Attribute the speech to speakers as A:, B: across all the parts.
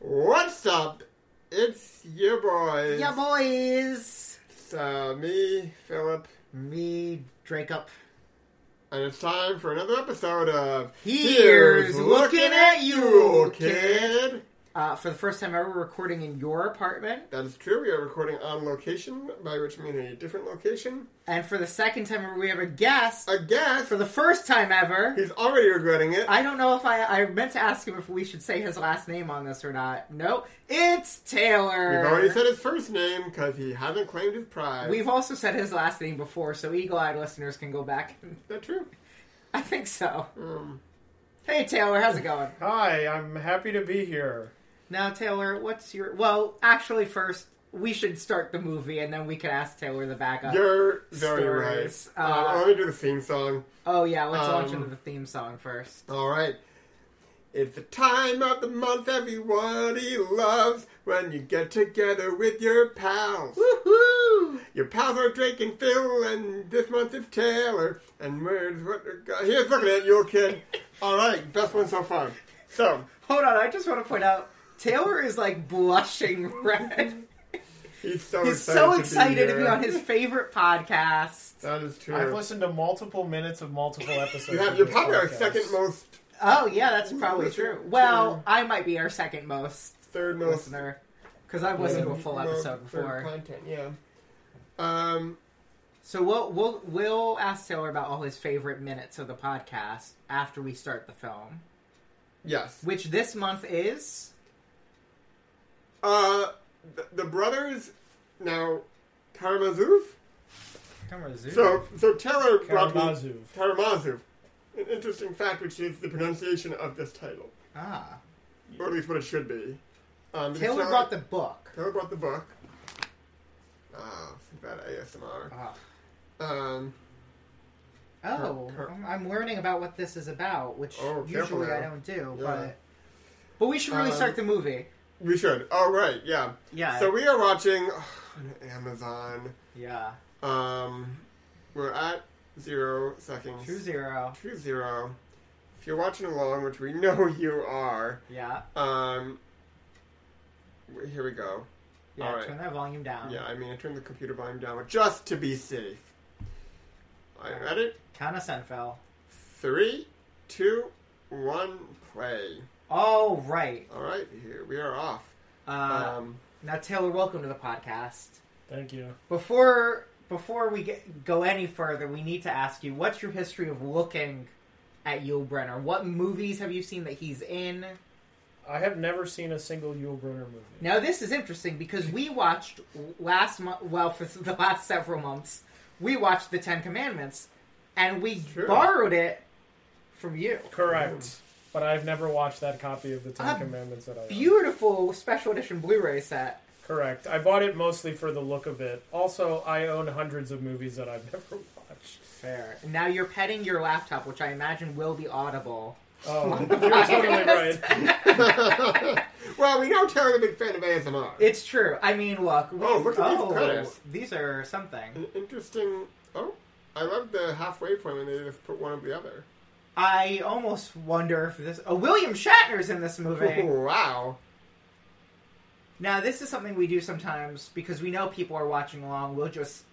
A: What's up? It's your boys.
B: Yeah, boys.
A: It's uh, me, Philip,
B: Me, Drake up.
A: and it's time for another episode of
B: Here's Looking at You,
A: kid.
B: Uh, for the first time ever, we're recording in your apartment,
A: That is true. We are recording on location, by which I mean a different location.
B: and for the second time ever, we have a guest.
A: A guest.
B: For the first time ever,
A: He's already regretting it.
B: I don't know if I I meant to ask him if we should say his last name on this or not. Nope, it's Taylor.
A: We've already said his first name because he hasn't claimed his prize.
B: We've also said his last name before, so eagle-eyed listeners can go back.
A: Is that true?
B: I think so.
A: Um,
B: Hey Taylor, how's it going?
C: Hi, I'm happy to be here.
B: Now Taylor, what's your? Well, actually, first we should start the movie, and then we can ask Taylor the backup.
A: you're very
B: Stories.
A: right. Uh,
B: Uh,
A: let me do the theme song.
B: Oh yeah, let's launch
A: Um,
B: into the theme song first.
A: All right. It's the time of the month everybody loves when you get together with your pals.
B: Woohoo!
A: Your pals are Drake and Phil, and this month is Taylor. And where's what? Here's looking at you, kid. All right, best one so far. So
B: Hold on, I just want to point out Taylor is like blushing red.
A: he's so
B: He's
A: excited
B: so
A: to
B: excited
A: be, uh,
B: to be
A: here.
B: on his favorite podcast.
A: That is true.
C: I've listened to multiple minutes of multiple episodes.
A: you have,
C: of
A: you're
C: this
A: probably our
C: podcast.
A: second most,
B: Oh yeah, that's probably
A: Listener.
B: true. Well, I might be our second most
A: third most
B: listener because I've listened to a full
A: most
B: episode
A: third
B: before.
A: Content, yeah. Um,
B: So we'll we'll we'll ask Taylor about all his favorite minutes of the podcast after we start the film,
A: yes.
B: which this month is.
A: Uh, the, the brothers now Karamazov.
C: Karamazov.
A: So so Taylor brought me
C: Karamazov.
A: Karamazov. An interesting fact, which is the pronunciation of this title,
B: Ah,
A: or at least what it should be. Um, because
B: Taylor brought the book.
A: Taylor brought the book. Oh, it's bad ASMR.
B: Ah.
A: Um,
B: Oh,
A: Her- her-
B: I'm- I'm learning about what this is about, which
A: Oh, careful
B: usually I
A: now.
B: don't do.
A: Yeah.
B: But but we should really
A: Um,
B: start the movie.
A: we should. Oh right, yeah.
B: Yeah,
A: So we are watching oh, on Amazon.
B: yeah.
A: Um, we're at zero seconds.
B: True zero.
A: True zero. If you're watching along, which we know you are,
B: Yeah,
A: Um, w- here we go.
B: yeah.
A: All right.
B: Turn that volume down.
A: Yeah, I mean, I turned the computer volume down just to be safe. I read it.
B: Kind of Senfel.
A: Three, two, one, play.
B: All right.
A: All right, here we are off.
B: Uh,
A: Um,
B: now, Taylor, welcome to the podcast.
C: Thank you.
B: Before before we get, go any further, we need to ask you: What's your history of looking at Yul Brenner? What movies have you seen that he's in?
C: I have never seen a single Yul Brynner movie.
B: Now this is interesting because we watched last month. Well, for the last several months, we watched the Ten Commandments, and we
A: True.
B: borrowed it from you.
C: Correct. But I've never watched that copy of the Ten
A: Uh,
B: Ah,
C: Commandments that I own.
B: Beautiful special edition Blu-ray set.
C: Correct. I bought it mostly for the look of it. Also, I own hundreds of movies that I've never watched.
B: Fair. Now you're petting your laptop, which I imagine will be audible.
C: Oh, you're totally right.
A: well, we know Taylor's a big fan of ASMR.
B: It's true. I mean, look.
A: Oh, look at these credits.
B: these are something.
A: An interesting. Oh, I love the halfway point when they just put one over the other.
B: I almost wonder if this. Oh, William Shatner's in this movie.
A: wow.
B: Now, this is something we do sometimes because we know people are watching along. We'll just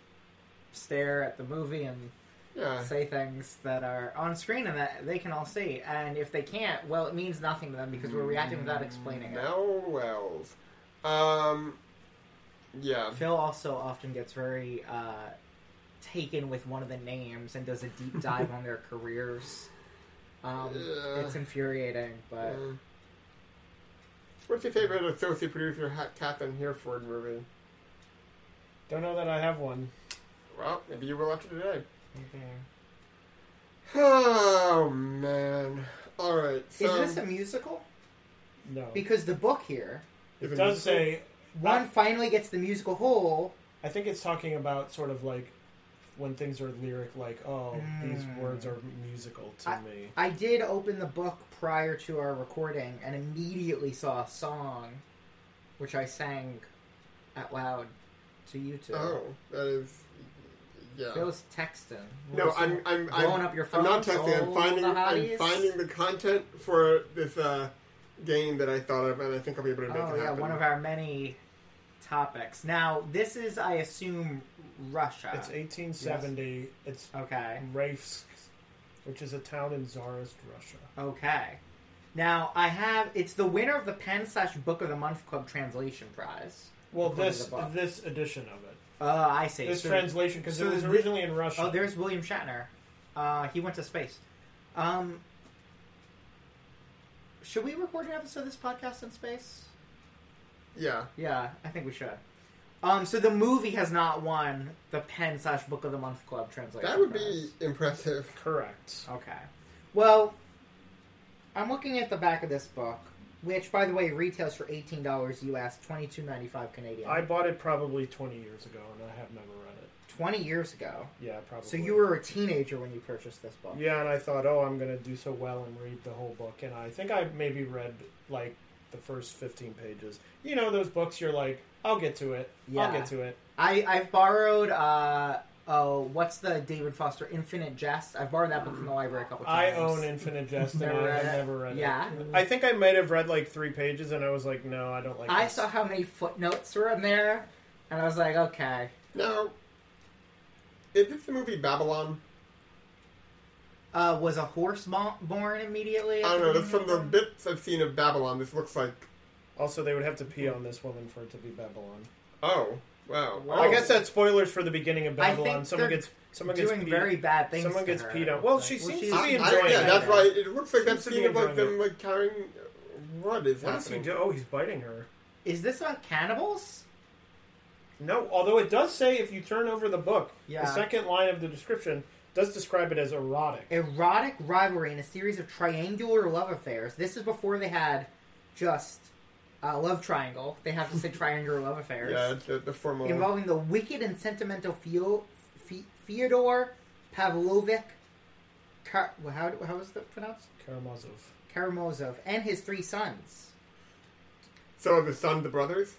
B: stare at the movie and
A: Yeah.
B: say things that are on screen and that they can all see. And if they can't, well, it means nothing to them because we're reacting without explaining it.
A: Mel Wells. Um. Yeah.
B: Phil also often gets very uh, taken with one of the names and does a deep dive on their careers. Um,
A: Yeah.
B: It's infuriating, but
A: Um, What's your favorite associate producer, Ha- Catherine Hereford movie?
C: Don't know that I have one.
A: Well, maybe you will after today.
B: okay.
A: Oh man! All right. So
B: is this a musical?
C: No.
B: Because the book here,
A: if
C: It does
A: musical-
C: say
A: Uh,
B: one finally gets the musical whole.
C: I think it's talking about sort of like when things are lyric, like, oh, these
B: Mm.
C: words are musical to me.
B: I did open the book prior to our recording and immediately saw a song, which I sang out loud to you two.
A: Oh, that is. Yeah.
B: Phil's texting. What
A: no,
B: was
A: I'm.
B: it?
A: I'm.
B: blowing
A: I'm,
B: up your phone.
A: I'm not texting. I'm
B: all
A: finding.
B: the
A: I'm
B: hotties?
A: finding the content for this uh, game that I thought of, and I think I'll be able to make
B: Oh
A: it
B: yeah,
A: happen.
B: one of our many topics. Now this is, I assume, Russia.
C: It's 1870. It's
B: okay.
C: Raifsk, which is a town in Tsarist Russia.
B: Okay. Now I have. It's the winner of the Penn slash Book of the Month Club Translation Prize.
C: Well,
B: According to
C: this
B: the book.
C: this edition of it,
B: Oh, I see.
C: this
B: So-
C: translation, because
B: so
C: it was
B: this-
C: originally in Russian.
B: oh, there's William Shatner. Uh, he went to space. Um, should we record an episode of this podcast in space?
A: Yeah.
B: Yeah, I think we should. Um, so the movie has not won the Penn slash Book of the Month Club translation.
A: That would
B: prize.
A: be impressive.
C: Correct.
B: Okay. Well, I'm looking at the back of this book, which, by the way, retails for eighteen dollars US, twenty two ninety five Canadian.
C: I bought it probably 20 years ago, and I have never read it.
B: Twenty years ago.
C: Yeah, probably.
B: So you were a teenager when you purchased this book.
C: Yeah, and I thought, oh, I'm going to do so well and read the whole book, and I think I maybe read like the first 15 pages. You know those books? You're like, I'll get to it.
B: Yeah.
C: I'll get to it.
B: I I've borrowed. Uh, oh, what's the David Foster Infinite Jest? I've borrowed that book from the library a couple
C: I
B: times.
C: own Infinite Jest, and
B: Never
C: I have
B: read it.
C: never read
B: Yeah.
C: it. I think I might have read like three pages, and I was like, no, I don't like.
B: I
C: this.
B: saw how many footnotes were in there, and I was like, okay.
A: Now, is this the movie Babylon?
B: Uh, was a horse bo- born immediately?
A: I don't know. That's from the bits I've seen of Babylon. This looks like
C: Also, they would have to pee on this woman for it to be Babylon.
A: oh wow.
B: Wow.
A: Oh.
C: I guess that's spoilers for the beginning of
B: I think
C: Babylon. Someone
B: they're
C: gets someone gets
B: Doing
C: beat.
B: very bad things.
C: Someone
B: to
C: gets
B: her,
C: peed on.
B: it
C: Well,
B: looks
C: she
B: like.
C: seems
B: she's
C: to be
A: I- I-
C: enjoying
A: yeah,
C: it.
A: that's why it looks like that
C: Seems to be
A: scene of like
C: enjoying
A: them like carrying. What is
C: What is he
A: happening?
C: do? Oh, he's biting her.
B: Is this about cannibals?
C: No, although it does say if you turn over the book,
B: Yeah.
C: the second line of the description does describe it as erotic.
B: Erotic rivalry in a series of triangular love affairs. This is before they had just uh, love triangle. They have to say triangular love affairs.
A: Yeah, it's the, the formal.
B: Involving the wicked and sentimental Feo- Fe- Fyodor Pavlovich. Kar- well, how, how was that pronounced?
C: Karamazov.
B: Karamazov and his three sons.
A: So are the son, the brothers.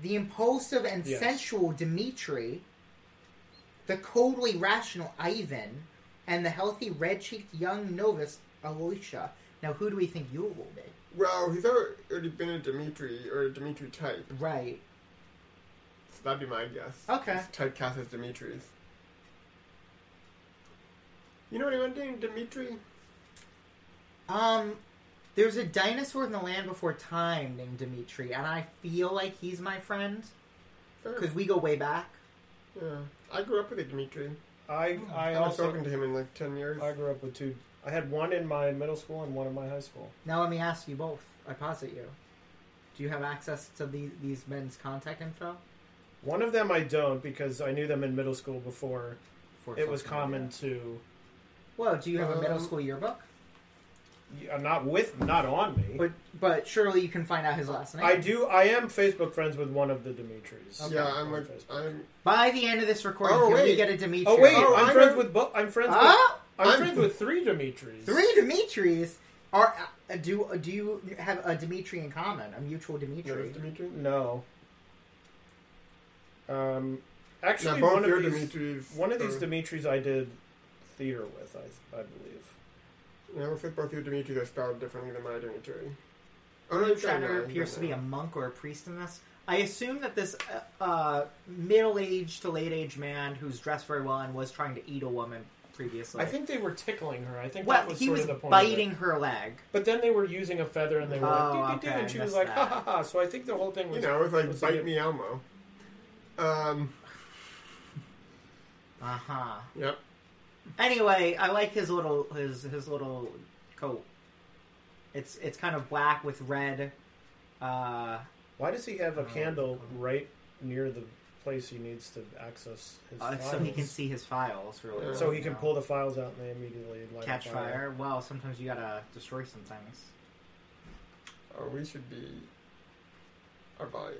B: the impulsive and
C: Yes.
B: sensual Dmitri, the coldly rational Ivan, and the healthy red cheeked young novice Alicia. Now, who do we think you will be?
A: Well, he's already been a Dimitri or a Dimitri type.
B: Right.
A: So that'd be my guess.
B: Okay.
A: It's typecast as Dimitri's. You know anyone named Dimitri?
B: Um, there's a dinosaur in the land before time named Dmitri, and I feel like he's my friend
A: Sure.
B: because we go way back.
A: Yeah. I grew up with a Dimitri.
C: I
B: Hmm,
A: I
C: I
A: haven't
C: also
A: spoken to him in like 10 years.
C: I grew up with two. I had one in my middle school and one in my high school.
B: Now, let me ask you both. I posit you. Do you have access to the, these men's contact info?
C: One of them I don't because I knew them in middle school before
B: For
C: it was
B: social
C: common
B: media.
C: to.
B: Well, do you have a middle
A: Um,
B: school yearbook?
C: uh, Not with, not on me.
B: But but surely you can find out his last name.
C: I do. I am Facebook friends with one of the Dimitris.
A: yeah, I'm
C: on
A: like,
C: Facebook.
A: I'm,
B: By the end of this recording,
A: Oh,
B: can we
A: wait.
B: get a Dimitri?
C: oh wait,
A: Oh,
C: I'm,
A: I'm
C: friends
A: a-
C: with. Bo- I'm friends.
B: Ah!
C: with, I'm,
A: I'm-
C: friends with three Dimitris.
B: three Dimitris are. Uh, do do you have a Dimitri in common? A mutual
A: no,
B: Dimitri.
A: it's Dimitri.
C: No. Um,
A: Now,
C: actually,
A: both
C: one
A: your
C: of these
A: Dimitris.
C: one of these
A: are-
C: Dimitris I did theater with. I I believe.
A: No, it says both your Dimitris are spelled differently than my Dimitri. Oh, no,
B: William
A: it's not mine,
B: Shatner
A: it's
B: appears
A: not
B: to be a
A: mine.
B: monk or a priest in this. I assume that this uh, uh, middle-aged to late-aged man who's dressed very well and was trying to eat a woman previously.
C: I think they were tickling her. I think
B: well,
C: that was
B: he
C: sort
B: was
C: of the point.
B: biting
C: Of it.
B: her leg.
C: But then they were using a feather and they were
B: Oh,
C: like, doo, doo,
B: okay,
C: doo, and she
B: I
C: was
B: missed
C: like, ha ha
B: that.
C: ha. So I think the whole thing was
A: You know, it's like
C: was
A: Bite
C: like-
A: Me Elmo. Um,
B: Uh huh.
A: yep.
B: Anyway, I like his little his his little coat. It's it's kind of black with red. Uh,
C: Why does he have a
B: Oh,
C: candle
B: God.
C: right near the place he needs to access his
B: uh,
C: files?
B: so he can see his files. Really,
A: Yeah.
C: So he can
B: Yeah.
C: pull the files out and they immediately light a
B: catch fire. Well, sometimes you gotta destroy some things.
A: Oh, we should be. Our body.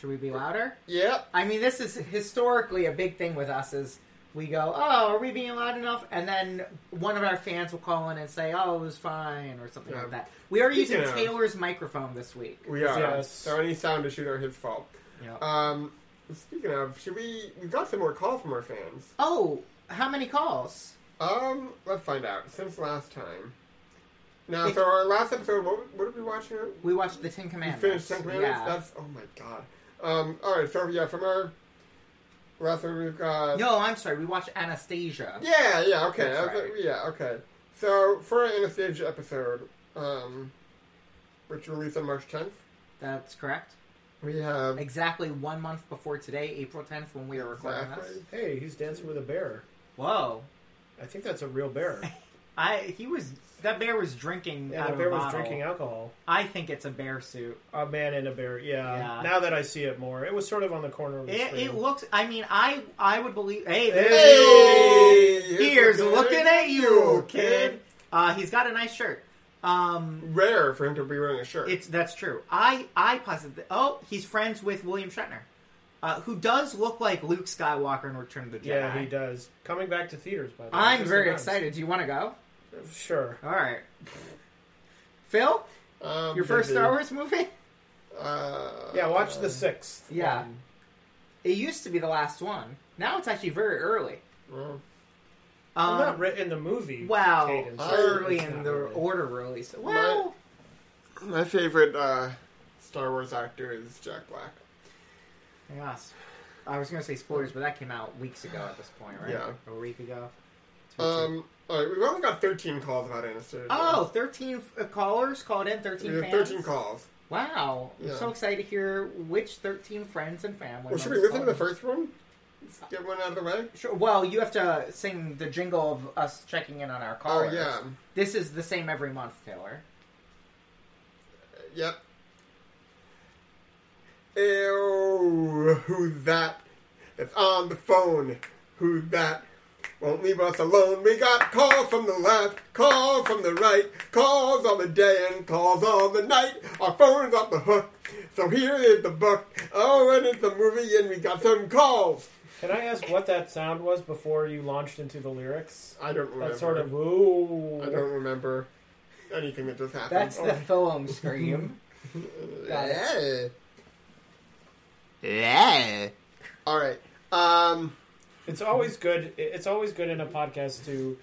B: Should we be louder?
A: Yep.
B: I mean, this is historically a big thing with us. Is we go, oh, are we being loud enough? And then one of our fans will call in and say, oh, it was fine, or something
A: Yeah.
B: like that. We are using
A: Yeah.
B: Taylor's microphone this week.
A: We are.
C: Yes.
A: So any sound issues are his fault.
B: Yeah.
A: Um, speaking of, should we? We got some more calls from our fans.
B: oh, how many calls?
A: Um, let's find out. Since last time, Now, so our last episode, what, what did we watch here?
B: We watched the Ten
A: We
B: Commandments.
A: finished Ten Commandments?
B: Yeah.
A: That's, oh my god. Um, alright, so yeah, from our last one, we've got.
B: No, I'm sorry. We watched Anastasia.
A: Yeah, yeah, okay.
B: That's
A: that's-
B: right.
A: Yeah, okay. So, for our Anastasia episode, um, which released on March 10th,
B: That's correct.
A: we have.
B: Exactly one month before today, April 10th, when we are recording this.
A: Exactly.
C: Hey, he's dancing with a bear.
B: Whoa.
C: I think that's a real bear.
B: I he was that bear was drinking
C: Yeah,
B: out
C: the
B: of
C: bear
B: a
C: was
B: bottle.
C: drinking alcohol.
B: I think it's a bear suit.
C: A man in a bear. Yeah.
B: Yeah.
C: Now that I see it more, it was sort of on the corner of the
B: It,
C: screen.
B: it looks. I mean, I I would believe. Hey, there
A: Hey!
B: it is. here's looking at you, kid. Uh, he's got a nice shirt. Um,
A: Rare for him to be wearing a shirt.
B: It's that's true. I I posit that oh he's friends with William Shatner, uh, who does look like Luke Skywalker in Return of the Jedi.
C: yeah, he does. Coming back to theaters, by the way.
B: I'm
C: Just
B: very
C: announced.
B: excited. Do you want to go?
C: Sure.
B: All right, Phil,
A: Um,
B: your first
A: maybe.
B: Star Wars movie?
A: Uh,
C: Yeah, watch the sixth.
B: Yeah.
C: one.
B: It used to be the last one. Now it's actually very early.
A: well,
C: Well, not
B: Um,
C: written in the movie.
B: wow,
C: cadence.
A: I-
B: early
C: It's
B: in
C: not
B: the
C: really.
B: order release. Well,
A: my favorite uh, Star Wars actor is Jack Black.
B: yes. I was going to say spoilers, but that came out weeks ago at this point, right?
A: Yeah.
B: a week ago.
A: Um, all right, we've only got 13 calls about Anastasia.
B: Oh, 13 f- callers called in, 13
A: we have
B: fans.
A: 13 calls.
B: Wow.
A: Yeah.
B: I'm so excited to hear which 13 friends and family.
A: Well, should we
B: members
A: listen to the
B: called
A: first one? Let's get one out of the way.
B: in. Sure. Well, you have to sing the jingle of us checking in on our
A: Oh,
B: callers.
A: yeah.
B: This is the same every month, Taylor.
A: Yep. Ew, who's that? It's on the phone. Who's that? Won't leave us alone. We got calls from the left, calls from the right, calls all the day and calls all the night. Our phone's off the hook. So here is the book. Oh, and it's a movie, and we got some calls.
C: Can I ask what that sound was before you launched into the lyrics?
A: I don't remember.
C: That sort of ooh.
A: I don't remember anything that just happened. Oh,
B: That's the film scream. Got it.
A: Yeah. Yeah. All right. Um.
C: It's always good. It's always good in a podcast to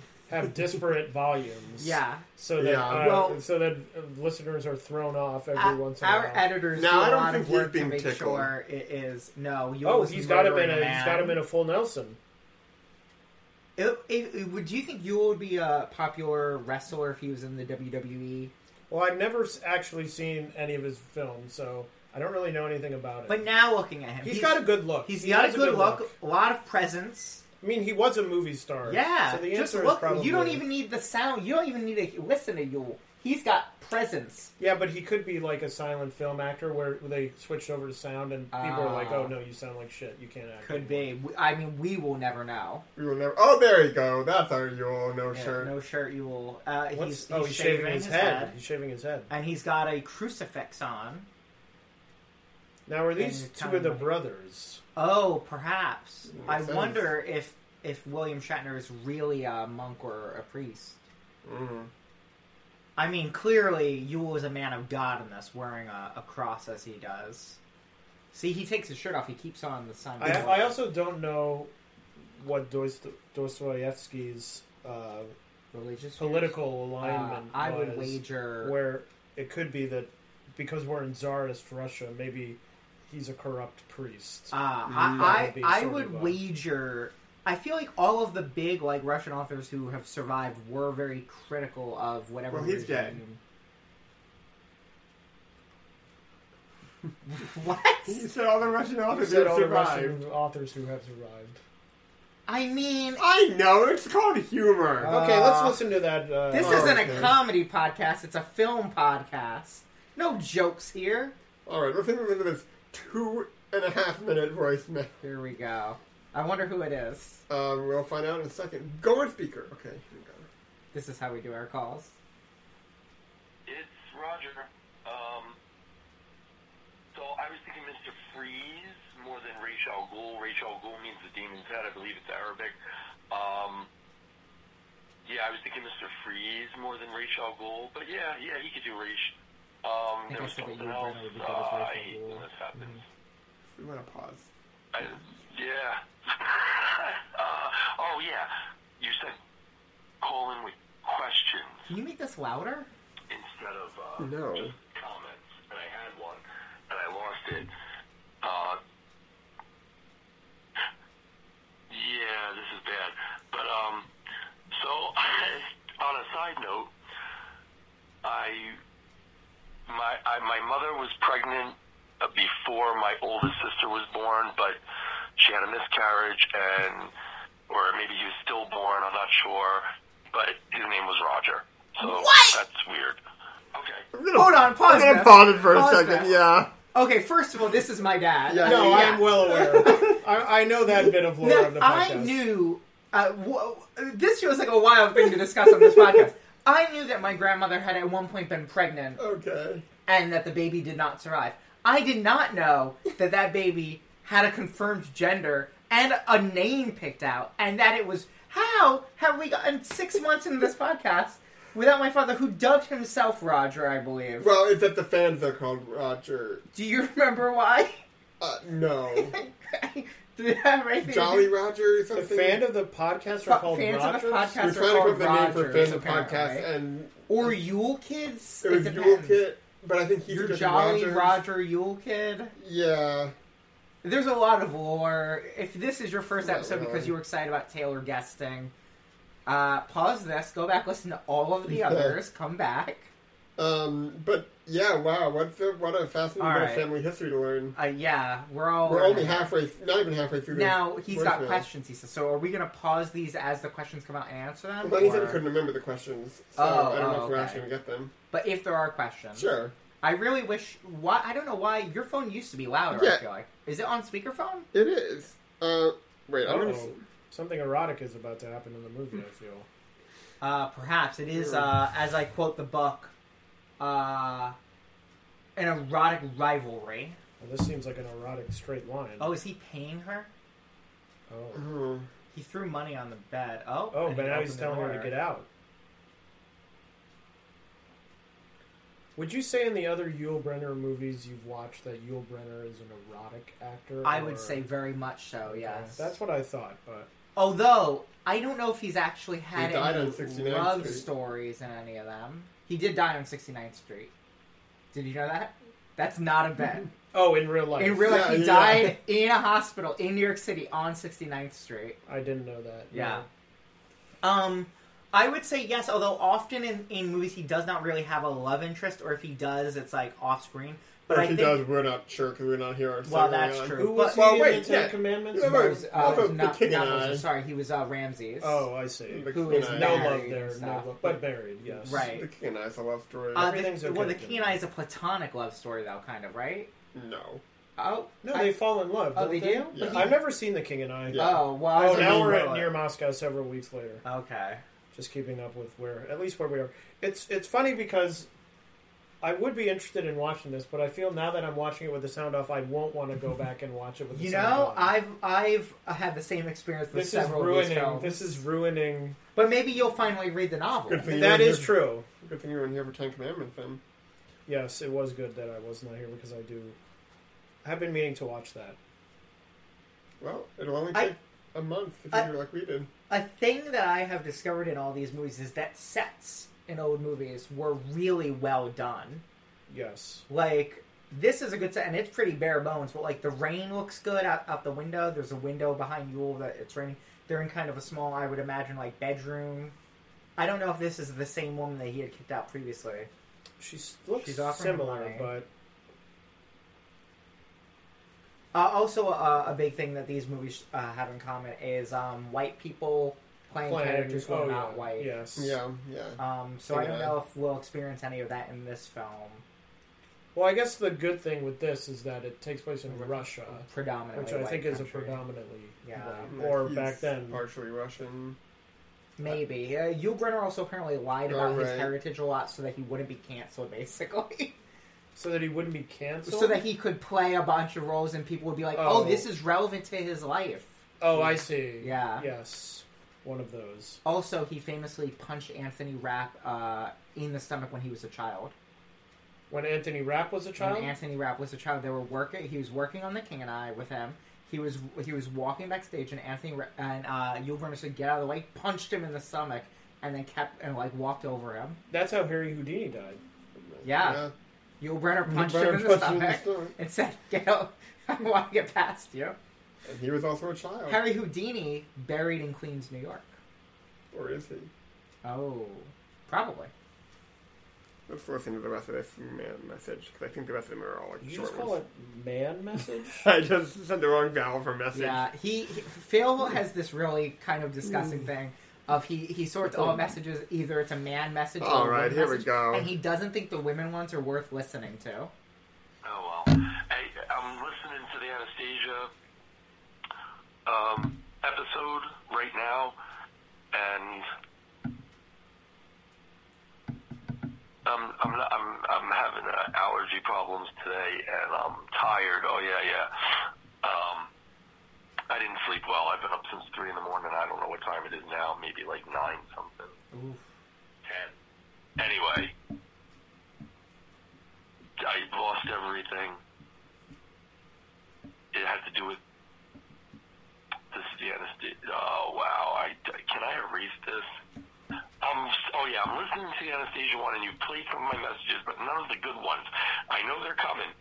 C: have disparate volumes.
B: Yeah.
C: So that
A: Yeah.
C: uh,
B: Well-
C: so that uh, listeners are thrown off every
B: Uh,
C: once in a
B: our
C: while.
B: editors
A: No,
B: do a
A: I don't
B: lot
A: think
B: of
A: he's
B: work to
A: being
B: make
A: tickled.
B: sure it is. No, you
C: oh,
B: always
C: he's got him in
B: murdering
C: a he's got him
B: man.
C: in a full Nelson.
B: It- it- it- would you think you would be a popular wrestler if he was in the E? WWE?
C: Well, I've never s- actually seen any of his films, so I don't really know anything about it.
B: But now looking at him,
C: he's got a good look.
B: he's
C: He
B: got a
C: has
B: good look, a lot of presence.
C: I mean, he was a movie star.
B: Yeah,
C: So the answer
B: just
C: is
B: look.
C: probably
B: You don't even need the sound. You don't even need to listen to Yule. He's got presence.
C: Yeah, but he could be like a silent film actor where they switched over to sound and people are like,
B: Ah.
C: "Oh no, you sound like shit. You can't act."
B: Could be.
C: anymore."
B: We- I mean, we will never know.
A: We will never. Oh, there you go. That's our Yule. No
B: Yeah,
A: shirt.
B: No shirt. Yule. Uh, he's,
C: What's,
B: he's
C: oh, he's shaving, his, head. He's shaving his head.
B: and he's got a crucifix on.
C: Now, are these
B: And
C: two
B: kind
C: of the
B: of-
C: brothers?
B: Oh, perhaps.
A: Makes
B: I
A: sense.
B: wonder if if William Shatner is really a monk or a priest.
A: Mm.
B: I mean, clearly Yule is a man of God in this, wearing a, a cross as he does. See, he takes his shirt off. He keeps on the sun.
C: I, I also don't know what Dost- Dostoevsky's uh,
B: religious
C: political
B: Uh,
C: alignment
B: I would
C: was,
B: wager.
C: where it could be that because we're in Tsarist Russia, maybe he's a corrupt priest.
B: Uh,
C: that
B: I,
C: would be
B: I, I
C: sort
B: would
C: of, uh,
B: wager. I feel like all of the big like Russian authors who have survived were very critical of whatever.
A: Well, he's dead.
B: regime. what?
A: You said all the Russian
C: You
A: authors
C: said
A: have
C: all the
A: survived.
C: Russian authors who have survived.
B: I mean,
A: I know. It's called humor.
B: Uh,
C: Okay, let's listen to that. Uh,
B: this
A: Oh,
B: isn't
A: okay.
B: a comedy podcast. It's a film podcast. No jokes here.
A: all right. Let's listen to this two and a half minute voicemail.
B: Here we go. I wonder who it is.
A: Um, we'll find out in a second. Go on speaker. Okay. Here we go.
B: This is how we do our calls.
D: It's Roger. Um, so I was thinking Mr. Freeze more than Rachel Ghul. Rachel Ghul means the demon's head. I believe it's Arabic. Um, yeah, I was thinking Mr. Freeze more than Rachel Ghul. But yeah, yeah, he could do Rach. Um,
B: I think
D: there
B: I
D: was
B: said that
D: something
B: you were
D: else.
B: Brenner would be
D: Uh,
B: good as Rachel Mm-hmm.
D: I hate when
B: Gould.
D: this happens.
A: We want to pause.
D: I, yeah. uh, oh, yeah. You said call in with questions.
B: Can you make this louder?
D: instead of uh,
A: No.
D: just comments, and I had one, and I lost it. Uh, yeah, this is bad. But um, so on a side note, I my I, my mother was pregnant uh, before my oldest sister was born, but she had a miscarriage, and or maybe he was stillborn. I'm not sure, but his name was Roger. So
B: What?
D: that's weird. Okay.
A: I'm gonna-
B: Hold on, pause
A: I'm gonna
B: that.
A: pause it for
B: Pause
A: a second.
B: that.
A: Yeah.
B: Okay, first of all, this is my dad.
A: Yeah,
C: No,
A: yeah.
C: I'm well aware. I, I know that bit of lore
B: No,
C: of the
B: I
C: podcast.
B: knew. Uh, wh- this feels like a wild thing to discuss on this podcast. I knew that my grandmother had at one point been pregnant
A: Okay.
B: and that the baby did not survive. I did not know that that baby had a confirmed gender and a name picked out, and that it was how have we gotten six months into this podcast without my father, who dubbed himself Roger, I believe.
A: Well, it's that the fans are called Roger.
B: Do you remember why?
A: Uh, no.
B: Did it have anything to
A: Jolly
B: do-
A: Roger or
C: The
A: something?
C: fan of the podcast
B: Fu-
C: are called
B: fans
C: Rogers.
B: of the
A: We're
B: podcast are
A: trying to come
B: called
A: up with a name for
B: Rogers,
A: fans of
B: apparently,
A: podcasts,
B: right?
A: and
B: or Yule Kids.
A: it was Yule
B: depends.
A: Kit, but I think he's
B: Your
A: just
B: Jolly
A: Rogers.
B: Roger Yule Kid.
A: Yeah.
B: There's a lot of lore. If this is your first
A: Right,
B: episode
A: right.
B: because you were excited about Taylor guesting, uh, pause this, go back, listen to all of the
A: Yeah.
B: others, come back.
A: Um, but yeah, wow, what the, what a fascinating
B: All
A: bit of
B: right.
A: family history to learn.
B: Uh, yeah, we're all
A: We're only halfway, not even halfway through. this
B: Now he's got
A: voicemail.
B: questions. He says, "So are we going to pause these as the questions come out and answer them?"
A: Well, he said he
B: or-
A: couldn't remember the questions, so
B: Oh,
A: I don't know
B: oh,
A: if we're
B: okay.
A: actually gonna get them.
B: But if there are questions,
A: Sure.
B: I really wish. Why? I don't know why your phone used to be louder. I
A: Yeah.
B: feel like is it on speakerphone?
A: It is. Uh, wait, I'm gonna. s-
C: Uh-oh.
B: Oh.
C: Something erotic is about to happen in the movie. I feel.
B: Uh, perhaps it is, uh, as I quote the book, uh, an erotic rivalry.
C: Well, this seems like an erotic straight line.
B: Oh, is he paying her?
C: Oh.
A: Oh.
B: He threw money on the bed. Oh,
C: Oh,
B: and
C: but
B: he
C: now he's
B: opened the
C: telling her to
B: door.
C: get out. Would you say in the other Yul Brenner movies you've watched that Yul Brenner is an erotic actor?
B: I
C: or-
B: would say very much so. Yes.
C: That's what I thought, but
B: Although I don't know if he's actually had
A: He died
B: any
A: on 69th
B: love
A: Street.
B: stories in any of them. He did die on 69th Street. Did you know that? That's not a bet.
C: oh, in real life,
B: in real life,
A: Yeah,
B: he
A: yeah.
B: died in a hospital in New York City on 69th Street.
C: I didn't know that.
B: Yeah. Um, I would say yes, although often in, in movies he does not really have a love interest, or if he does, it's like off screen. But
A: Or
B: I
A: if he
B: think
A: does, we're not sure because we're not here. so
B: Well,
A: we're
B: that's
A: not-
B: true.
C: Who
B: But-
C: was he
A: Well,
C: in
A: wait,
C: the Ten
A: yeah.
C: Commandments?
A: Yeah, but-
B: was, uh,
A: Well, the- the
B: not,
A: King
B: not
A: and
B: Moses,
A: I.
B: sorry, he was uh, Ramses.
C: Oh, I see.
A: The
B: Who
A: King
B: is
A: and
C: No
A: I.
B: married
C: love
B: and
C: there, no
B: stuff.
C: love, but buried. Yes,
B: Right.
A: The King and I is a love story.
B: Uh, the,
C: everything's okay
B: Well, the
C: then.
B: Kenai is a platonic love story, though, kind of, right?
A: no.
B: Oh,
C: No,
B: I-
C: they fall in love.
B: Oh,
C: don't
B: they do?
A: Yeah.
C: I've never seen The King and I.
A: Yeah.
B: Oh, well, I
C: Oh,
B: was
C: now
B: gonna
C: we're
B: spoil
C: at
B: it.
C: near Moscow several weeks later.
B: Okay.
C: just keeping up with where at least where we are. It's it's funny because I would be interested in watching this, but I feel now that I'm watching it with the sound off, I won't want to go back and watch it with the
B: You
C: sound
B: know,
C: on.
B: I've I've had the same experience with
C: this is
B: several of these
C: ruining.
B: films.
C: This is ruining.
B: But maybe you'll finally read the novel.
A: Good thing you
C: That
A: weren't
C: is
A: here-
C: true.
A: Good thing you weren't here for Ten Commandments then.
C: Yes, it was good that I was not here because I do. I've been meaning to watch that.
A: Well, it'll only
B: I-
A: take a month if
B: I-
A: you do like we did.
B: A thing that I have discovered in all these movies is that sets in old movies were really well done.
C: Yes,
B: Like this is a good set, and it's pretty bare bones. But like the rain looks good out, out the window. There's a window behind Yule that it's raining. They're in kind of a small, I would imagine, like bedroom. I don't know if this is the same woman that he had kicked out previously.
C: she s- looks
B: She's offering
C: similar,
B: money.
C: but
B: Uh, also, uh, a big thing that these movies uh, have in common is um, white people playing,
C: playing.
B: characters who are
C: oh,
B: not
C: yeah,
B: white.
C: Yes.
A: Yeah, yeah.
B: Um, so I don't
A: Yeah.
B: know if we'll experience any of that in this film
C: Well, I guess the good thing with this is that it takes place in
B: Ru-
C: Russia,
B: predominantly.
C: which I
B: white
C: think is a
B: country.
C: predominantly
B: Yeah.
C: white, or
A: He's
C: back then
A: partially Russian.
B: Maybe. Uh, Yul Brynner also apparently lied about his
A: Alright.
B: heritage a lot so that he wouldn't be canceled, basically.
C: so that he wouldn't be canceled.
B: so that he could play a bunch of roles and people would be like, oh,
C: Oh.
B: this is relevant to his life.
C: Oh, I see.
B: Yeah.
C: Yes, one of those.
B: Also, he famously punched Anthony Rapp uh, in the stomach when he was a child.
C: When Anthony Rapp was a child.
B: When Anthony Rapp was a child, they were working. He was working on The King and I with him. He was he was walking backstage, and Anthony Ra- and uh, Yul Brynner said, "Get out of the way!" Punched him in the stomach, and then kept and like walked over him.
C: That's how Harry Houdini died.
B: Yeah. Yul Brenner punched him in the
A: punched him in the
B: stomach
A: stomach.
B: and said, "Get out! I want to get past you."
A: And he was also a child.
B: Harry Houdini buried in Queens, New York.
A: Or is he?
B: Oh, probably.
A: Let's listen to the rest of this man message because I think the rest of them are all like
C: Did you
A: short
C: just call
A: ones.
C: it man message?
A: I just sent the wrong vowel for message.
B: Yeah, he, he- Phil has this really kind of
A: Mm.
B: disgusting thing of he he sorts all messages either it's a man message. or a
A: All
B: woman
A: right, here we
B: message,
A: go.
B: And he doesn't think the women ones are worth listening to.
D: Oh well, I, I'm listening to the Anastasia um, episode right now, and I'm I'm not, I'm I'm having uh, allergy problems today, and I'm tired. Oh yeah, yeah. Um, I didn't sleep well. I've been up since three in the morning. I don't know what time it is now. Maybe like nine something,
B: Oof.
D: ten. Anyway, I lost everything. It had to do with this the Anastasia. Oh wow! I can I erase this? Um. Oh yeah, I'm listening to the Anastasia one, and you played some of my messages, but none of the good ones. I know they're coming,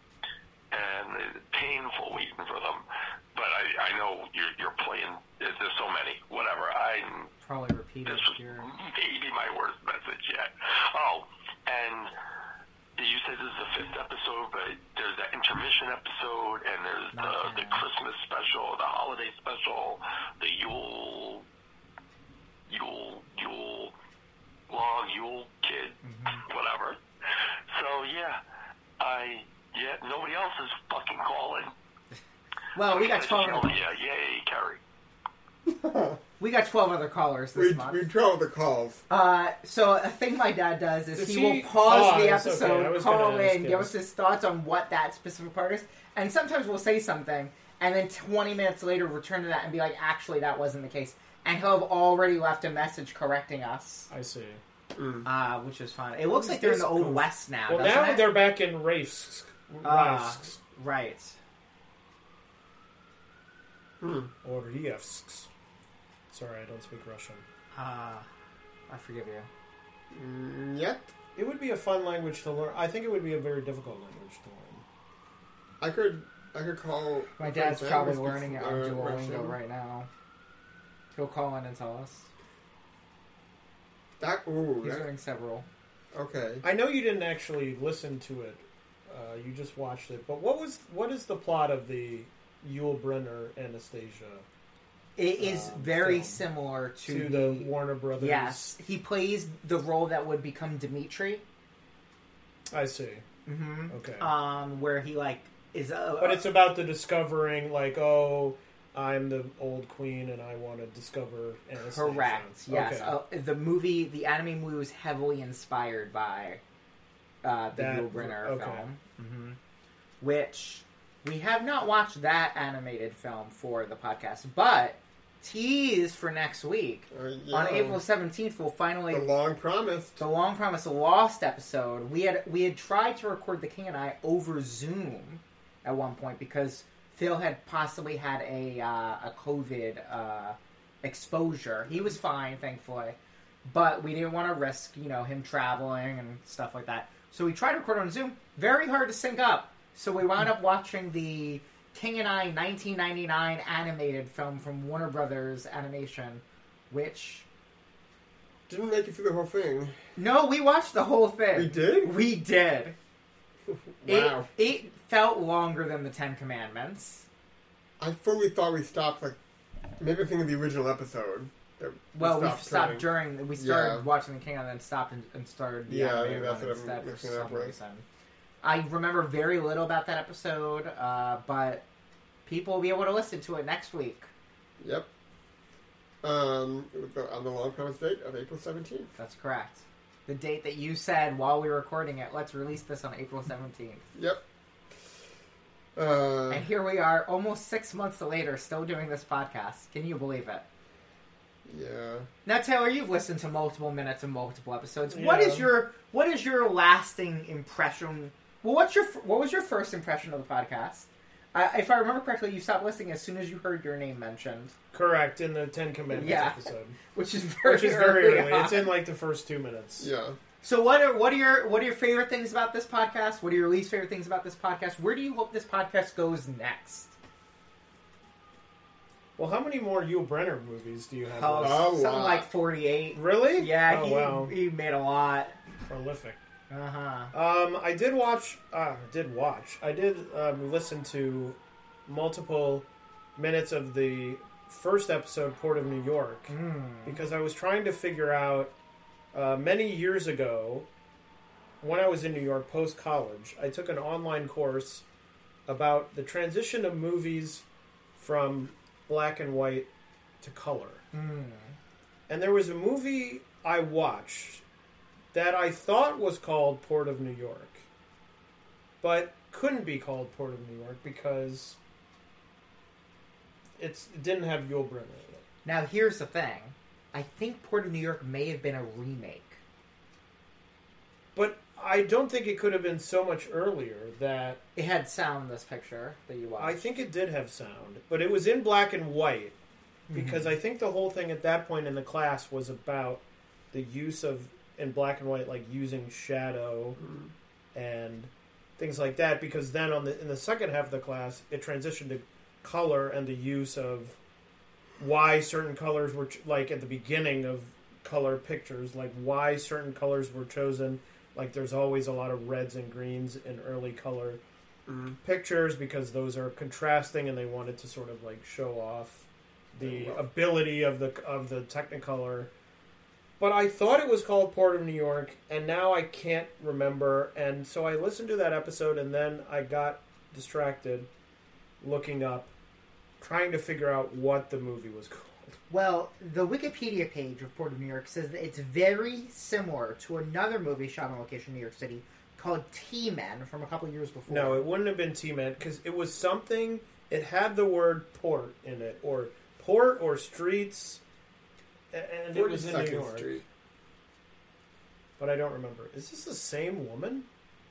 D: and it's painful waiting for them. But I, I know you're you're playing. There's so many. Whatever. I
B: Probably repeated
D: this was
B: here.
D: maybe my worst message yet. Oh, and you said this is the fifth episode, but there's the intermission episode, and there's the,
B: Not
D: the
B: bad.
D: Christmas special, the holiday special, the Yule, Yule, Yule, long Yule kid, whatever. So yeah, I yeah nobody else is fucking calling.
B: Well, we got
D: Just
B: twelve.
D: yell, Yeah, yay, Carrie.
B: We got twelve other callers this
A: We,
B: month.
A: we draw the calls.
B: Uh, so a thing my dad does is
C: Does
B: he,
C: he-
B: will pause
C: Oh,
B: the
C: that's okay.
B: episode,
C: I was gonna
B: call
C: ask
B: in,
C: you.
B: give us his thoughts on what that specific part is, and sometimes we'll say something, and then 20 minutes later return to that and be like, actually, that wasn't the case. And he'll have already left a message correcting us,
C: I see.
B: uh, which is fun. It looks like they're in the Old West now.
C: Well,
B: doesn't
C: now
B: it?
C: they're back in Raif's.
B: Ah.
C: Raif's.
B: right.
C: Or Riefsks. Sorry, I don't speak Russian.
B: Uh, I forgive you.
A: Mm, yep.
C: It would be a fun language to learn. I think it would be a very difficult language to learn.
A: I could I could call.
B: My dad's
A: friends
B: probably
A: who
B: learning it
A: speaks,
B: on
A: uh,
B: Duolingo
A: Russian.
B: right now. He'll call in and tell us.
A: That ooh.
B: He's
A: that-
B: learning several.
A: okay.
C: I know you didn't actually listen to it; uh, you just watched it. But what was what is the plot of the Yul Brenner Anastasia
B: It is
C: um,
B: very
C: film
B: similar
C: to,
B: to,
C: the, Warner Brothers?
B: Yes, he plays the role that would become Dimitri,
C: I see.
B: mm-hmm.
C: Okay,
B: um, where he like is uh, a.
C: but it's about the discovering, like, oh, I'm the old queen, and I want to discover Anastasia.
B: correct. Yes,
C: Okay.
B: uh, the movie, the anime movie, was heavily inspired by uh, the
C: That-
B: Yul Brynner
C: okay. Mm-hmm.
B: film, hmm which we have not watched that animated film for the podcast, but tease for next week
A: Uh, yeah.
B: on April seventeenth. We'll finally
A: the long promised.
B: the long promise lost episode we had we had tried to record the king and i over zoom at one point because phil had possibly had a uh, a covid uh, exposure he was fine thankfully but we didn't want to risk you know him traveling and stuff like that so we tried to record on zoom very hard to sync up so we wound up watching the king and i 1999 animated film from warner brothers animation which
A: Didn't make it through the whole thing.
B: no, we watched the whole thing.
A: We did?
B: We did.
A: Wow.
B: It, it felt longer than the Ten Commandments.
A: I fully thought we stopped like maybe I think of the original episode. that
B: Well, we stopped,
A: turning.
B: during. We started
A: Yeah.
B: watching The King and then stopped and, and started the
A: Yeah, I
B: animated
A: think that's
B: one
A: what I'm
B: instead for
A: mixing it up
B: some
A: with.
B: reason. I remember very little about that episode, uh, but people will be able to listen to it next week.
A: Yep. Um, it was on the long promised date of April seventeenth.
B: That's correct. The date that you said while we were recording it. Let's release this on April seventeenth.
A: Yep. Uh,
B: And here we are, almost six months later, still doing this podcast. Can you believe it?
A: yeah.
B: Now, Taylor, you've listened to multiple minutes and multiple episodes. What
C: Yeah.
B: is your what is your lasting impression? Well, what's your what was your first impression of the podcast? Uh, if I remember correctly, you stopped listening as soon as you heard your name mentioned,
C: correct in the Ten Commandments
B: Yeah.
C: episode,
B: which is very
C: which is very
B: early
C: early.
B: on.
C: It's in like the first two minutes.
A: Yeah.
B: So what are what are your what are your favorite things about this podcast? What are your least favorite things about this podcast? Where do you hope this podcast goes next?
C: Well, how many more Yul Brenner movies do you have?
B: Oh,
C: left?
A: Oh,
B: something
A: wow.
B: like forty eight.
C: Really?
B: Yeah,
C: Oh
B: he,
C: wow,
B: he made a lot.
C: prolific.
B: Uh huh.
C: Um, I did watch. Uh, did watch. I did um, listen to multiple minutes of the first episode, Port of New York, because I was trying to figure out uh, many years ago when I was in New York post college. I took an online course about the transition of movies from black and white to color. And there was a movie I watched that I thought was called Port of New York, but couldn't be called Port of New York because it's, it didn't have Yul Brynner in it.
B: Now here's the thing. I think Port of New York may have been a remake.
C: But I don't think it could have been so much earlier that
B: It had sound. This picture that you watched.
C: I think it did have sound, but it was in black and white because I think the whole thing at that point in the class was about the use of in black and white, like using shadow and things like that. Because then on the in the second half of the class, it transitioned to color and the use of why certain colors were ch- like at the beginning of color pictures, like why certain colors were chosen. Like there's always a lot of reds and greens in early color pictures because those are contrasting and they wanted to sort of like show off the ability of the of the technicolor but i thought it was called port of new york and now i can't remember and so i listened to that episode and then i got distracted looking up trying to figure out what the movie was called
B: Well, the Wikipedia page of Port of New York says that it's very similar to another movie shot on location in New York City called T Men from a couple years before.
C: no it wouldn't have been t-man because it was something it had the word port in it or port or streets a- and it was in new
A: 42nd
C: york
A: Street.
C: but I don't remember. Is this the same woman?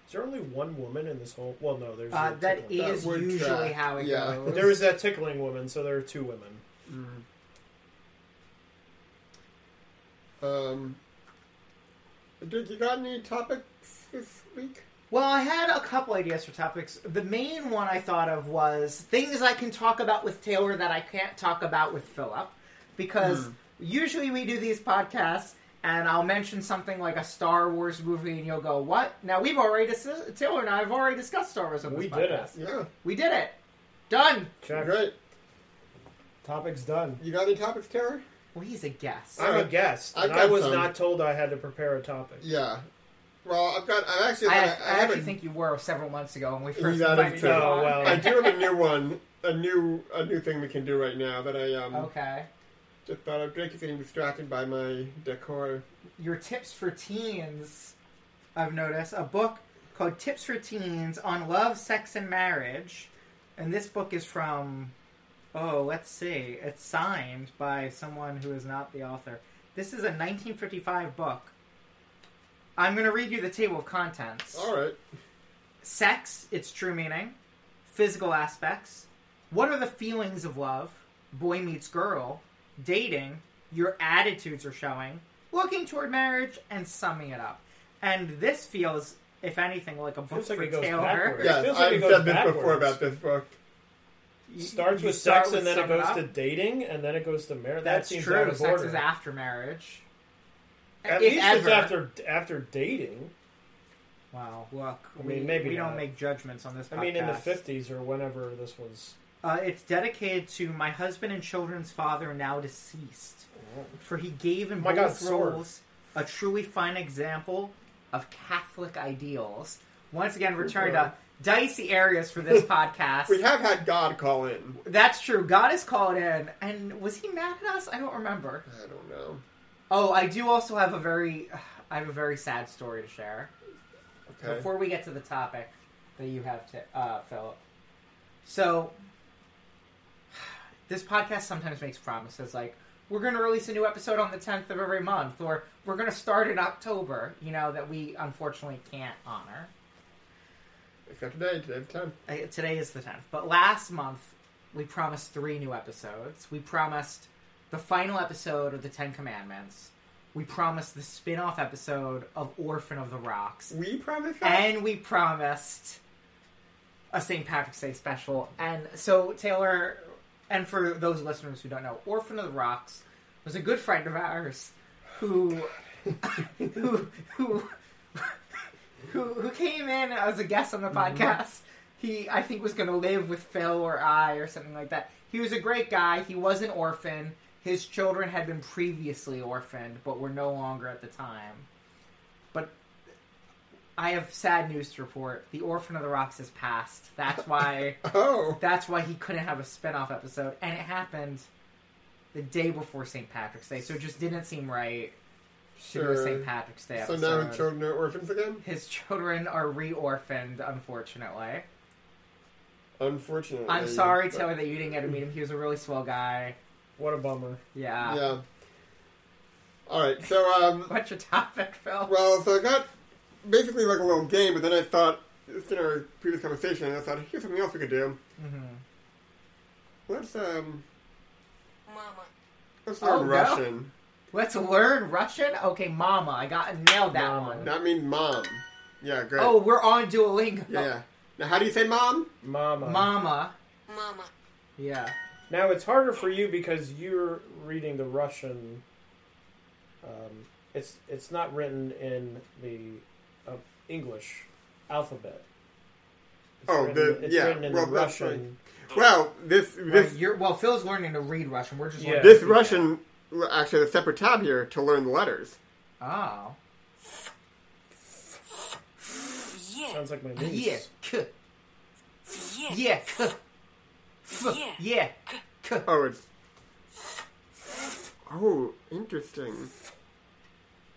C: Is there only one woman in this whole? Well, no, there's
B: uh,
C: the
B: that
C: tickling-
A: That
B: is
A: would
B: usually
A: track,
B: how it
A: yeah.
B: goes.
C: there was that tickling woman, so there are two women.
A: Um, Dude, you got any topics this week?
B: Well, I had a couple ideas for topics. The main one I thought of was things I can talk about with Taylor that I can't talk about with Philip. Because usually we do these podcasts and I'll mention something like a Star Wars movie and you'll go, What? Now we've already, dis- Taylor and I have already discussed Star Wars on this
C: We
B: podcast.
C: did it.
A: Yeah,
B: We did it. Done.
C: Check.
A: great.
C: Topic's done.
A: You got any topics, Taylor?
B: Well, he's a guest.
C: I'm a
A: Alright.
C: guest.
A: I
C: and I
A: got
C: was
A: some.
C: not told I had to prepare a topic.
A: Yeah. Well, I've got. I actually.
B: I,
A: I, I,
B: I
A: have
B: actually
A: a-
B: think you were several months ago when we first
A: got it
B: invited
A: too.
B: you.
C: Oh,
B: on.
C: well.
A: I do have a new one. A new a new thing we can do right now that I um
C: Oh.
B: Okay.
A: just thought of. Drake is getting distracted by my decor.
B: Your tips for teens, I've noticed, a book called Tips for Teens on Love, Sex, and Marriage. And this book is from, oh, let's see, it's signed by someone who is not the author. This is a 1955 book. I'm going to read you the table of contents.
A: All right.
B: sex, its true meaning, physical aspects, what are the feelings of love, boy meets girl, dating, your attitudes are showing, looking toward marriage, and summing it up. And this feels, if anything, like a book
C: Feels like
B: for
C: it goes
B: Taylor.
C: backwards. It
A: Yes,
C: feels like it
A: I've
C: goes
A: said this
C: backwards.
A: before about this book.
B: You-
C: Starts
B: you
C: with
B: start
C: sex, and then it
B: summing
C: goes
B: up.
C: to dating, and then it goes to marriage. That
B: That's
C: seems
B: true.
C: out of
B: sex
C: order.
B: is after marriage.
C: At
B: If
C: least it's
B: ever.
C: after after dating.
B: Wow, look,
C: I
B: we,
C: mean, maybe
B: we don't
C: not.
B: make judgments on this.
C: I mean, in the
B: podcast.
C: fifties or whenever this was.
B: Uh, it's dedicated to my husband and children's father, now deceased, for he gave in
C: My God,
B: both
C: sword.
B: roles a truly fine example of Catholic ideals. Once again, return to dicey areas for this podcast.
A: We have had God call in.
B: That's true. God is called in, and was he mad at us? I don't remember.
A: I don't know.
B: Oh, I do also have a very, I have a very sad story to share.
A: Okay.
B: Before we get to the topic that you have to, uh, Philip. So, this podcast sometimes makes promises like, we're going to release a new episode on the 10th of every month, or we're going to start in October, you know, that we unfortunately can't honor.
A: Except today, today's ten.
B: Uh, today is the 10th, but last month we promised three new episodes. We promised the final episode of the Ten Commandments. we promised the spin off episode of Orphan of the Rocks.
A: We promise that?
B: And we promised a St. Patrick's Day special. And so, Taylor, and for those listeners who don't know, Orphan of the Rocks was a good friend of ours who. who, who, who, who came in as a guest on the podcast. He, I think, was going to live with Phil or I or something like that. He was a great guy. He was an orphan. His children had been previously orphaned, but were no longer at the time. But I have sad news to report. The orphan of the rocks has passed. That's why.
A: oh.
B: that's why he couldn't have a spin-off episode, and it happened the day before St. Patrick's Day, so it just didn't seem right to do a
A: Sure.
B: St. Patrick's Day
A: So
B: episode.
A: now children are orphans again?
B: His children are re-orphaned, unfortunately.
A: Unfortunately.
B: I'm sorry,
A: but-
B: Taylor, that you didn't get to meet him. He was a really swell guy.
C: What a bummer.
B: Yeah.
A: Yeah. Alright, so, um,
B: What's your topic, Phil?
A: Well, so I got basically like a little game, but then I thought, just in our previous conversation, I thought, here's something else we could do.
B: Mm-hmm.
A: Let's, um,
E: Mama.
A: let's
B: Oh,
A: learn
B: no.
A: Russian.
B: Let's learn Russian? Okay, mama. I got nailed that
C: Mama.
B: one.
A: That means mom. Yeah, great.
B: Oh, we're on Duolingo.
A: yeah. yeah. Now, how do you say mom?
C: Mama.
B: Mama.
E: Mama.
B: Yeah.
C: Now it's harder for you because you're reading the Russian. Um, it's it's not written in the uh, English alphabet. It's
A: Oh,
C: written,
A: the-
C: it's
A: yeah,
C: written in
A: well,
C: the
A: that's
C: Russian.
A: Well, this
B: Well,
A: this
B: you're, well, Phil's learning to read Russian. We're just
C: Yeah.
B: learning.
A: this
B: to do
A: Russian actually there's a separate tab here to learn the letters.
B: that. Oh.
E: Yeah.
C: Sounds like my niece.
B: Yeah. K.
E: Yeah.
B: Yeah. K. F.
E: Yeah.
B: Yeah. K.
A: Oh, it's oh interesting.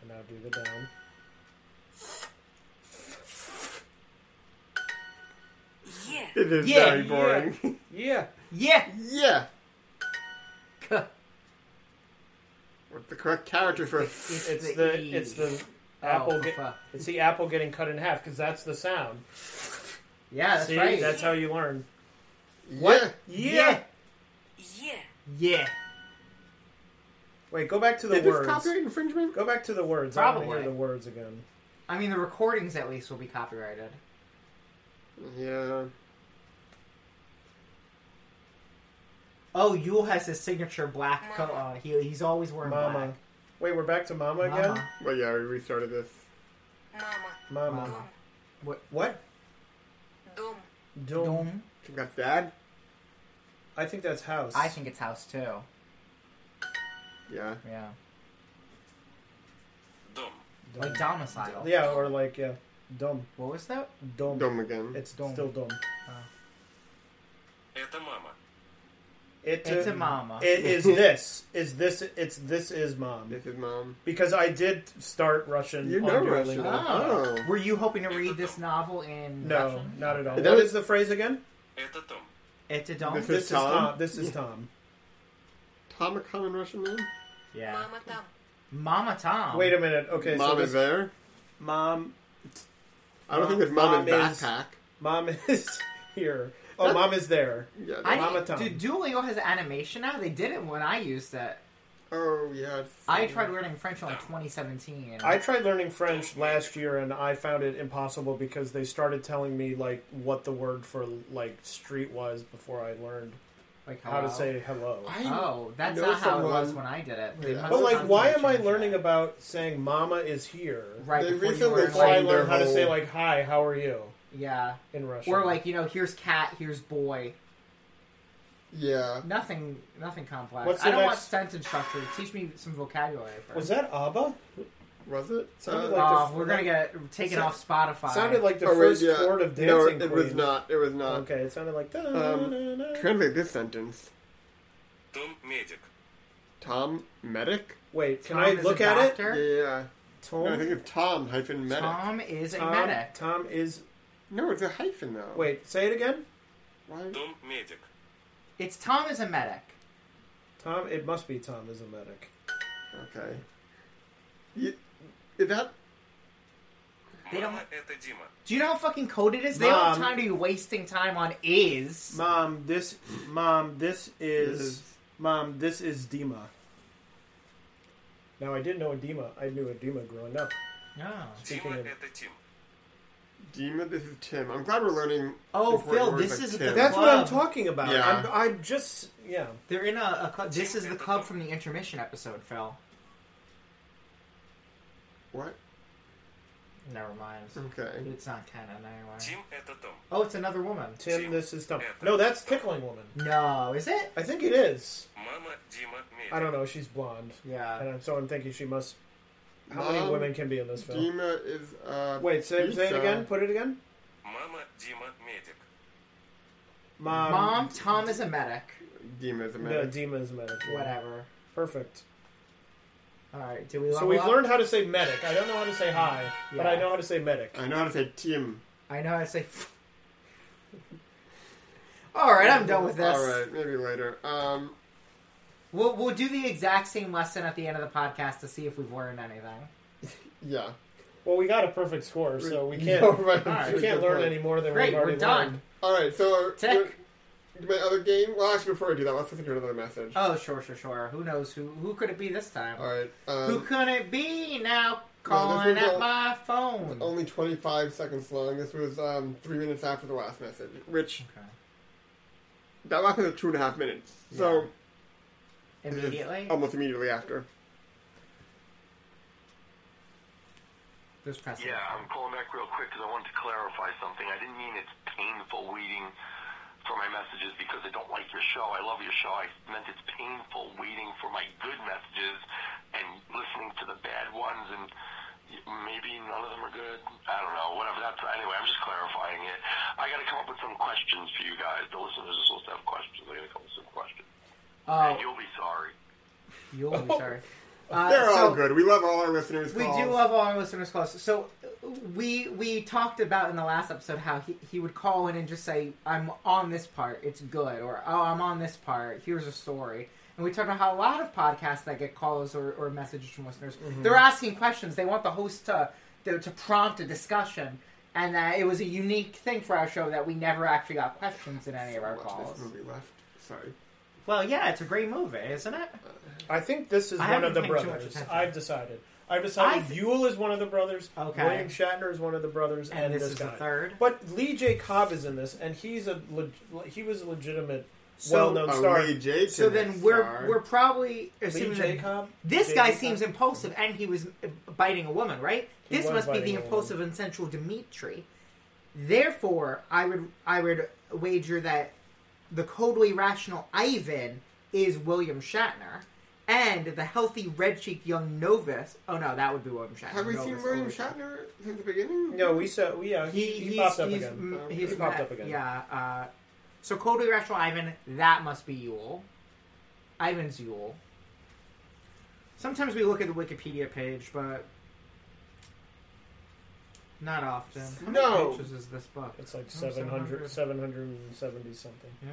C: And now do the down.
E: Yeah.
A: It is
B: Yeah,
A: very boring. Yeah.
C: Yeah.
B: Yeah. K.
A: What's the correct character for?
C: It's the
B: E.
C: it's the apple.
B: Oh,
C: get-
B: fuck.
C: it's the apple getting cut in half because that's the sound.
B: Yeah, that's
C: See,
B: right.
C: that's how you learn.
A: What?
B: yeah.
E: Yeah.
B: Yeah.
C: Wait, go back to the
A: Is this
C: words.
A: copyright infringement?
C: Go back to the words. Probably I wanna
B: Probably.
C: hear the words again.
B: I mean, the recordings at least will be copyrighted.
A: Yeah.
B: Oh, Yule has his signature black coat on. He, he's always wearing
C: Mama.
B: black.
C: Wait, we're back to mama again.
B: Mama.
A: Well, yeah, we restarted this.
E: Mama.
C: Mama.
B: Mama.
C: What?
E: Дом.
C: Dome.
B: Dom.
A: I think that's dad.
C: I think that's house.
B: I think it's house too.
A: Yeah.
B: Yeah.
D: Dumb.
C: Dome.
B: Like domicile.
C: Yeah, or like yeah, dumb,
B: What was that?
C: dumb.
A: Dumb again.
C: It's
B: Dome.
C: still dumb.
D: Это мама.
C: It,
B: It's
C: uh,
B: a mama.
C: It is this. Is this? It's this is mom.
A: This is mom.
C: Because I did start Russian.
A: You
C: on
A: know
C: Duolingo.
A: Russian.
B: Ah.
A: Oh.
B: Were you hoping to read this novel in
C: No,
B: Russian?
C: not at all.
A: That
C: What
A: is-
C: is the phrase again?
D: Это Том.
B: It's a dom.
A: This is-
C: this
A: Tom?
C: is Tom. This is Tom.
A: Tom a common Russian name?
B: Yeah.
E: Мама там.
B: Mama Tom.
C: Wait a minute. Okay,
A: mom
C: so
A: is
C: this,
A: there.
C: mom.
A: I don't
C: Mom-
A: think it's mom,
C: Mom
A: in
C: is-
A: backpack.
C: Mom is here. Oh, mom is there.
A: Yeah.
B: I,
A: that-
C: Mama Tom.
B: Dude, Duolingo has animation now. They did it when I used it.
A: oh yeah. it's-
B: I tried learning French in like 2017. and-
C: I tried learning French last year and I found it impossible because they started telling me like what the word for like street was before I learned
B: like
C: how to
B: hello.
C: say hello.
A: I
B: Oh, that's
A: know
B: not how it
A: someone-
B: was when I did it. They
A: Yeah.
B: must
C: But
B: have
C: like, why am I
B: constantly
C: learning
B: changed
C: about saying "Mama is here"?
B: that. right
A: They
B: before you
A: recently
B: learn,
C: Before I
B: like,
A: Find their
C: learn how to say
A: whole-
C: like "Hi, how are you"
B: yeah,
C: in Russian,
B: or like you know, here's cat, here's boy.
A: Yeah.
B: Nothing, nothing complex.
C: What's
B: I
C: the
B: don't want
C: next-
B: sentence structure. Teach me some vocabulary first.
C: was that Abba?
A: Was it?
C: Sounded
A: Uh,
C: like
B: Oh,
C: the-
B: we're gonna get taken
C: Sa-
B: off Spotify.
C: sounded like the
A: oh, wait,
C: first
A: yeah.
C: chord of dancing.
A: No, it was
C: Queen.
A: not. It was not.
C: Okay, it sounded like.
A: Um,
C: da-na-na-na.
A: Translate this sentence.
D: Том медик.
A: Tom medic.
C: Wait, can
B: Tom
C: I
B: is
C: look
B: a
C: at it?
B: doctor?
A: Yeah.
C: Tom,
A: No, I think it's Tom hyphen medic.
B: Tom is a
C: Tom,
B: medic.
C: Tom is.
A: No, it's a hyphen though.
C: Wait, say it again.
A: Why?
D: Том медик.
B: It's Tom is a medic.
C: Tom, it must be Tom is a medic.
A: Okay. You, is that
B: They don't-
D: Мама это Дима.
B: Do you know how fucking code it is? They don't have
C: Mom.
B: time to be wasting time on is.
C: Mom, this, mom, this
A: This is-
C: is, mom, this is Dima. Now I did know Edema. I knew Edema growing up.
B: Oh.
C: Speaking
F: Дима
C: of-
F: это Тим.
A: Dima, this is Tim. I'm glad we're learning.
B: Oh,
A: important
B: Phil,
A: words
B: this
A: like
B: is the-
A: Tim.
C: That's what I'm
B: Club.
C: talking about.
A: Yeah.
C: I'm, I'm just yeah.
B: They're in a, a club. This is the club from the intermission episode, Phil.
A: what.
B: Never mind.
A: Okay.
B: It's not canon anyway.
F: Тим это Том.
B: Oh, it's another woman.
C: Tim,
F: Tim.
C: this is Tom.
F: Yeah.
C: No, that's Tickling Woman.
B: No, is it?
C: I think it is.
F: Мама Дима Мели.
C: I don't know. She's blonde, and
B: Yeah.
C: I'm, so I'm thinking she must. How many
A: Mom,
C: women can be in this film?
A: Um, Dima is. Uh,
C: Wait, say, say it
A: pizza.
C: again. Put it again.
F: Мама Дима Медик.
C: Mom.
B: Mom, Tom is a medic.
A: Dima is a
C: No,
A: man.
C: Dima is medic. yeah.
B: Whatever.
C: Perfect.
B: All right. Do we?
C: So
B: level
C: we've
B: up?
C: learned how to say medic. I don't know how to say hi, but
B: Yeah.
C: I know how to say medic.
A: I know how to say Tim.
B: I know. I say. All right, I'm done with this.
A: All right, maybe later. Um,
B: We'll we'll do the exact same lesson at the end of the podcast to see if we've learned anything.
A: yeah.
C: Well, we got a perfect score, so we
A: No,
C: can't.
A: right,
B: right,
C: We
A: good
C: can't learn
A: point.
C: any more than
B: Great,
C: we've already
B: we're done.
C: learned.
A: All right, so uh,
B: Tech.
A: my other game. Well, actually, before I do that, let's listen to another message.
B: Oh, sure, sure, sure. Who knows who who could it be this time?
A: All right.
B: Who
A: Um,
B: could it be now? Calling
A: one's
B: at
A: all-
B: my phone.
A: only 25 seconds long. This was um, three minutes after the last message, which
B: Okay.
A: that last message was two and a half minutes. So
B: Yeah.
A: this is
B: Immediately.
A: almost immediately after.
B: There's precedent.
D: Yeah, I'm calling back real quick because I wanted to clarify something. I didn't mean it's painful waiting for my messages because I don't like your show. I love your show. I meant it's painful waiting for my good messages and listening to the bad ones and maybe none of them are good. I don't know. Whatever. That's anyway. I'm just clarifying it. I got to come up with some questions for you guys. The listeners are supposed to have questions. I got to come up with some questions. And
B: Oh,
D: you'll be sorry.
B: you'll be sorry. Uh,
A: Oh. They're all
B: so
A: good. We love all our listeners.
B: We
A: calls.
B: do love all our listeners' calls. So uh, we we talked about in the last episode how he, he would call in and just say, "I'm on this part. It's good," or "Oh, I'm on this part. Here's a story." And we talked about how a lot of podcasts that get calls or, or messages from listeners, they're asking questions. They want the host to to to prompt a discussion, and that it was a unique thing for our show that we never actually got questions in any of our
A: Watch
B: calls.
A: this movie left. Sorry.
B: Well, yeah, it's a great movie, isn't it?
C: I think this is
B: I
C: one
B: haven't
C: of the
B: paid too much
C: brothers.
B: attention.
C: I've decided. I've
B: I
C: decided
B: thi-
C: Yule is one of the brothers.
B: Okay.
C: William Shatner is one of the brothers, and,
B: And this
C: this,
B: is the
C: guy.
B: third?
C: But Lee J. Cobb is in this, and he's a leg- he was a legitimate,
B: So-
C: well-known
A: Oh,
C: star.
A: Lee J.
B: So then we're we're probably
C: Lee
B: assuming
C: J.
B: that
C: Cobb.
B: This
C: J.
B: guy
C: Cobb?
B: seems impulsive, and he was uh, biting a woman, right?
C: He
B: this
C: was
B: must be
C: biting
B: the
C: a
B: impulsive and sensual Dimitri. Therefore, I would I would wager that the coldly rational Ivan is William Shatner, and the healthy red cheeked young novice. Oh no, that would be William Shatner.
A: Have we seen
B: Novice,
A: William
B: always.
A: Shatner since the beginning?
C: No, we saw. We, yeah, he,
B: He,
C: he
B: he's,
C: popped up
B: he's,
C: again.
B: mm,
A: He
B: he's
C: popped
B: met-
C: up again.
B: Yeah. Uh, so coldly rational Ivan, that must be Yule. Ivan's Yule. Sometimes we look at the Wikipedia page, but not often. How
A: No.
B: many pages is this book?
C: It's like
B: Oh,
C: 700, 770 something.
B: Yeah.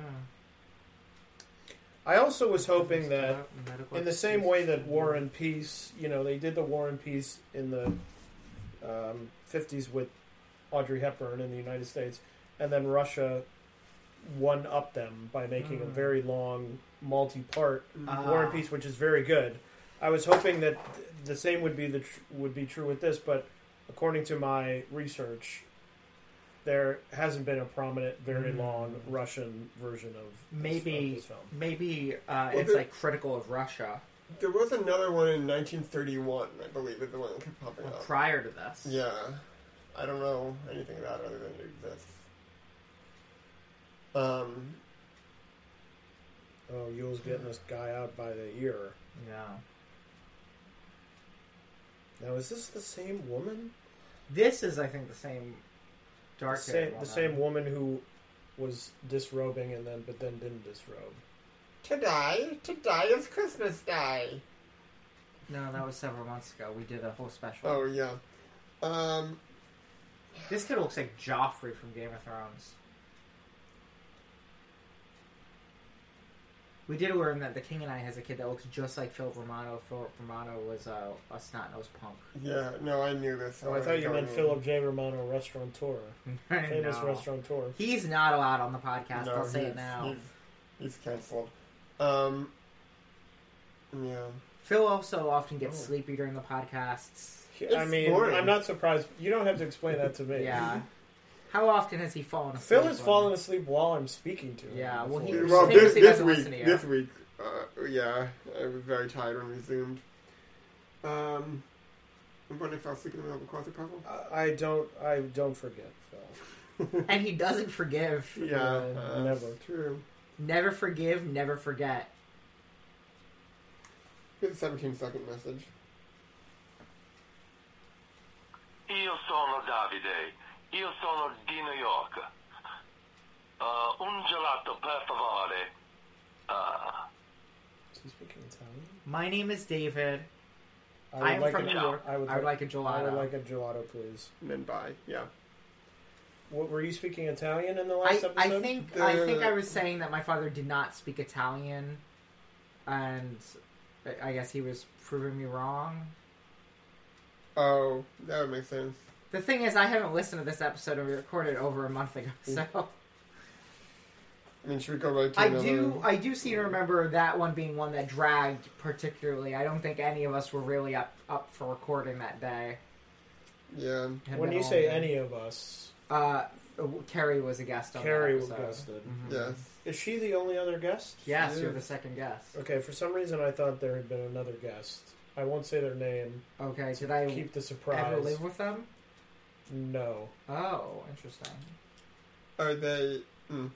C: I also was hoping that
B: Medical
C: in the same way that War and Peace, you know, they did the War and Peace in the um, 50s with Audrey Hepburn in the United States, and then Russia won up them by making a very long, multi part
B: Ah.
C: War and Peace, which is very good. I was hoping that th- the same would be the tr- would be true with this, but according to my research, there hasn't been a prominent, very long Russian version of this- of
B: maybe
C: this film.
B: maybe uh,
A: Well,
B: it's
A: the-
B: like critical of Russia
A: There was another one in 1931, I believe, is the one that kept popping
B: or
A: up.
B: prior to this.
A: Yeah. I don't know anything about it other than it exists. Um,
C: Oh, Yule's getting this guy out by the ear.
B: Yeah.
C: Now, is this the same woman?
B: This is, I think, the same
C: The
B: dark
C: same, the same woman who was disrobing and then, but then didn't disrobe.
A: today, today is Christmas Day.
B: No, that was several months ago. We did a whole special.
A: Oh, yeah. Um,
B: This kid looks like Joffrey from Game of Thrones. We did learn that the king and I has a kid that looks just like Phil Romano. Phil Romano was a, a snot nosed punk.
A: yeah, no, I knew this.
C: Oh, I thought you meant Philip J. Romano, restaurateur, famous
B: No.
C: restaurateur.
B: He's not allowed on the podcast. I'll say
A: he's-
B: it now.
A: He's, he's canceled. Um, yeah.
B: Phil also often gets
C: Oh.
B: sleepy during the podcasts.
C: I mean,
A: boring.
C: I'm not surprised. You don't have to explain that to me.
B: Yeah. How often has he fallen asleep?
C: Phil has
B: on
C: fallen asleep while I'm speaking to him.
B: Yeah, well, he-
C: Before.
A: Well,
B: Famously
A: this, this
B: doesn't
A: week,
B: listen to you.
A: this week, uh, yeah, I was very tired when we zoomed. Um, I'm wondering if I was thinking about the closet couple.
C: I I don't. I don't forget Phil.
B: it? And he doesn't forgive.
A: Yeah,
C: No,
A: uh,
C: never.
A: True.
B: Never forgive, never forget.
A: It's a 17 second message.
D: Io sono Davide, io sono di New York. Uh, un gelato per favore. Uh,
C: Is he speaking Italian?
B: My name is David.
C: would
B: I am from
C: a-
B: New York.
C: I would,
B: like a gelato.
C: I would like a gelato, please.
A: And then bye. Yeah.
C: What were you speaking Italian in the
B: I,
C: last
B: I
C: episode?
B: think I think
A: The-
B: I was saying that my father did not speak Italian, and I- I guess he was proving me wrong.
A: Oh, that would make sense.
B: The thing is, I haven't listened to this episode and we recorded it over a month ago, so
A: I mean, should we go right to
B: I
A: another?
B: do I do seem to remember that one being one that dragged particularly. I don't think any of us were really up up for recording that day.
A: Yeah.
B: It had
C: when
B: been
C: you
B: all
C: say
B: day.
C: any of us,
B: uh, Carrie was a guest on that
C: Carrie was
B: episode. Mm-hmm.
C: guested.
A: Yes.
C: Is she the only other guest?
B: Yes, you're the second guest.
C: Okay. For some reason, I thought there had been another guest. I won't say their name.
B: Okay, did I
C: Keep the
B: ever
C: surprise.
B: live with them?
C: No.
B: Oh, interesting.
A: Are they? Mm,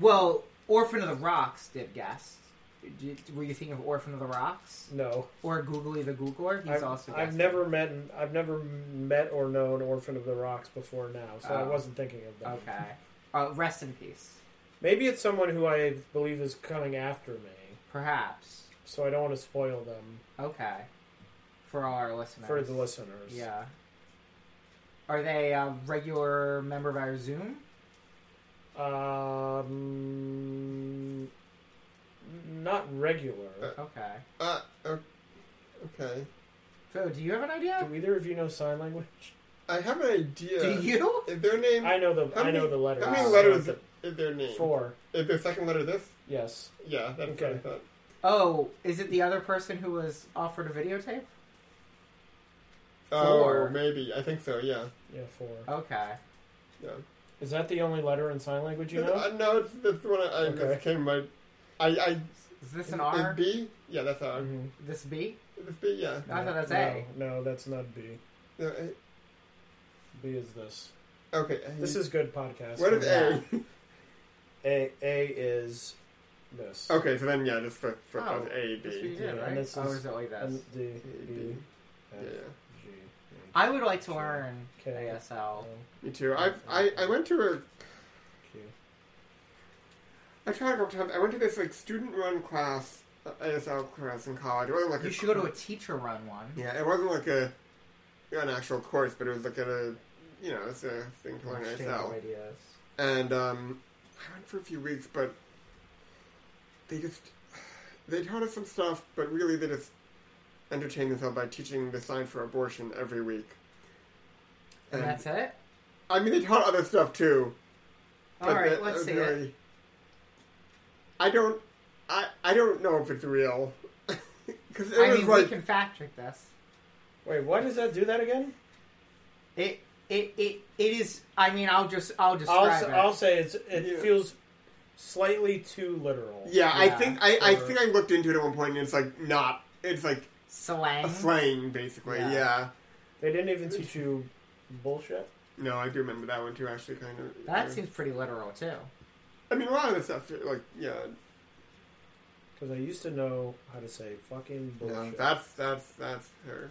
B: Well, Orphan of the Rocks did guest. Did- Were you thinking of Orphan of the Rocks
C: No.
B: or Googly the Googler? He's
C: I've,
B: also.
C: I've
B: guested.
C: never met I've never met or known Orphan of the Rocks before now, so I
B: Oh.
C: wasn't thinking of that.
B: Okay. Uh, rest in peace.
C: Maybe it's someone who I believe is coming after me,
B: Perhaps.
C: so I don't want to spoil them
B: Okay. For all our listeners.
C: for the listeners.
B: Yeah. Are they a regular member of our Zoom?
C: Um, not regular.
B: Okay.
A: uh, o- okay.
B: Phil, do you have an
A: Uh,
B: idea?
C: Do either of you know sign language?
A: I have an idea.
B: Do you?
A: Is their name?
C: I know the
A: How
C: I
A: many-
C: know the letters.
A: How many letters
C: Uh,
A: is their name?
C: Four.
A: Is their second letter this?
C: Yes.
A: Yeah, that's what I
C: Okay.
A: thought.
B: Oh, is it the other person who was offered a videotape? Four.
A: Oh, maybe. I think so. Yeah.
C: Yeah, four.
B: Okay.
A: Yeah.
C: Is that the only letter in sign language you
A: Uh,
C: know?
A: no, it's this one. I, I
C: Okay.
A: just came right. I, I
B: Is this
A: is
B: an R?
A: B? Yeah, that's R.
C: Mhm.
B: This B?
A: Is this B? Yeah.
B: I thought that's
C: no,
B: A.
C: No, that's not B.
A: No, A-
C: B is this.
A: okay.
C: This is good podcast.
A: Mm. what is
B: Yeah.
C: A? A is this.
A: A? Okay, so then yeah, just flip, flip
B: Oh,
A: those A
B: That's what you
A: B.
B: did,
C: Yeah,
B: right?
C: and this
B: oh,
C: is-
B: is it like this?
C: And D,
A: A,
C: E,
A: B.
C: F,
A: Yeah.
C: G, H,
B: I would like to learn
C: K,
B: ASL.
C: L,
A: Me too. I I I went to a.
C: Q.
A: I tried a couple times. I went to this like student run class, uh, ASL class in college. It wasn't like
B: You
A: a,
B: should go to a teacher run one.
A: Yeah, it wasn't like a an actual course, but it was like a you know it's a thing to learn
B: Exchange
A: ASL.
B: ideas.
A: and um, I went for a few weeks, but they just they taught us some stuff, but really they just entertained themselves by teaching the sign for abortion every week.
B: And that's it?
A: I mean, they taught other stuff too. but
B: Alright,
A: that-
B: let's
A: that
B: see
A: really-
B: it.
A: I don't, I I don't know if it's real because it
B: I
A: was
B: mean, we
A: like
B: can fact check this.
C: Wait, why does that do that again?
B: It it it it is. I mean, I'll just I'll
C: I'll,
B: describe
C: s-
B: it.
C: I'll say it's, it
A: Yeah.
C: feels slightly too literal.
A: yeah, I
B: yeah,
A: think I, I
C: or-
A: think I looked into it at one point and it's like not it's like
B: slang.
A: a slang basically
B: Mm-hmm. Yeah.
A: yeah.
C: They didn't even teach you bullshit.
A: No, I do remember that one too. Actually, kind of.
B: That
A: yeah.
B: seems pretty literal too.
A: I mean, a lot of the stuff, like yeah,
C: Because I used to know how to say fucking
A: no,
C: bullshit.
A: that's that's that's her.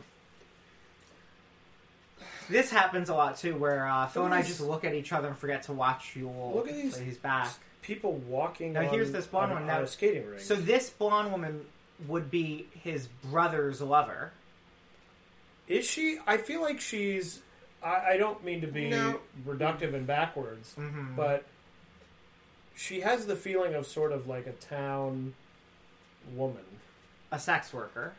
B: This happens a lot too, where uh, Phil and I just look at each other and forget to watch Yule.
C: Look at these-
B: So he's back.
C: People walking
B: Now,
C: on,
B: here's this blonde
C: on,
B: one.
C: on
B: Now-
C: a skating rink.
B: So this blonde woman would be his brother's lover.
C: Is she? I feel like she's. I, I don't mean to be
A: No.
C: reductive and backwards,
B: Mm-hmm.
C: but she has the feeling of sort of like a town woman.
B: a sex worker.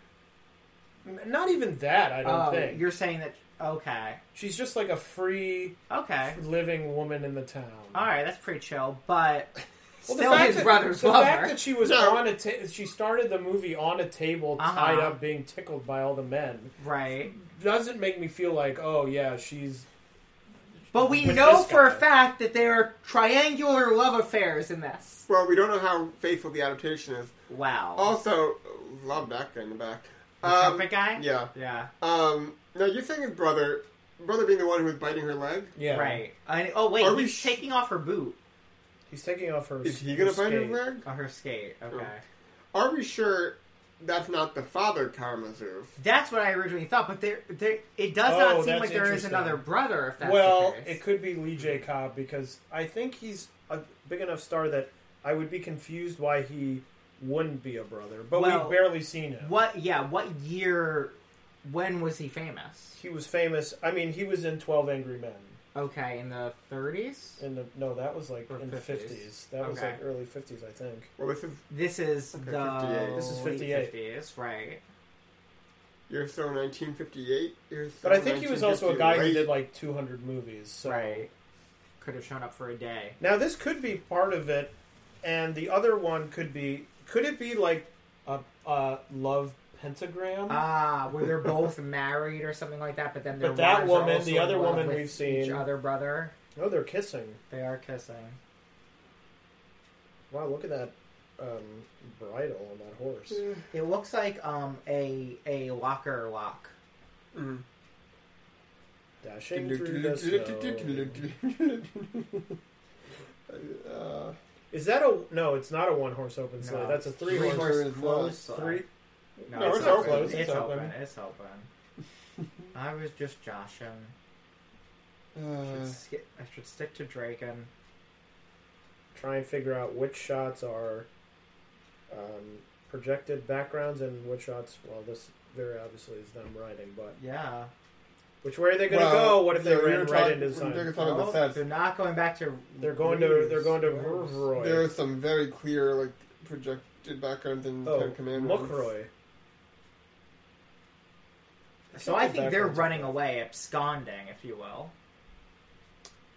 C: N- Not even that. I don't
B: Oh,
C: think
B: you're saying that? Okay,
C: she's just like a free
B: okay,
C: living woman in the town.
B: all right. That's pretty chill, but
C: Well,
B: Still his
C: that,
B: brothers
C: the
B: love
C: fact
B: her.
C: that she was
A: No.
C: on a ta- she started the movie on a table
B: Uh-huh.
C: tied up being tickled by all the men
B: right.
C: doesn't make me feel like oh yeah she's
B: But we
C: With
B: know
C: this
B: for a
C: guy.
B: fact that there are triangular love affairs in this.
A: Well, we don't know how faithful the adaptation is.
B: Wow.
A: Also, love that guy in the back.
B: the
A: Oh, Um,
B: trumpet guy?
A: Yeah.
B: Yeah.
A: Um, now you're saying his brother, brother being the one who was biting her leg.
C: yeah
B: Right. And, oh, wait.
A: Are we
B: he's
A: sh-
B: taking off her boot.
C: He's taking off her.
A: Is he gonna bite her
C: skate.
A: leg?
B: Or her skate. Okay.
A: Are we sure that's not the father Karamazov?
B: That's what I originally thought, but there, there it does
C: Oh,
B: not seem
C: that's
B: like there is
C: interesting.
B: another brother. If that's
C: Well,
B: the case.
C: it could be Lee J. Cobb because I think he's a big enough star that I would be confused why he wouldn't be a brother. But
B: Well,
C: we've barely seen him.
B: What? Yeah. What year? When was he famous?
C: He was famous. I mean, he was in Twelve Angry Men.
B: Okay, in the 30s.
C: In the no, that was like
B: Or
C: in the
B: 50s.
C: fifties. That was
B: Okay.
C: like early fifties, I think.
A: Well, this is
B: This is
A: Okay,
B: the
A: 58.
C: This is
B: late
C: 58.
B: 50s, right?
A: you're so 1958. You're so
C: But I think he was also a guy
A: 1958.
C: who did like two hundred movies. So.
B: Right. Could have shown up for a day.
C: Now this could be part of it, and the other one could be. Could it be like a, a love pentagram?
B: Ah, where they're both married or something like that, but then their
C: But that
B: wives are
C: woman,
B: also
C: the
B: in
C: other
B: love
C: woman
B: with
C: we've seen-
B: each other brother,
C: no, Oh, they're kissing.
B: they are kissing.
C: Wow, look at that um, bridle on that horse.
B: It looks like um a a locker lock.
A: Mm.
C: Dashing through the snow.
A: Uh,
C: Is that a no? It's not a one horse open sleigh.
B: No.
C: That's a three,
A: Three
C: horse.
A: horse-
B: closed. slide.
C: Three.
B: No,
C: No,
B: it's,
A: it's
B: open.
A: not closed,
B: It's,
C: it's
B: open.
C: open.
B: It's open. I was just joshing. I should,
A: uh,
B: sk- I should stick to Draken.
C: Try and figure out which shots are um, projected backgrounds and which shots. Well, this very obviously is them riding, but
B: Yeah.
C: which way are they going to
A: well,
C: go? What if they
A: yeah, we
C: ran
A: were
C: right
A: talking-
C: into the
A: we were
C: sign?
A: talking about the
B: they're
A: sets.
B: not going back to.
C: They're going to
B: Reeves.
C: they're going to
B: Reeves.
A: There
C: Roy.
A: are some very clear, like, projected backgrounds in the
C: Oh,
A: Ten Commandments.
C: Muckroy.
B: So I
C: the
B: think they're
C: backgrounds are
B: running
C: closed.
B: away, absconding, if you will.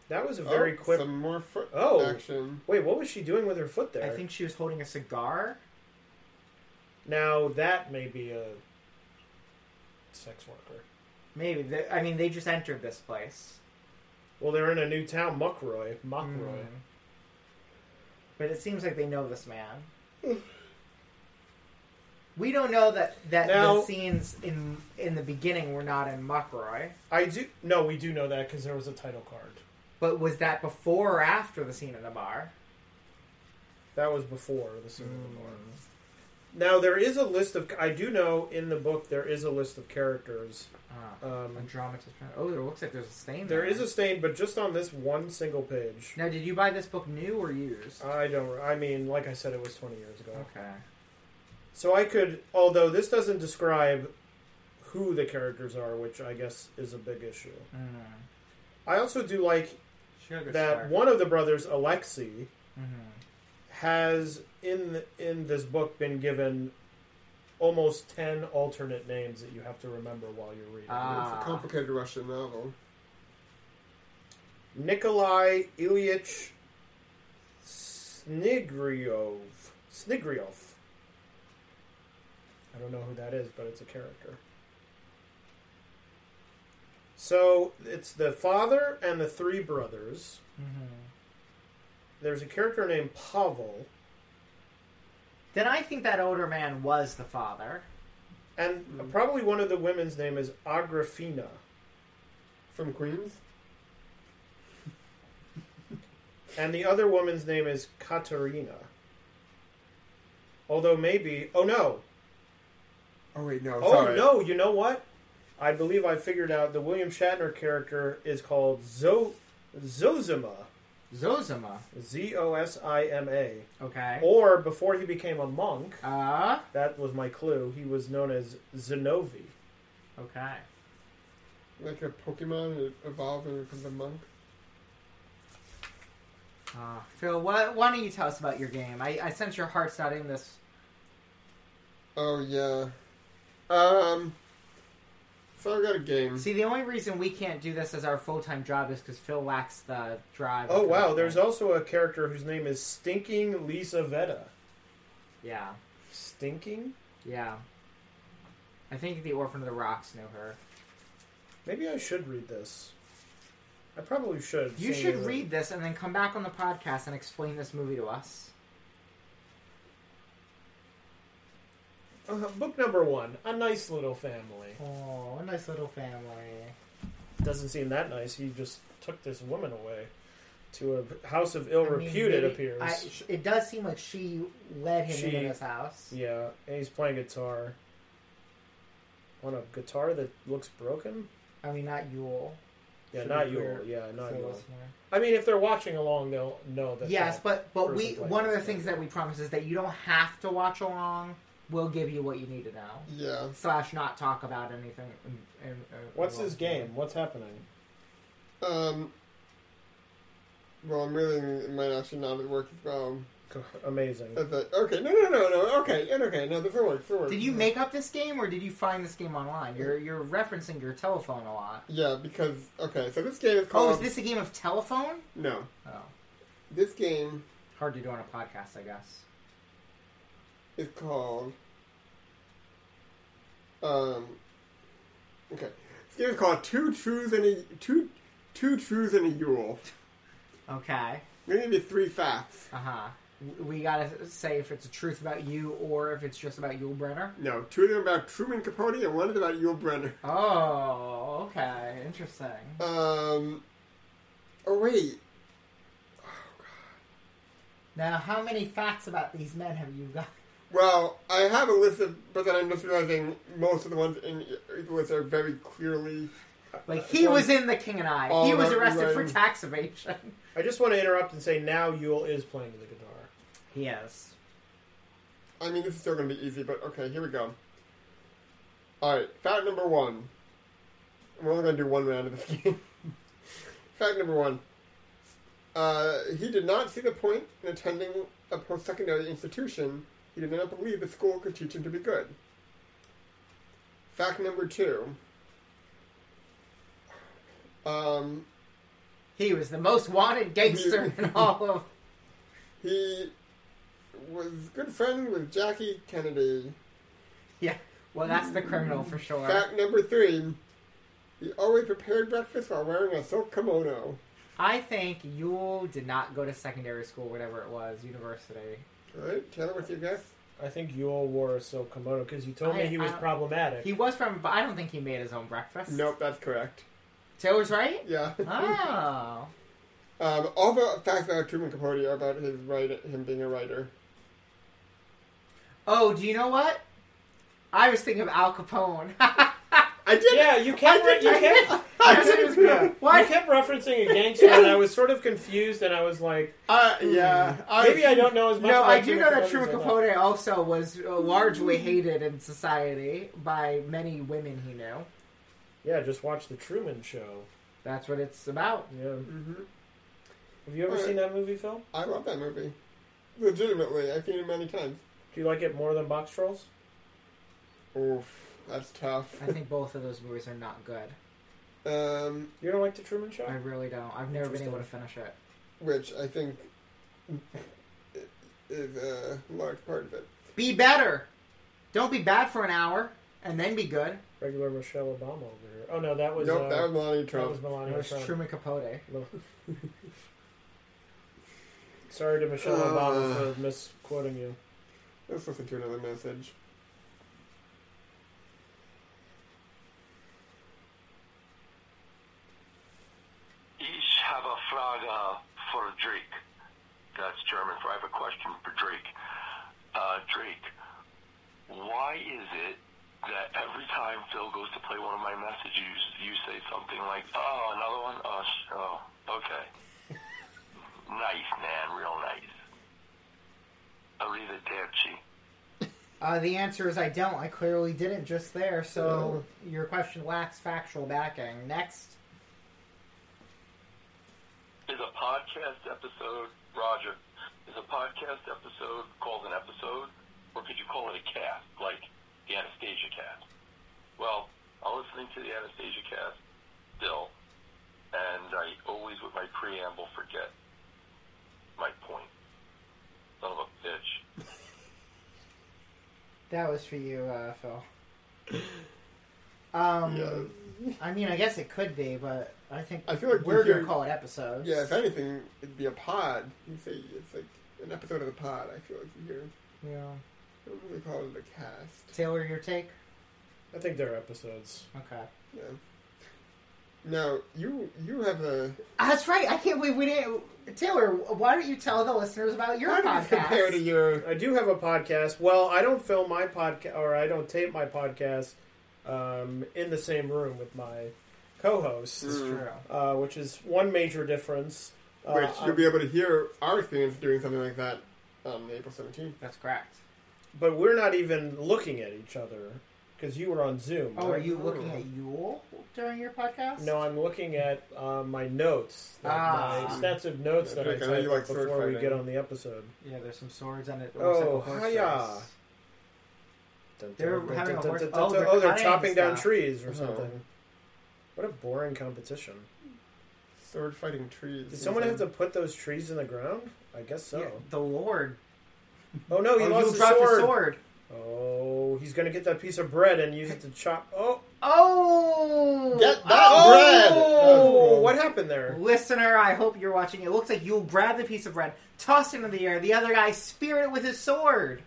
C: That was a
A: Oh,
C: very quick.
A: Some more foot
C: Oh.
A: action.
C: Wait, what was she doing with her foot there?
B: I think she was holding a cigar.
C: Now that may be a sex worker.
B: Maybe. They, I mean, they just entered this place.
C: Well, they're in a new town, Muckroy. Muckroy.
B: Mm. But it seems like they know this man. we don't know that that the
C: Now-
B: scenes in in the beginning were not in Muckroy.
C: I do. No, we do know that because there was a title card.
B: But was that before or after the scene in the bar?
C: That was before the scene
B: Hmm.
C: of the bar. Now there is a list of. I do know in the book there is a list of characters.
B: Ah,
C: Um,
B: a dramatist. Oh, there looks like there's a stain.
C: there is a stain, but just on this one single page.
B: Now, did you buy this book new or used?
C: I don't. I mean, like I said, it was twenty years ago.
B: okay.
C: So I could, although this doesn't describe who the characters are, which I guess is a big issue.
B: Mm.
C: I also do like
B: Sugar
C: that one of the brothers, Alexei,
B: Mm-hmm.
C: has in in this book been given almost ten alternate names that you have to remember while you're reading.
A: It's a
B: Ah,
A: complicated Russian novel.
C: Nikolai Ilyich Snigriov. Snigriov. I don't know who that is, but it's a character. So it's the father and the three brothers. There's a character named Pavel,
B: then I think that older man was the father.
C: and probably one of the women's name is Agrafina.
A: From Queens?
C: And the other woman's name is Katerina. Although maybe, oh no,
A: Oh, wait, no.
C: oh
A: sorry.
C: no, you know what? I believe I figured out the William Shatner character is called Zo Zozima,
B: Zozima.
C: Z O S I M A.
B: Okay.
C: Or before he became a monk,
B: Uh,
C: that was my clue. He was known as Zenovi.
B: okay.
A: Like a Pokemon e-, it evolved and it becomes a monk?
B: Uh, Phil, what, why don't you tell us about your game? I, I sense your heart's not in this.
A: Oh, yeah. Um, So I got a game.
B: See, the only reason we can't do this as our full time job is because Phil lacks the drive.
C: Oh wow, there's also a character whose name is Stinking Lisa Vetta.
B: yeah,
C: Stinking?
B: yeah. I think the Orphan of the Rocks knew her.
C: Maybe I should read this. I probably should.
B: You
C: seeing
B: should
C: as I-
B: read this and then come back on the podcast and explain this movie to us.
C: Uh, book number one, A Nice Little Family.
B: Oh, a nice little family.
C: Doesn't seem that nice. He just took this woman away to a house of ill repute, it appears.
B: it does seem like she led him
C: She-
B: into this house.
C: Yeah, and he's playing guitar. On a guitar that looks broken?
B: I mean, not Yule.
C: Yeah,
B: Should
C: not
B: be
C: you.
B: clear
C: Yeah, not
B: for the
C: you.
B: listener.
C: I mean, if they're watching along, they'll know that.
B: Yes,
C: that-
B: but but we
C: person playing
B: one of the
C: this
B: things
C: thing.
B: that we promise is that you don't have to watch along. We'll give you what you need to know.
A: Yeah.
B: Slash, not talk about anything. in- in- uh,
C: What's
B: along.
C: this game? What's happening?
A: Um. Well, I'm really it might actually not work as well.
C: Amazing.
A: As I, okay, no, no, no, no. Okay, and okay, no, this will work. This will work.
B: Did you make up this game, or did you find this game online? You're you're referencing your telephone a lot.
A: Yeah, because okay, so this game is
B: Oh,
A: called
B: is this a game of telephone?
A: no.
B: Oh,
A: This game
B: hard to do on a podcast, I guess.
A: is called. Um. Okay, this game is called Two Truths and a Two Two Truths and a Yule.
B: Okay.
A: We need to be three facts.
B: Uh huh. We gotta say if it's a truth about you or if it's just about Yul Brenner.
A: No, two of them about Truman Capote and one is about Yul Brenner.
B: Oh, okay, interesting.
A: Um. Oh wait.
B: Now, how many facts about these men have you got?
A: Well, I have a list of, but then I'm just realizing most of the ones in the list are very clearly.
B: Like he was in The King and I.
A: Oh,
B: he was
A: right,
B: arrested for
A: right.
B: tax evasion.
C: I just want to interrupt and say now Yule is playing the guitar.
B: He is.
A: I mean, this is still going to be easy, but okay, here we go. All right, fact number one. We're only going to do one round of this game. fact number one. Uh, he did not see the point in attending a post-secondary institution. He did not believe the school could teach him to be good. Fact number two. Um,
B: He was the most wanted gangster in all of.
A: He was good friend with Jackie Kennedy.
B: Yeah. Well, that's the criminal for sure.
A: Fact number three. He always prepared breakfast while wearing a silk kimono.
B: I think Yul did not go to secondary school, whatever it was, university.
A: Alright, Taylor, what's your guess?
C: I think Yule wore a silk kimono because you told
B: I-
C: me he was
B: I-
C: problematic.
B: He was from, but I don't think he made his own breakfast.
A: Nope, that's correct.
B: Taylor's right.
A: Yeah.
B: Oh.
A: um, all the facts about Truman Capote are about his writer, him being a writer.
B: Oh, do you know what? I was thinking of Al Capone.
A: I did
C: yeah, you kept
A: I did-
C: you kept, you kept, yeah,
B: Why-
C: you kept referencing a gangster, and I was sort of confused, and I was like, hmm.
A: Uh, yeah. I,
C: maybe I don't know as much.
B: No,
C: about
B: I do know that Truman
C: Truman Capote as I thought.
B: Capote also was uh, largely hated in society by many women he knew.
C: Yeah, just watch the Truman Show.
B: That's what it's about.
C: Yeah,
A: Mhm.
C: have you ever
A: Alright.
C: seen that movie, Phil?
A: I love that movie. Legitimately, I've seen it many times.
C: Do you like it more than Box Trolls?
A: Oof, that's tough.
B: I think both of those movies are not good.
A: Um,
C: You don't like the Truman
B: I
C: Show?
B: really don't. I've never been able to
C: Interesting.
B: finish it.
A: which I think is a large part of it.
B: Be better. Don't be bad for an hour and then be good.
C: Regular Michelle Obama over here. Oh no, that was
A: nope,
C: uh,
A: that was Melania
C: that
A: Trump.
C: was Melania
B: It was
C: Trump.
B: Truman Capote.
C: Sorry to Michelle
A: Uh.
C: Obama for misquoting you.
A: Let's listen to another message.
D: Ich habe Frage for Drake. That's German for I have a question for Drake. Uh, Drake, why is it that every time Phil goes to play one of my messages, you say something like, oh, another one? Oh, sh- oh okay. nice, man, real nice. Arrivederci.
B: Uh, the answer is I don't. I clearly didn't just there, so your question lacks factual backing. Next.
D: is a podcast episode, Roger, is a podcast episode called an episode, or could you call it a cast, like the Anastasia cast? Well, I'm listening to the
B: That was for you, uh, Phil. Um, I mean, I guess it could be, but I think
A: I feel like
B: we're
A: we could-
B: gonna call it episodes.
A: Yeah, if anything, it'd be a pod. You say it's like an episode of the pod. I feel like you're.
B: Yeah.
A: I don't really call it a cast.
B: Taylor, your take?
C: I think they're episodes.
B: Okay.
A: Yeah. Now you you have a
B: That's right. I can't believe we didn't. Taylor, why don't you tell the listeners about your
A: how do you compare to
B: podcast?
A: your
C: I do have a podcast. Well, I don't film my podcast or I don't tape my podcast um, in the same room with my co-host,
A: Mm.
C: uh, which is one major difference. Uh,
A: which
C: I-
A: you'll be able to hear our experience doing something like that on April seventeenth.
B: That's correct.
C: but we're not even looking at each other because you were on Zoom.
B: Oh, are
C: right?
B: you looking at Yule during your podcast?
C: No, I'm looking at uh, my notes, like
B: Ah.
C: my extensive notes
A: Yeah,
C: that I
A: Dick, I know
C: typed
A: you like eh?
C: up
A: sword
C: before we
A: fighting.
C: get on the episode.
B: Yeah, there's some swords and it.
C: looks like a
B: oh,
C: Oh, horse hiya. race. Dun,
B: They're
C: dun, dun,
B: having
C: dun,
B: a
C: dun,
B: horse-
C: dun,
B: oh,
C: dun,
B: they're
C: oh, they're
B: cutting
C: chopping down
B: stuff.
C: trees or
A: Uh-huh.
C: something. What a boring competition.
A: Sword fighting trees.
C: Did someone have to put those trees in the ground? I guess so.
B: the Lord.
C: Oh no, he
B: Oh,
C: lost
B: Yule
C: his
B: dropped
C: sword.
B: his sword.
C: Oh, he's gonna get that piece of bread and use it to chop. Oh,
B: Oh,
A: Get that
B: Oh!
A: bread!
C: oh, what happened there?
B: Listener, I hope you're watching. It looks like Yule grabbed the piece of bread, tossed it in the air. The other guy speared it with his sword.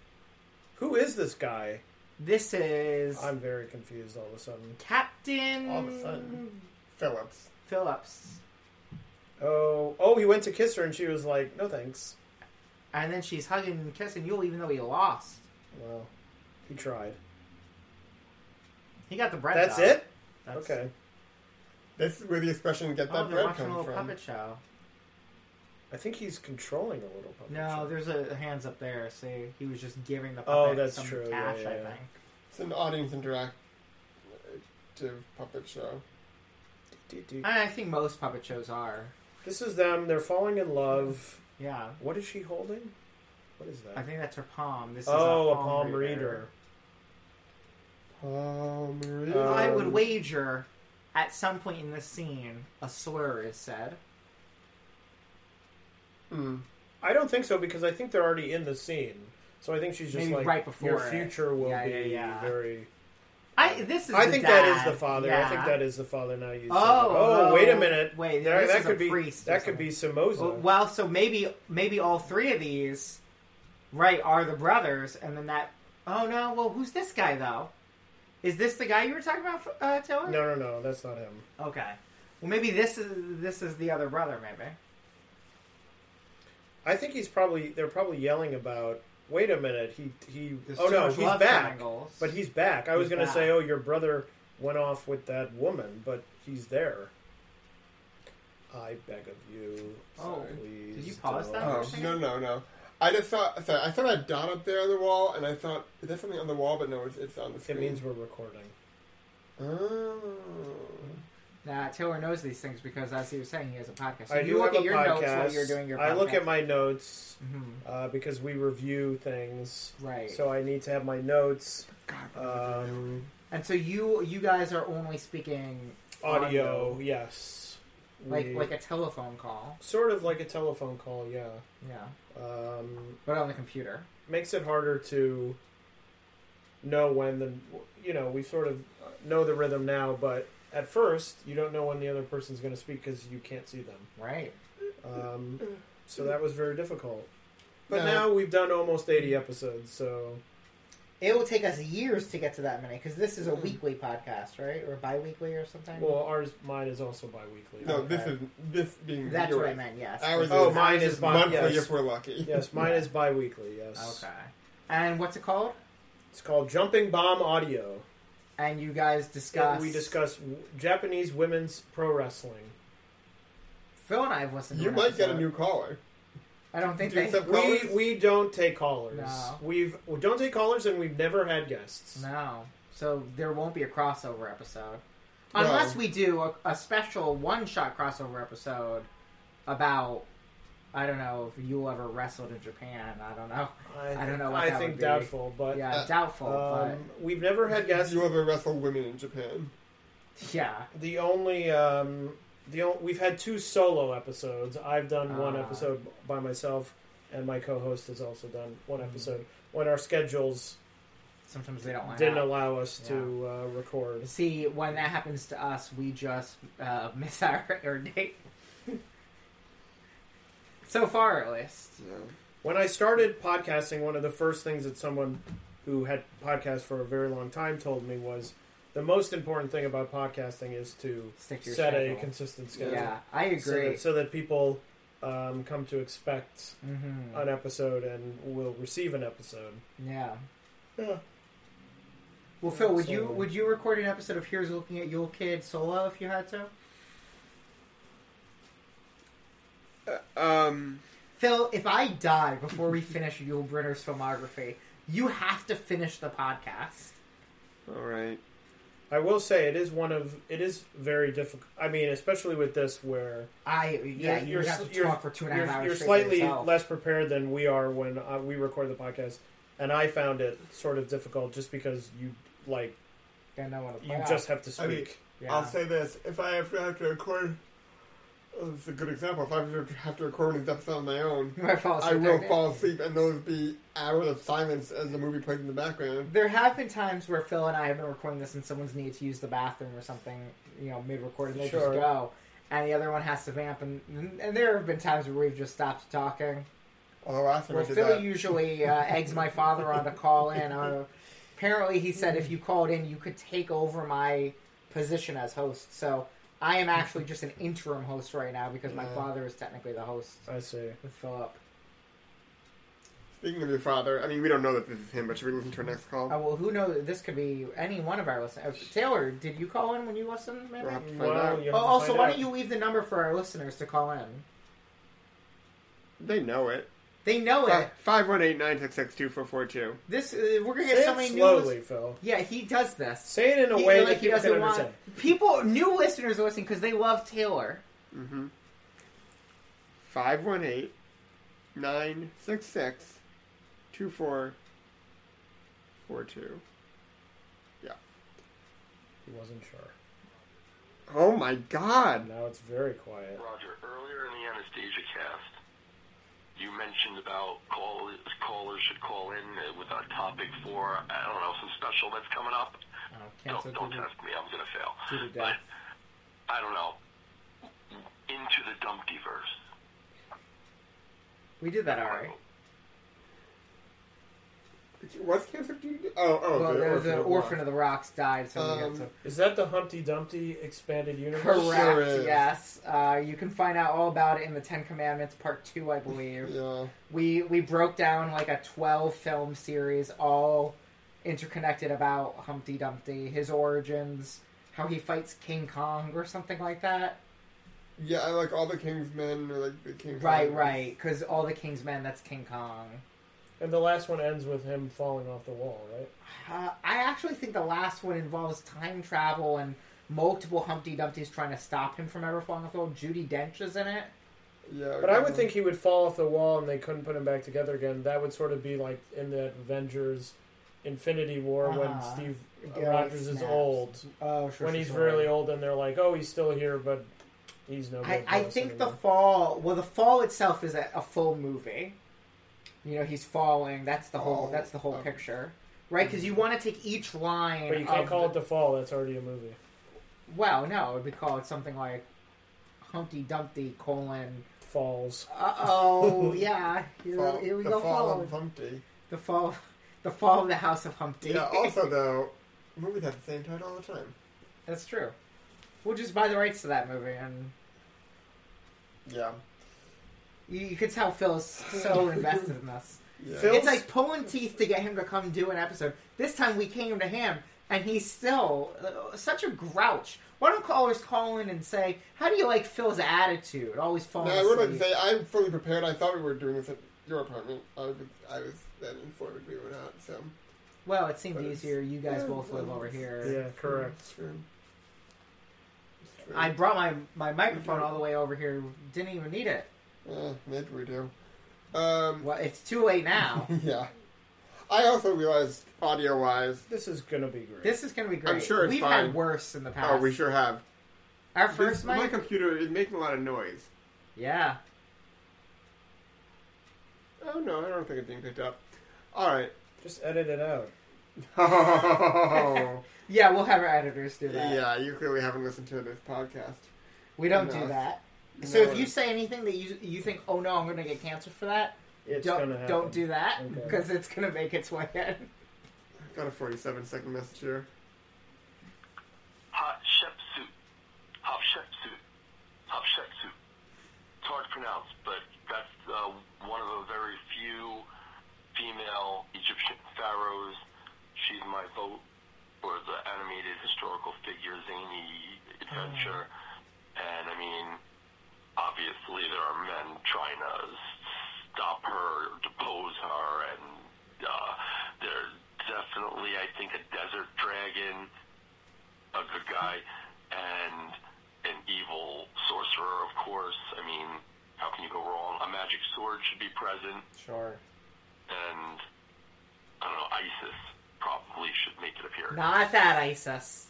C: Who is this guy?
B: This is
C: I'm very confused all of a sudden.
B: Captain
A: All of a sudden. Phillips.
B: Phillips.
C: Oh, oh, he went to kiss her and she was like, "No thanks."
B: And then she's hugging and kissing Yule, even though he lost.
C: Well, he tried.
B: He got the bread.
C: That's
B: though.
C: it.
B: That's,
C: Okay,
A: This is where the expression "get
B: Oh,
A: that
B: they're
A: bread"
B: watching a
A: comes
B: little
A: from.
B: puppet show.
C: I think he's controlling a little. puppet
B: No,
C: show.
B: there's a hands up there. So he was just giving the
C: Oh,
B: puppet
C: that's
B: some
C: true.
B: cash,
C: Yeah, yeah, yeah.
B: I think.
A: It's an audience interactive puppet show.
C: Dude, dude.
B: I, I think most puppet shows are.
C: This is them. They're falling in love.
B: Yeah,
C: What is she holding? What is that?
B: I think that's her palm. This
C: oh,
B: is
C: a palm reader.
A: Um,
C: Uh,
B: I would
C: Um,
B: wager, at some point in this scene, a slur is said.
A: mm.
C: I don't think so because I think they're already in the scene. So I think she's just
B: Maybe
C: like
B: right before
C: your
B: it.
C: future will
B: Yeah,
C: be
B: yeah, yeah.
C: very.
B: I this is.
C: I
B: the
C: think that
B: dad.
C: is the father. I think
B: Yeah.
C: that is the father. Now you.
B: Oh,
C: said that. oh,
B: no.
C: wait a minute.
B: Wait,
C: There-
B: this
C: that
B: is a
C: could be
B: priest or
C: that could be Somoza.
B: Well, well, so maybe maybe all three of these, right, are the brothers, and then that. Oh no! Well, who's this guy though? Is this the guy you were talking about, uh, Taylor?
C: no, no, no, that's not him.
B: Okay. Well, maybe this is this is the other brother. Maybe.
C: I think he's probably they're probably yelling about. Wait a minute. He he.
B: There's
C: oh
B: too
C: no,
B: much
C: he's
B: love
C: back.
B: triangles.
C: But he's back. I was
B: He's
C: going to
B: back.
C: say, oh, your brother went off with that woman, but he's there. I beg of you.
B: Oh,
C: please
B: did you pause that?
C: don't.
A: Oh no no no! I just saw sorry, I saw that dot up there on the wall, and I thought is that something on the wall? But no, it's, it's on the
C: It
A: screen.
C: means we're recording.
A: oh.
B: Nah, Taylor knows these things because, as he was saying, he has a podcast. So
C: I
B: you
C: do
B: look
C: have
B: at
C: a
B: your notes
C: podcast.
B: while you're doing your. Podcast.
C: I look at my notes
B: Mhm.
C: uh, because we review things,
B: Right.
C: so I need to have my notes.
A: God,
C: Um,
B: and so you you guys are only speaking
C: audio, yes.
B: like
C: We-
B: like a telephone call.
C: sort of like a telephone call, yeah.
B: Yeah,
C: Um,
B: but on the computer.
C: makes it harder to know when the you know we sort of know the rhythm now but at first you don't know when the other person's going to speak because you can't see them
B: Right.
C: um, so that was very difficult
A: No.
C: but now we've done almost 80 episodes so
B: It will take us years to get to that many because this is a weekly podcast, right, or bi-weekly or something.
C: well ours mine is also bi-weekly
A: no,
B: Okay.
A: this is this being
B: that's
A: yours.
B: what I meant. Yes.
A: Ours
C: Oh,
A: is
C: mine is bi-
A: monthly
C: yes.
A: if we're lucky.
C: yes mine is bi-weekly yes
B: Okay. And what's it called?
C: it's called jumping bomb audio
B: And you guys discuss.
C: we discuss w- japanese women's pro wrestling
B: Phil and I have listened. to
A: You
B: an
A: might get a
B: episode.
A: new caller.
B: I don't think
A: Do you
B: they.
A: accept
C: we
A: callers?
C: we don't take callers
B: No.
C: we've we don't take callers and we've never had guests
B: No. So there won't be a crossover episode.
A: No.
B: Unless we do a, a special one shot crossover episode about, I don't know, if you ever wrestled in Japan. I don't know.
C: I,
B: I don't know what
C: I
B: that
C: think
B: would be.
C: doubtful, but
B: Yeah,
A: Uh,
B: doubtful,
C: um, we've never had guests.
A: You ever wrestle women in Japan?
B: but yeah.
C: The only um, the on- we've had two solo episodes. I've done one
B: Ah.
C: episode
B: Mm-hmm.
C: by myself, and my co-host has also done one episode when our schedules
B: Sometimes they don't want
C: didn't
B: out.
C: allow us to uh, record.
B: See, when that happens to us, we just uh, miss our air date. so far, at least.
C: When I started podcasting, one of the first things that someone who had podcasts for a very long time told me was the most important thing about podcasting is to
B: Stick to your
C: set
B: schedule.
C: a consistent
B: Yeah,
C: schedule.
B: I agree.
C: So that, so that people um, come to expect
B: Mhm.
C: an episode and will receive an episode.
B: Yeah.
C: Yeah.
B: Well, Phil, would
C: So-
B: you would you record an episode of Here's Looking at Yule Kid solo if you had to?
G: Um,
B: Phil, if I die before we finish Yul Brynner's filmography, you have to finish the podcast.
G: all right.
C: I will say it is one of it is very difficult. I mean, especially with this where
B: I yeah, you would have to talk for two and a half
C: you're-
B: hours.
C: You're
B: straight by
C: slightly
B: yourself.
C: less prepared than we are when uh, we record the podcast, and I found it sort of difficult just because you like
B: Yeah, no one to
C: you
B: play
C: just
B: out.
C: have to
A: I mean,
C: speak.
B: yeah.
A: I'll say this: if I ever have to record, oh, this is a good example. If I ever have to record an episode on my own,
B: You might fall
A: I
B: asleep
A: will
B: during it.
A: fall asleep, and those be hours of silence as the movie plays in the background.
B: There have been times where Phil and I have been recording this, and someone's needed to use the bathroom or something, you know, mid-recording. They
C: Sure.
B: just go, and the other one has to vamp. And, and there have been times where we've just stopped talking.
A: Although last time
B: Well,
A: I did
B: Phil
A: that,
B: usually uh, eggs my father on to call in. Uh, apparently, he said if you called in, you could take over my position as host. So I am actually just an interim host right now because my
A: Yeah.
B: father is technically the host
C: I see.
B: with Philip.
A: speaking of your father, I mean, we don't know that this is him, but should we listen to our next call?
B: Oh, well, who knows? This could be any one of our listeners. Uh, Taylor, did you call in when you listened? Maybe.
A: We'll have to find
C: Well,
A: out.
C: you
B: Oh,
C: have to
B: also,
C: find
B: why
C: out.
B: don't you leave the number for our listeners to call in?
A: They know it.
B: They know it.
A: Five one eight nine six six two four four two.
B: This uh, we're gonna
C: say
B: get so
C: it
B: many new.
C: slowly,
B: lis-
C: Phil?
B: Yeah, he does this.
C: Say it in a
B: He-
C: way
B: like
C: that
B: he
C: people
B: doesn't
C: can
B: want
C: understand.
B: people. New listeners are listening because they love Taylor.
A: Mm-hmm. Five one eight nine six six two four four two.
C: He wasn't sure.
A: Oh my God!
C: Now it's very quiet.
D: Roger, earlier in the Anastasia cast, you mentioned about call, callers should call in uh, with a topic for, I don't know, some special that's coming up.
B: Oh,
D: Don't,
B: cancel
D: don't
B: Google.
D: test me, I'm going to fail.
B: To the
D: But,
B: death.
D: I don't know, into the Dumptyverse.
B: We did that already.
A: What's cancer? Do you? Oh, oh,
B: Well,
A: the
B: there was
A: orphan
B: an
A: of
B: orphan
A: Rock.
B: of the rocks died. So we
A: Um,
B: got to
C: Is that the Humpty Dumpty expanded universe?
B: correct.
A: sure is.
B: yes, uh, you can find out all about it in the Ten Commandments Part Two, I believe.
A: Yeah.
B: we we broke down like a 12 film series all interconnected about humpty dumpty his origins how he fights king kong or something like that
A: Yeah, I like all the King's men or like the King's
B: right
A: men.
B: right because all the king's men that's king kong
C: And the last one ends with him falling off the wall, right?
B: uh, i actually think the last one involves time travel and multiple humpty dumptys trying to stop him from ever falling off the wall judy dench is in it
A: Yeah.
C: But I would think he would fall off the wall and they couldn't put him back together again. That would sort of be like in that Avengers Infinity War when
B: Uh-huh.
C: Steve
B: Yeah,
C: Rogers is
B: snaps.
C: old.
B: oh sure
C: when he's really old and they're like, oh, he's still here, but he's no
B: I,
C: good
B: I
C: to us
B: think the
C: anymore."
B: fall. Well, the fall itself is a, a full movie. You know, he's falling. That's the whole.
A: Oh,
B: that's the whole
A: okay. Mm-hmm.
B: picture, right? Because you want to take each line.
C: But you can't
B: of
C: call
B: the-
C: it the fall. That's already a movie.
B: Well, no, it would be called something like Humpty Dumpty colon.
C: Falls.
B: Uh oh, yeah. Here,
A: Fall-
B: here we
A: the
B: go.
A: fall
B: Fall.
A: of Humpty.
B: The fall. The fall of the House of Humpty.
A: Yeah. oh. Also, though, movies have the same title all the time.
B: that's true. We'll just buy the rights to that movie, and
A: Yeah.
B: you, you could tell Phil's so invested in this.
A: yeah.
C: Phil-
B: It's like pulling teeth to get him to come do an episode. This time we came to him, and he's still uh, such a grouch. Why don't callers call in and say, "How do you like Phil's attitude?" Always falling
A: Now, I would like to
B: asleep.
A: say I'm fully prepared. I thought we were doing this at your apartment. I was, I was then informed we were not. So
B: Well, it seems
A: But it's-
B: easier. You guys
A: yeah,
B: both live
A: well,
B: over here.
C: Yeah, correct.
A: It's true. It's true.
B: I brought my my microphone all the way over here. Didn't even need it.
A: Yeah, Eh, maybe we do. Um,
B: Well, it's too late now.
A: yeah. I also realized audio wise.
C: This is gonna be great.
B: this is going to be great.
A: I'm sure it's
B: We've
A: fine.
B: had worse in the past.
A: Oh, we sure have.
B: Our first
A: This-
B: mic.
A: my computer is making a lot of noise.
B: yeah.
A: Oh no, I don't think it's being picked up. All right.
C: Just edit it out.
B: Yeah, we'll have our editors do that.
A: yeah, you clearly haven't listened to this podcast.
B: We don't
A: No.
B: do that. So if
A: No.
B: you say anything that you you think, oh no, I'm going to get cancer for that,
C: It's
B: don't
C: gonna happen.
B: don't do that
C: Okay.
B: because it's going to make its way in.
A: I got a 47 second message here.
D: Hot chef soup. Hot chef soup. Hot chef soup. It's hard to pronounce, but that's uh, one of the very few female Egyptian pharaohs. She's my vote for the animated historical figure zany adventure. And I mean, obviously there are men trying to stop her, depose her, and uh, there's definitely, I think, a desert dragon a good guy and an evil sorcerer, of course. I mean, how can you go wrong? A magic sword should be present,
C: Sure.
D: and I don't know, ISIS probably should make it appear.
B: Not that ISIS.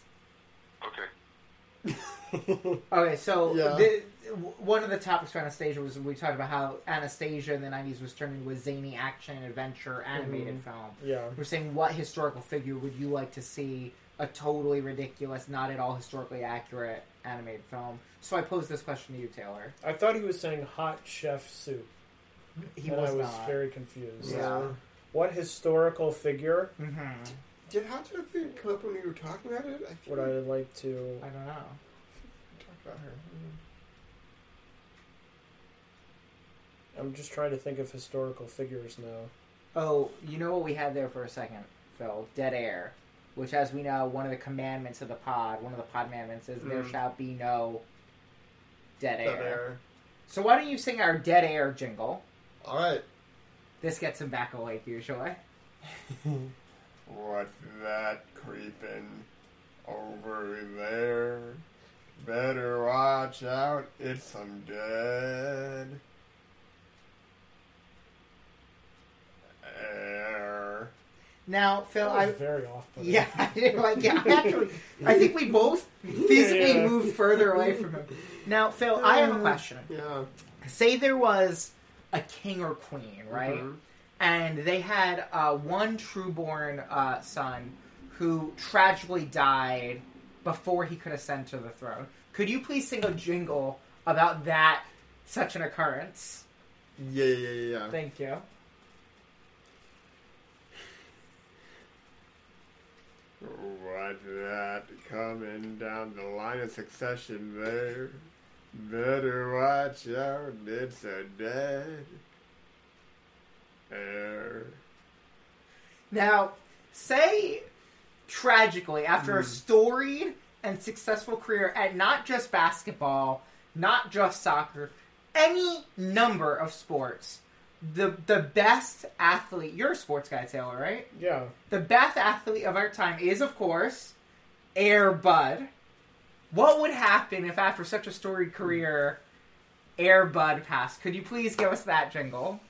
D: Okay.
B: Okay, so
A: Yeah.
B: the, w- one of the topics for Anastasia was we talked about how Anastasia in the '90s was turned into a zany action adventure animated film.
C: Yeah.
B: We're saying what historical figure would you like to see a totally ridiculous, not at all historically accurate animated film? So I posed this question to you, Taylor.
C: I thought he was saying hot chef soup.
B: He
C: and
B: was,
C: I was
B: not.
C: very confused.
B: Yeah.
C: What historical figure
B: Mhm.
A: Did how did that thing come up when we were talking about it? I
C: would I like to?
B: I don't know.
A: talked about her.
C: I'm just trying to think of historical figures now.
B: Oh, you know what we had there for a second, Phil? Dead air. Which, as we know, one of the commandments of the pod, one of the pod commandments is there
A: Mm.
B: shall be no dead air.
A: Dead air.
B: So why don't you sing our dead air jingle?
A: All right.
B: This gets him back awake usually.
A: What's that creeping over there? Better watch out, it's some dead air.
B: Now, Phil,
C: That
B: I
C: was very off.
B: yeah, like yeah, I actually, I think we both physically
C: Yeah.
B: moved further away from him. Now, Phil, I
C: Mm.
B: have a question.
A: Yeah.
B: Say there was a king or queen, right?
A: Mhm.
B: and they had uh, one trueborn uh, son who tragically died before he could ascend to the throne. Could you please sing a jingle about that such an occurrence?
A: Yeah, yeah, yeah, yeah.
B: Thank you.
A: What's that coming down the line of succession there? Better watch out, it's a dead air.
B: Now, say tragically, after a storied and successful career at not just basketball, not just soccer, any number of sports, the the best athlete, you're a sports guy, Taylor, right?
C: Yeah.
B: The best athlete of our time is, of course, Air Bud. What would happen if, after such a storied career, Air Bud passed? Could you please give us that jingle?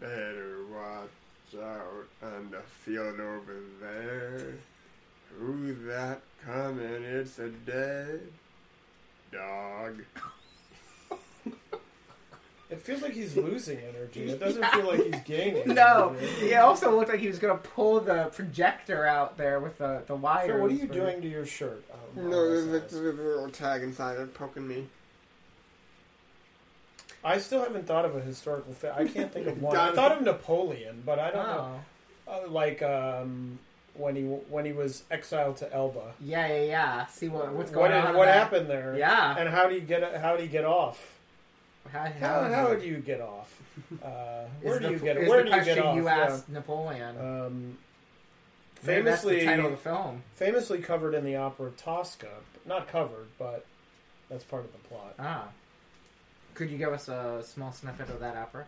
A: Better watch out on the field over there. Who's that coming? It's a dead dog.
C: It feels like he's losing energy. It doesn't feel like he's gaining.
B: No,
C: energy.
B: he also looked like he was going to pull the projector out there with the the wire.
C: So what are you doing to your shirt?
A: No,
C: Um,
A: there's a,
C: Alice
A: there's a little tag inside it poking me.
C: asked. I still haven't thought of a historical fit. I can't think of one. I
A: Donovan-
C: thought of Napoleon, but I don't know.
B: Oh,
C: Uh, like um, when he when he was exiled to Elba.
B: yeah, yeah, yeah. See what what's
C: What
B: going on.
C: did-
B: in
C: what
B: that-
C: happened there?
B: Yeah.
C: And how do you get how do you get off?
B: How,
C: How, how do you get off? Uh,
B: Uh-huh. is
C: where do
B: the-
C: you get
B: is
C: where
B: the
C: do you get
B: question
C: off?
B: You
C: Yeah.
B: asked Napoleon.
C: Um,
B: Maybe that's the
C: famously,
B: title of the film.
C: famously covered in the opera Tosca. Not covered, but that's part of the plot.
B: Ah. Could you give us a small snippet of that opera?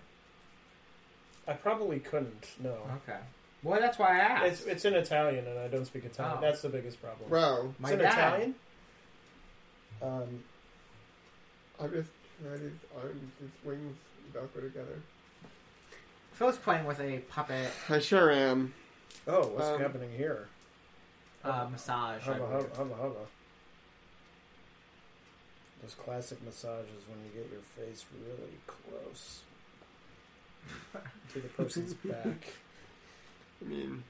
C: I probably couldn't. No,
B: Okay. Well, that's why I asked.
C: it's it's in Italian, and I don't speak Italian.
B: Oh.
C: That's the biggest problem.
A: Wow,
B: My
C: it's in
B: dad.
C: Italian. Um,
A: I just had his arms, his wings backward together.
B: Phil's playing with a puppet
A: I sure am.
C: oh, what's
A: Um,
C: happening here?
B: uh, massage. I
C: Hubba
B: believe.
C: hubba hubba hubba. Those classic massages when you get your face really close to the person's back.
A: I mean,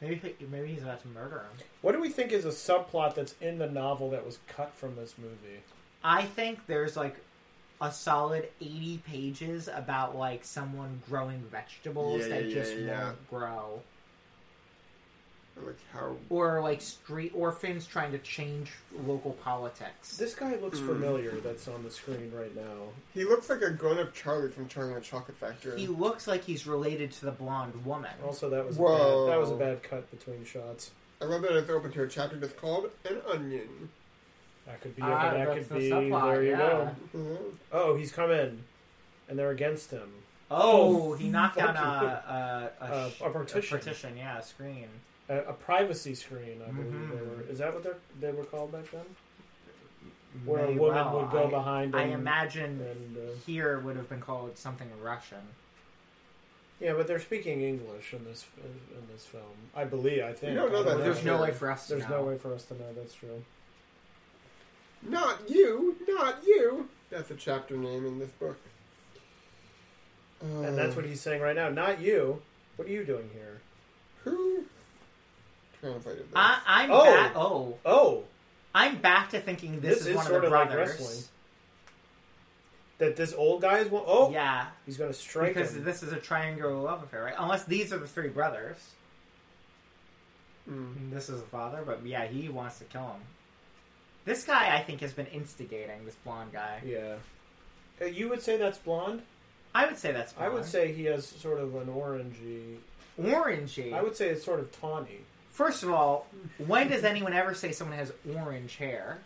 B: Maybe maybe he's about to murder him.
C: What do we think is a subplot that's in the novel that was cut from this movie?
B: I think there's like a solid 80 pages about like someone growing vegetables
A: Yeah,
B: that
A: yeah,
B: just
A: yeah, yeah.
B: won't grow
A: like how
B: or like street orphans trying to change local politics.
C: This guy looks
A: Mm.
C: familiar. That's on the screen right now.
A: he looks like a grown-up Charlie from Charlie and the Chocolate Factory.
B: he looks like he's related to the blonde woman.
C: Also, that was a
A: Whoa.
C: bad, that was a bad cut between shots.
A: I love that it's open to a chapter that's called "An Onion."
C: That could be.
B: Ah,
C: that
B: that's
C: could
B: the
C: be.
B: subplot,
C: There you
B: yeah.
C: go.
A: Mhm.
C: Oh, he's come in, and they're against him.
B: Oh,
C: Oh,
B: he knocked down
C: fuck
B: a a,
C: Uh,
B: sh-
C: a partition.
B: partition, yeah, a screen.
C: A, a privacy screen, I believe. They
B: Mhm.
C: were. Is that what they they were called back then? Where a
B: May
C: woman
B: well.
C: would go
B: I,
C: behind.
B: I
C: him
B: imagine
C: And uh,
B: here would have been called something Russian.
C: yeah, but they're speaking English in this in this film. I believe. I think.
A: don't know
C: I
A: that
B: There's
A: Yeah.
B: no way for us to
C: There's
B: know.
C: no way for us to know. That's true.
A: Not you, not you. That's a chapter name in this book. Uh,
C: And that's
B: Mm.
C: what
A: he.
C: he's saying right now. Not you. What are you doing here?
A: Who translated this?
B: I, I'm
C: Oh.
B: back. Oh,
C: Oh,
B: I'm back to thinking this,
C: This
B: is,
C: is
B: one
C: sorta
B: of the
C: like
B: brothers.
C: wrestling. that this old guy is one. Oh,
B: yeah,
C: he's going to strike
B: because
C: him.
B: this is a triangular love affair, right? Unless these are the three brothers.
A: Mm.
B: And This is the father, but yeah, he wants to kill him. This guy, I think, has been instigating this blonde guy.
C: Yeah. Uh, You would say that's blonde.
B: I would say that's.
C: I would
B: blonde.
C: say he has sort of an orangey.
B: orangey.
C: I would say it's sort of tawny.
B: First of all, when does anyone ever say someone has orange hair?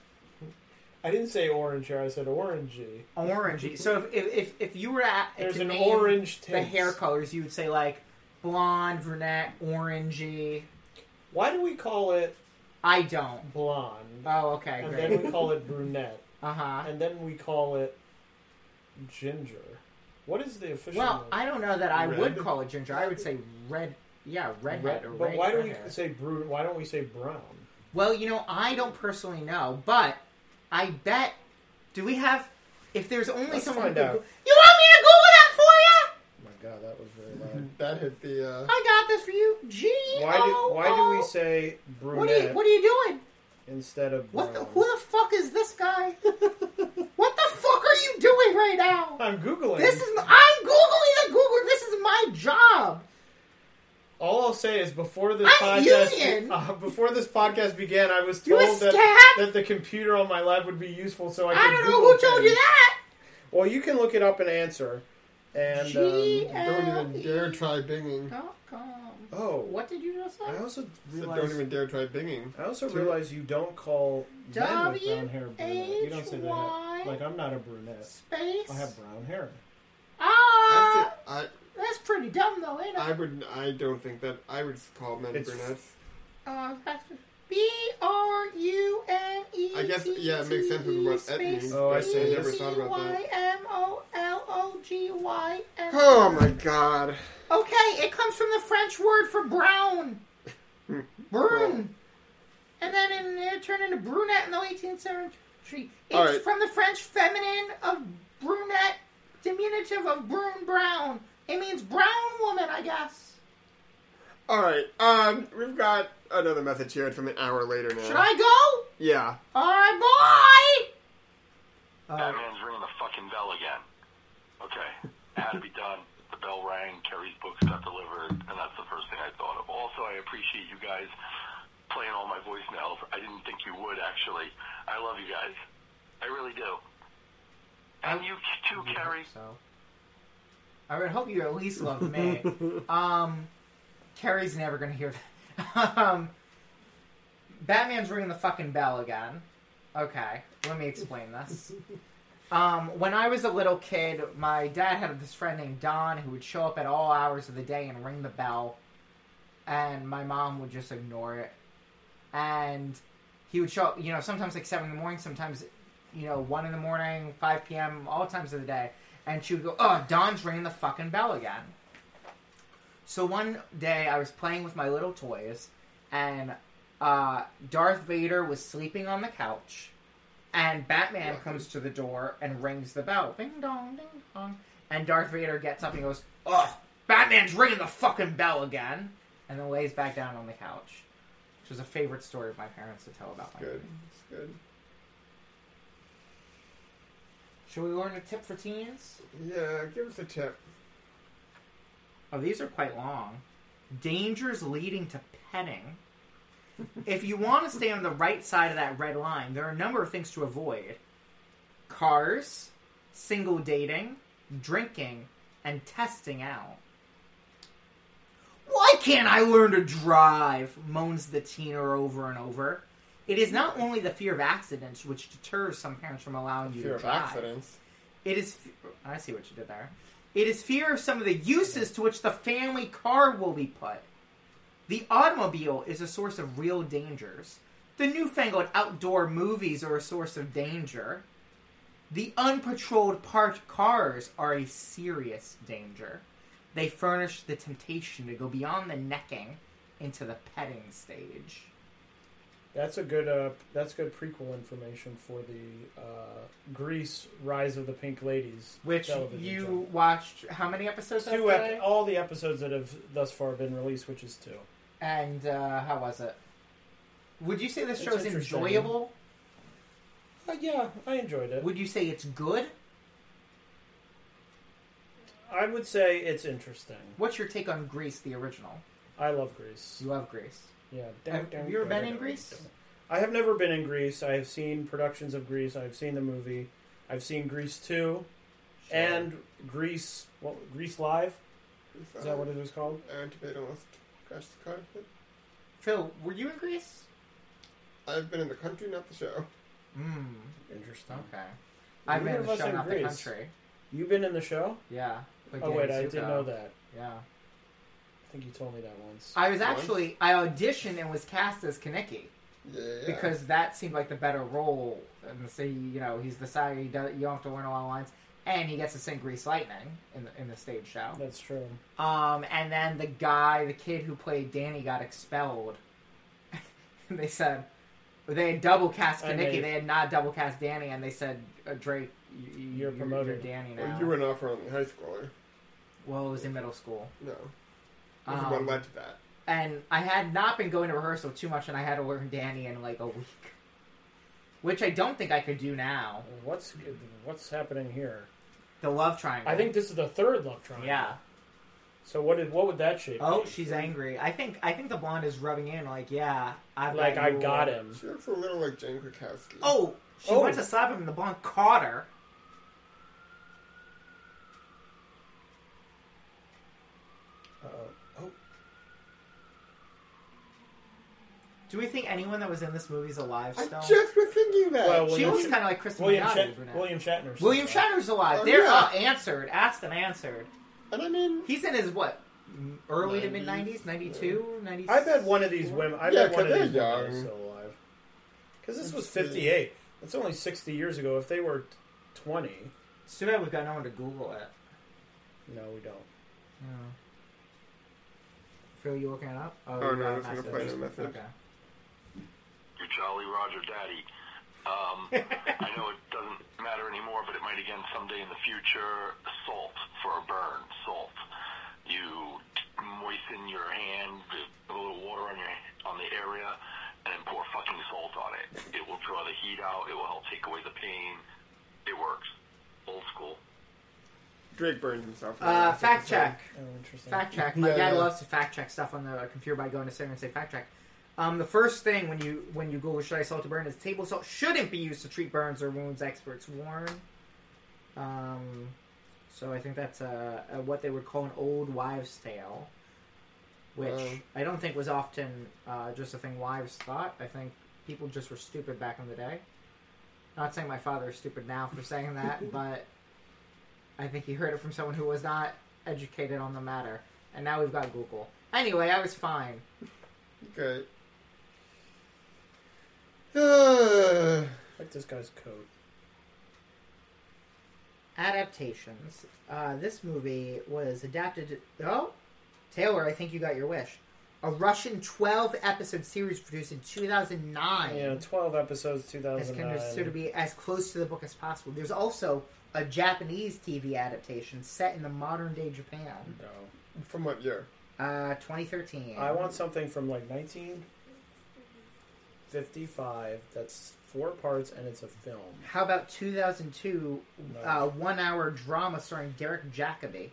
C: I didn't say orange hair. I said orangey.
B: Orangey. So if if, if, if you were at
C: There's
B: to
C: an
B: name
C: orange
B: the
C: tint.
B: hair colors, you would say like blonde, brunette, orangey.
C: Why do we call it
B: I don't.
C: blonde?
B: Oh, okay,
C: And then we
B: great.
C: call it brunette.
B: Uh huh.
C: And then we call it ginger. What is the official?
B: Well,
C: name?
B: I don't know that I would
A: Red.
B: call it ginger. I would say red. Yeah, redhead or
C: but
B: red.
C: why do we
B: redhead.
C: say brun? Why don't we say brown?
B: Well, you know, I don't personally know, but I bet. Do we have? If there's only
C: Let's
B: someone,
C: find
B: who
C: out.
B: could- you want me to Google that for you?
C: Oh my god, that was very loud.
A: Uh, That hit the. Uh,
B: I got this for you. G.
C: Why do why do we say
B: What are
C: brunette
B: you, what are you doing?
C: instead of brown?
B: What the, who the fuck is this guy? what the fuck are you doing right now?
C: I'm googling.
B: This is I'm googling the Google. This is my job.
C: All I'll say is before this
B: I'm
C: podcast
B: union.
C: uh, before this podcast began, I was
B: You a
C: told that,
B: scab?
C: that the computer on my lab would be useful, so I.
B: I
C: could
B: don't know
C: Google
B: who told you
C: things.
B: that.
C: Well, you can look it up and answer. And
B: Gee,
C: um,
B: uh,
A: don't even dare try binging.
B: Don't come.
C: oh,
B: What did you just say?
C: I also
A: So don't
C: realized
A: even dare try binging.
C: I also realize you don't call men with brown hair brunette. You don't say
B: W H Y.
C: that. Like I'm not a brunette.
B: Space.
C: I have brown hair.
B: Ah,
A: That's it. I
B: that's pretty dumb though, ain't
A: I
B: it?
A: would I don't think that I would call men
C: It's-
A: brunettes.
B: Uh, that's B R U N E.
A: I guess yeah, it makes sense with what that means.
C: Oh, I
A: but
C: see.
A: I never thought about that. Oh
B: Oh
A: my god.
B: Okay, it comes from the French word for brown. Brune. And then in, it turned into brunette in the 18th century. It's
A: All right.
B: from the French feminine of brunette, diminutive of brune brown. It means brown woman, I guess.
A: All right. Um, we've got another message here. It's from an hour later now.
B: Should I go?
A: Yeah.
B: All right, bye!
D: That man's ringing the fucking bell again. Okay, it had to be done. The bell rang. Carrie's books got delivered, and that's the first thing I thought of. Also, I appreciate you guys playing all my voicemails. I didn't think you would actually. I love you guys. I really do. And you too, Carrie.
B: So, I would hope you at least love me. um, Carrie's never gonna hear that. um, Batman's ringing the fucking bell again. Okay, let me explain this. Um, when I was a little kid, my dad had this friend named Don who would show up at all hours of the day and ring the bell, and my mom would just ignore it. And he would show up, you know, sometimes like seven in the morning, sometimes you know, one in the morning, five p.m., all times of the day, and she would go, "Oh, Don's ringing the fucking bell again." So one day, I was playing with my little toys, and uh, Darth Vader was sleeping on the couch, and Batman comes to the door and rings the bell, ding dong, ding dong, and Darth Vader gets up and goes, "Ugh, Batman's ringing the fucking bell again," and then lays back down on the couch, which was a favorite story of my parents to tell about my.
A: Good. It's good.
B: Should we learn a tip for teens?
A: Yeah, give us a tip.
B: Oh, these are quite long. Dangers leading to petting. if you want to stay on the right side of that red line, there are a number of things to avoid cars, single dating, drinking, and testing out. Why can't I learn to drive? moans the teener over and over. It is not only the fear of accidents which deters some parents from allowing you
A: Fear
B: to
A: of
B: drive.
A: accidents.
B: It is. I see what you did there. It is fear of some of the uses to which the family car will be put. The automobile is a source of real dangers. The newfangled outdoor movies are a source of danger. The unpatrolled parked cars are a serious danger. They furnish the temptation to go beyond the necking into the petting stage.
C: That's a good. Uh, that's good prequel information for the uh, Grease Rise of the Pink Ladies,
B: Which
C: television
B: you
C: show.
B: watched how many episodes? of
C: two
B: today?
C: ep- all the episodes that have thus far been released, which is two.
B: And uh, how was it? Would you say this
C: It's
B: show is
C: interesting.
B: enjoyable?
C: Uh, yeah, I enjoyed it.
B: Would you say it's good?
C: I would say it's interesting.
B: What's your take on Grease, the original?
C: I love Greece.
B: You love Greece.
C: Yeah.
B: Have- have you ever been in Greece?
C: I have never been in Greece. I have seen productions of Greece. I've seen the movie. I've seen Greece 2 and Greece well, Greece Live. Is
B: Uh-huh.
C: that what it was called?
A: Antibate almost crashed the carpet.
B: Phil, were you in Greece?
A: I've been in the country, not the show.
B: Mm,
C: Interesting.
B: okay. I've been
C: Neither
B: in
C: of
B: the
C: us
B: show,
C: in
B: not the
C: Greece.
B: country.
C: You've been in the show?
B: Yeah. with
C: oh wait,
B: Danny
C: I
B: Zuko.
C: didn't know that.
B: Yeah.
C: I think you told me that once.
B: I was
A: Once?
B: actually, I auditioned and was cast as Kaneki.
A: Yeah.
B: because that seemed like the better role. And so you know, he's the side he does, you don't have to learn a lot of lines, and he gets to sing "Grease Lightning" in the in the stage show.
C: That's true.
B: Um, and then the guy, the kid who played Danny, got expelled. and they said they had double cast
C: I
B: Kaniki,
C: made-
B: they had not double cast Danny, and they said uh, Drake, you, you-
C: You're promoted.
B: Danny now.
A: well, Oh, you were an offer only high eh? schooler.
B: well, it was in middle school.
A: No.
B: Um,
A: Everyone led to that.
B: and I had not been going to rehearsal too much, and I had to learn Danny in like a week, which I don't think I could do now.
C: Uh, What's what's happening here?
B: The love triangle.
C: I think this is the third love triangle.
B: Yeah.
C: So what did what would that shape?
B: Oh,
C: be?
B: she's angry. I think. I think the blonde is rubbing in. Like, yeah, I
C: like I got him.
A: She looks a little like Jane Krakowski.
B: Oh, she
C: Oh.
B: went to slap him, and the blonde caught her.
C: Uh-oh. Oh,
B: Do we think anyone that was in this movie is alive
A: I
B: still?
A: just was thinking that.
C: Well,
B: she
C: William
B: looks
C: Shat-
B: kind of like Kristen
C: William,
B: Wiig,
C: Shat-
B: brunette.
C: William Shatner.
B: William
C: said that.
B: Shatner's alive.
A: Oh,
B: They're
A: yeah.
B: all answered, asked and answered.
A: and I mean,
B: He's in his what? Early to mid
A: 90s?
B: nineties, 92, 96.
C: I bet one of these women. I
A: Yeah,
C: bet one
A: 'cause
C: of these
A: they're
C: women is
A: young.
C: still alive. Because this was
A: Let's see.
C: fifty-eight. That's only sixty years ago. If they were twenty,
B: It's too bad we've got no one to Google it.
C: no, we don't.
B: Yeah. Phil, you looking it up?
A: Oh,
B: you
A: no,
B: got a
A: I was gonna play the message.
B: Okay.
D: You're Jolly Roger Daddy. Um, I know it doesn't matter anymore, but it might again someday in the future. Salt for a burn. Salt. You moisten your hand, put a little water on your on the area, and then pour fucking salt on it. It will draw the heat out. It will help take away the pain. It works. Old school.
A: Drake burned himself.
B: Uh, fact check.
C: Oh, interesting.
B: Fact check. My
A: Yeah,
B: dad
A: yeah.
B: loves to fact check stuff on the computer by going to Sarah and say fact check. Um, the first thing when you when you Google should I salt to burn is table salt shouldn't be used to treat burns or wounds. Experts warn. Um, so I think that's uh uh what they would call an old wives' tale, which
A: Wow.
B: I don't think was often uh, just a thing wives thought. I think people just were stupid back in the day. Not saying my father is stupid now for saying that, but I think he heard it from someone who was not educated on the matter. And now we've got Google. Anyway, I was fine.
A: Okay. Uh,
C: I like this guy's coat.
B: Adaptations. Uh, this movie was adapted. To, oh, Taylor, I think you got your wish. a Russian 12 episode series produced in 2009.
C: Yeah, twelve episodes, two
B: As
C: thousand
B: considered to
C: nine.
B: be as close to the book as possible. There's also a Japanese TV adaptation set in the modern day Japan,
C: No,
A: From what year?
B: uh, 2013.
C: I want something from like nineteen fifty-five. That's four parts, and it's a film.
B: How about 2002,
C: No.
B: uh, one hour drama starring Derek Jacobi?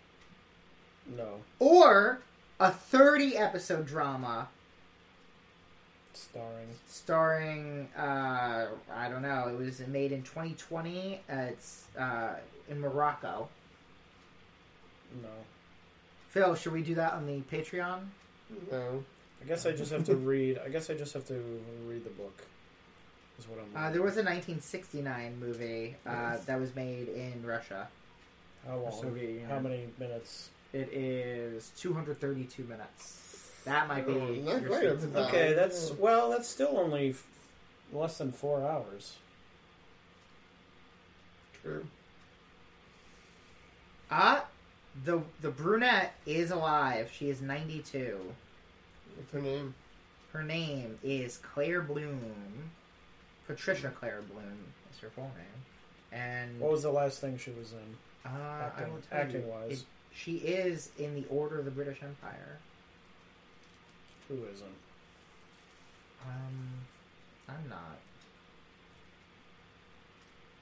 C: No,
B: Or a 30 episode drama
C: starring.
B: starring, uh, I don't know, it was made in 2020. Uh, it's uh, in Morocco.
C: No,
B: Phil, should we do that on the Patreon?
A: No.
C: I guess I just have to read. I guess I just have to read the book. Is what I'm.
B: Uh, there was a 1969 movie uh, that was made in Russia.
C: how long?
B: Soviet Union.
C: How many minutes?
B: It is 232 minutes. That might be.
A: Oh, not
B: your
A: right
B: sweet
A: up to
B: spot.
A: that.
C: Okay,
A: Um,
C: that's well. That's still only f- less than four hours.
A: True.
B: Ah, the the brunette is alive. She is 92.
A: What's her name?
B: Her name is Claire Bloom. Patricia Claire Bloom is her full name. And
C: What was the last thing she was in?
B: uh, I will
C: Acting,
B: tell
C: acting
B: you,
C: wise,
B: it- she is in the Order of the British Empire.
C: who isn't?
B: Um, I'm not.